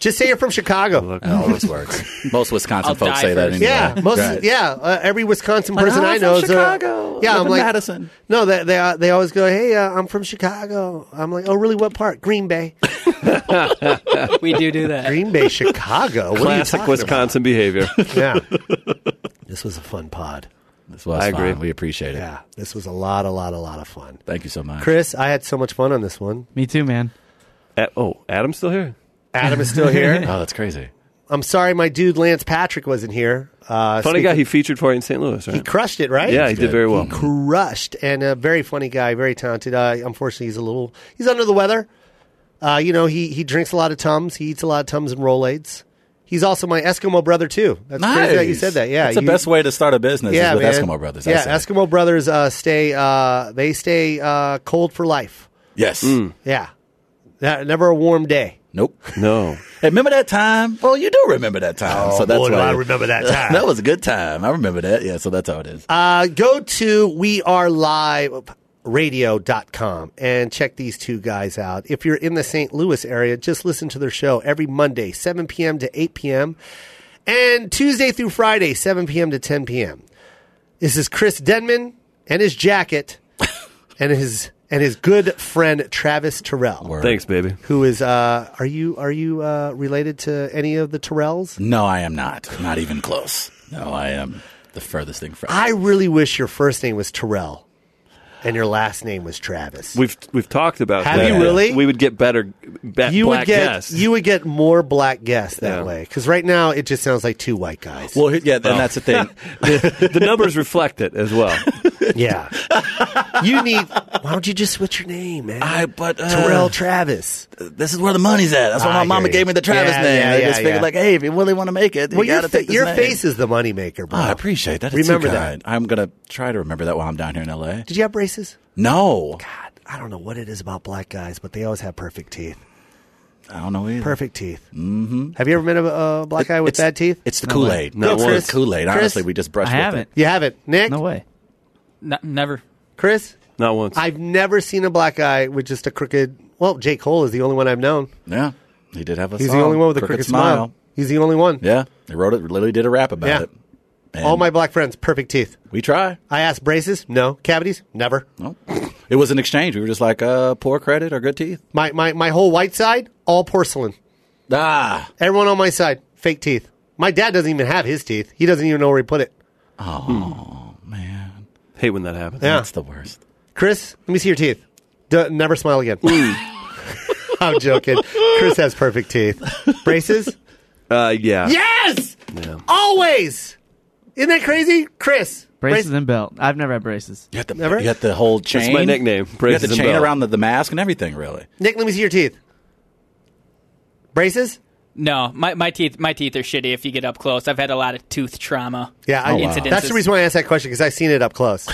Speaker 1: Just say you're from Chicago.
Speaker 5: Oh, this works. Most Wisconsin
Speaker 3: I'll
Speaker 5: folks
Speaker 3: die
Speaker 5: say that
Speaker 3: first.
Speaker 5: anyway.
Speaker 1: Yeah, most
Speaker 5: Right.
Speaker 1: yeah. Uh, every Wisconsin
Speaker 5: Like,
Speaker 1: person
Speaker 5: "Oh,
Speaker 1: I
Speaker 5: I'm
Speaker 1: know
Speaker 5: from
Speaker 1: is uh,
Speaker 5: Chicago.
Speaker 1: Yeah,
Speaker 5: Live
Speaker 1: I'm
Speaker 5: in
Speaker 1: like
Speaker 5: Madison.
Speaker 1: No, they they, uh, they always go, "Hey, uh, I'm from Chicago." I'm like, "Oh, really? What part? Green Bay,
Speaker 3: we do do that.
Speaker 1: Green Bay, Chicago." What are
Speaker 4: Classic
Speaker 1: you talking
Speaker 4: Wisconsin behavior.
Speaker 1: About? Yeah, this was a fun pod.
Speaker 5: This was
Speaker 4: I
Speaker 5: fun.
Speaker 4: agree.
Speaker 5: We appreciate it.
Speaker 1: Yeah, this was a lot, a lot, a lot of fun.
Speaker 5: Thank you so much.
Speaker 1: Chris, I had so much fun on this one.
Speaker 2: Me too, man.
Speaker 4: A- oh, Adam's still here.
Speaker 1: Adam is still here.
Speaker 5: Oh, that's crazy.
Speaker 1: I'm sorry, my dude Lance Patrick wasn't here. Uh,
Speaker 4: Funny
Speaker 1: speak-
Speaker 4: guy. He featured for you in St. Louis,
Speaker 1: He
Speaker 4: right?
Speaker 1: crushed it, right?
Speaker 4: yeah, he did very well.
Speaker 1: crushed and a very funny guy, very talented. Uh, unfortunately, he's a little he's under the weather. Uh, you know, he he drinks a lot of tums, he eats a lot of tums and Rolaids. He's also my Eskimo brother too. That's crazy that you said that. Yeah,
Speaker 5: That's the
Speaker 1: you-
Speaker 5: best way to start a business
Speaker 1: Yeah,
Speaker 5: is with
Speaker 1: man.
Speaker 5: Eskimo Brothers. I
Speaker 1: Yeah,
Speaker 5: say.
Speaker 1: Eskimo brothers uh, stay uh, they stay uh, cold for life.
Speaker 5: Yes.
Speaker 1: Yeah, That- never a warm day.
Speaker 5: Nope.
Speaker 4: No,
Speaker 5: Hey, remember that time? Well, you do remember that time. so that's
Speaker 1: Oh, boy, do
Speaker 5: why
Speaker 1: I remember that time.
Speaker 5: that was a good time. I remember that. Yeah, so that's how it is.
Speaker 1: Uh, go to weareliveradio.com and check these two guys out. If you're in the St. Louis area, just listen to their show every Monday, 7 p.m. to 8 p.m., and Tuesday through Friday, 7 p.m. to 10 p.m. This is Chris Denman and his jacket and his and his good friend Travis Terrell.
Speaker 5: Word.
Speaker 4: thanks, baby.
Speaker 1: Who is uh are you are you uh related to any of the Terrells?
Speaker 5: No, I am not. Not even close. No, I am the furthest thing from.
Speaker 1: I really wish your first name was Terrell and your last name was Travis.
Speaker 4: We've we've talked about.
Speaker 1: Have
Speaker 4: that.
Speaker 1: you really?
Speaker 4: We would get better. Be-
Speaker 1: you
Speaker 4: black
Speaker 1: would get
Speaker 4: guests.
Speaker 1: you would get more black guests that
Speaker 4: Yeah.
Speaker 1: way because right now it just sounds like two white guys.
Speaker 5: well, yeah,
Speaker 1: Oh.
Speaker 5: and that's the thing.
Speaker 4: the numbers reflect it as well.
Speaker 1: yeah, you need. Why don't you just switch your name, man?
Speaker 5: I but uh,
Speaker 1: Terrell Travis.
Speaker 5: this is where the money's at. That's why
Speaker 1: I
Speaker 5: my mama
Speaker 1: hear you.
Speaker 5: gave me the Travis
Speaker 1: Yeah,
Speaker 5: name.
Speaker 1: yeah,
Speaker 5: I
Speaker 1: yeah,
Speaker 5: just figured
Speaker 1: yeah.
Speaker 5: like, hey, if you really want to make it, you
Speaker 1: Well, your,
Speaker 5: gotta
Speaker 1: fa-
Speaker 5: take this
Speaker 1: your
Speaker 5: name.
Speaker 1: face is the moneymaker, bro.
Speaker 5: Oh, I appreciate that. That's too
Speaker 1: Remember that.
Speaker 5: kind. I'm gonna try to remember that while I'm down here in L.A.
Speaker 1: Did you have braces?
Speaker 5: No,
Speaker 1: God, I don't know what it is about black guys, but they always have perfect teeth.
Speaker 5: I don't know either.
Speaker 1: Perfect teeth. Mm-hmm. Have you ever met a uh, black guy with
Speaker 5: It's-
Speaker 1: bad teeth?
Speaker 5: It's the Kool Aid.
Speaker 1: No way.
Speaker 5: it's Kool Aid.
Speaker 1: Chris?
Speaker 5: Honestly, we just brushed.
Speaker 2: I
Speaker 5: with it.
Speaker 2: haven't.
Speaker 1: you haven't, Nick,
Speaker 2: No way.
Speaker 3: N- never.
Speaker 1: Chris.
Speaker 4: Not once.
Speaker 1: I've never seen a black guy with just a crooked. Well, J. Cole is the only one I've known.
Speaker 5: Yeah, he did have a.
Speaker 1: He's
Speaker 5: song,
Speaker 1: the only one with a crooked, smile. He's the only one.
Speaker 5: Yeah, he wrote it. Literally did a rap about
Speaker 1: Yeah.
Speaker 5: it. And
Speaker 1: All my black friends, perfect teeth.
Speaker 5: we try.
Speaker 1: I asked braces, no. Cavities, never.
Speaker 5: No. It was an exchange. We were just like, uh, poor credit or good teeth.
Speaker 1: My, my, my whole white side, all porcelain.
Speaker 5: Ah,
Speaker 1: Everyone on my side, fake teeth. My dad doesn't even have his teeth. He doesn't even know where he put it.
Speaker 5: man,
Speaker 4: Hate when that happens.
Speaker 1: Yeah.
Speaker 5: that's the worst.
Speaker 1: Chris, let me see your teeth. D- never smile again.
Speaker 5: Mm.
Speaker 1: I'm joking. Chris has perfect teeth. Braces?
Speaker 4: Uh, yeah.
Speaker 1: Yes! Always! Isn't that crazy? Chris.
Speaker 2: Braces
Speaker 1: brace-
Speaker 2: and belt. I've never had braces.
Speaker 5: You had the,
Speaker 1: Never?
Speaker 5: you had the whole chain.
Speaker 4: my nickname,
Speaker 5: You
Speaker 4: Braces
Speaker 5: had the
Speaker 4: and
Speaker 5: chain
Speaker 4: Bell.
Speaker 5: around the, the mask and everything. Really,
Speaker 1: Nick, let me see your teeth. Braces?
Speaker 3: No, my, my teeth my teeth are shitty if you get up close. I've had a lot of tooth trauma.
Speaker 1: Yeah, I,
Speaker 5: Oh, wow.
Speaker 1: that's the reason why I asked that question because I seen it up close.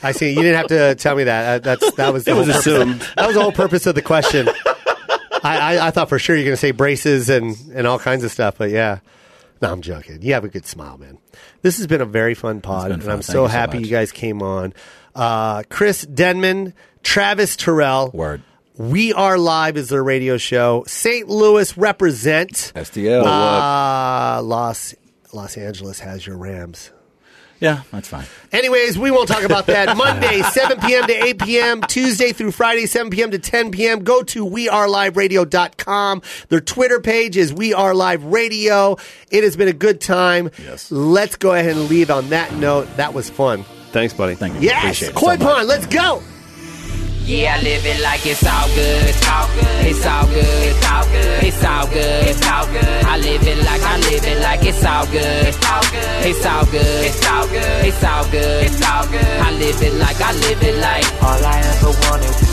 Speaker 1: I seen you didn't have to tell me that. Uh, that's that was the whole
Speaker 4: was
Speaker 1: purpose.
Speaker 4: assumed.
Speaker 1: That was the whole purpose of the question. I, I, I thought for sure you're going to say braces and and all kinds of stuff, but yeah. No, I'm joking. You have a good smile, man. This has been a very fun pod,
Speaker 5: been
Speaker 1: and
Speaker 5: fun.
Speaker 1: I'm
Speaker 5: Thank
Speaker 1: so
Speaker 5: you so
Speaker 1: happy
Speaker 5: much.
Speaker 1: you guys came on. Uh, Chris Denman, Travis Terrell.
Speaker 5: word.
Speaker 1: We Are Live is their radio show. St. Louis represent.
Speaker 5: STL.
Speaker 1: Uh, Los Los Angeles has your Rams.
Speaker 5: yeah, that's fine.
Speaker 1: Anyways, we won't talk about that. Monday, 7 p.m. to 8 p.m. Tuesday through Friday, 7 p.m. to 10 p.m. Go to weareliveradio.com. Their Twitter page is We Are Live Radio. It has been a good time.
Speaker 5: Yes.
Speaker 1: Let's go ahead and leave on that note. That was fun.
Speaker 4: Thanks, buddy.
Speaker 5: Thank you.
Speaker 1: Yes,
Speaker 5: Appreciate it so
Speaker 1: Koi
Speaker 5: much.
Speaker 1: Pond, let's go.
Speaker 7: Yeah, I live it like it's all good. It's all good. It's all good. It's all good. It's all good. It's all good. I live it like I live it like it's all good. It's all good. It's all good. It's all good. It's all good. It's all good. I live it like I live it like all I ever wanted was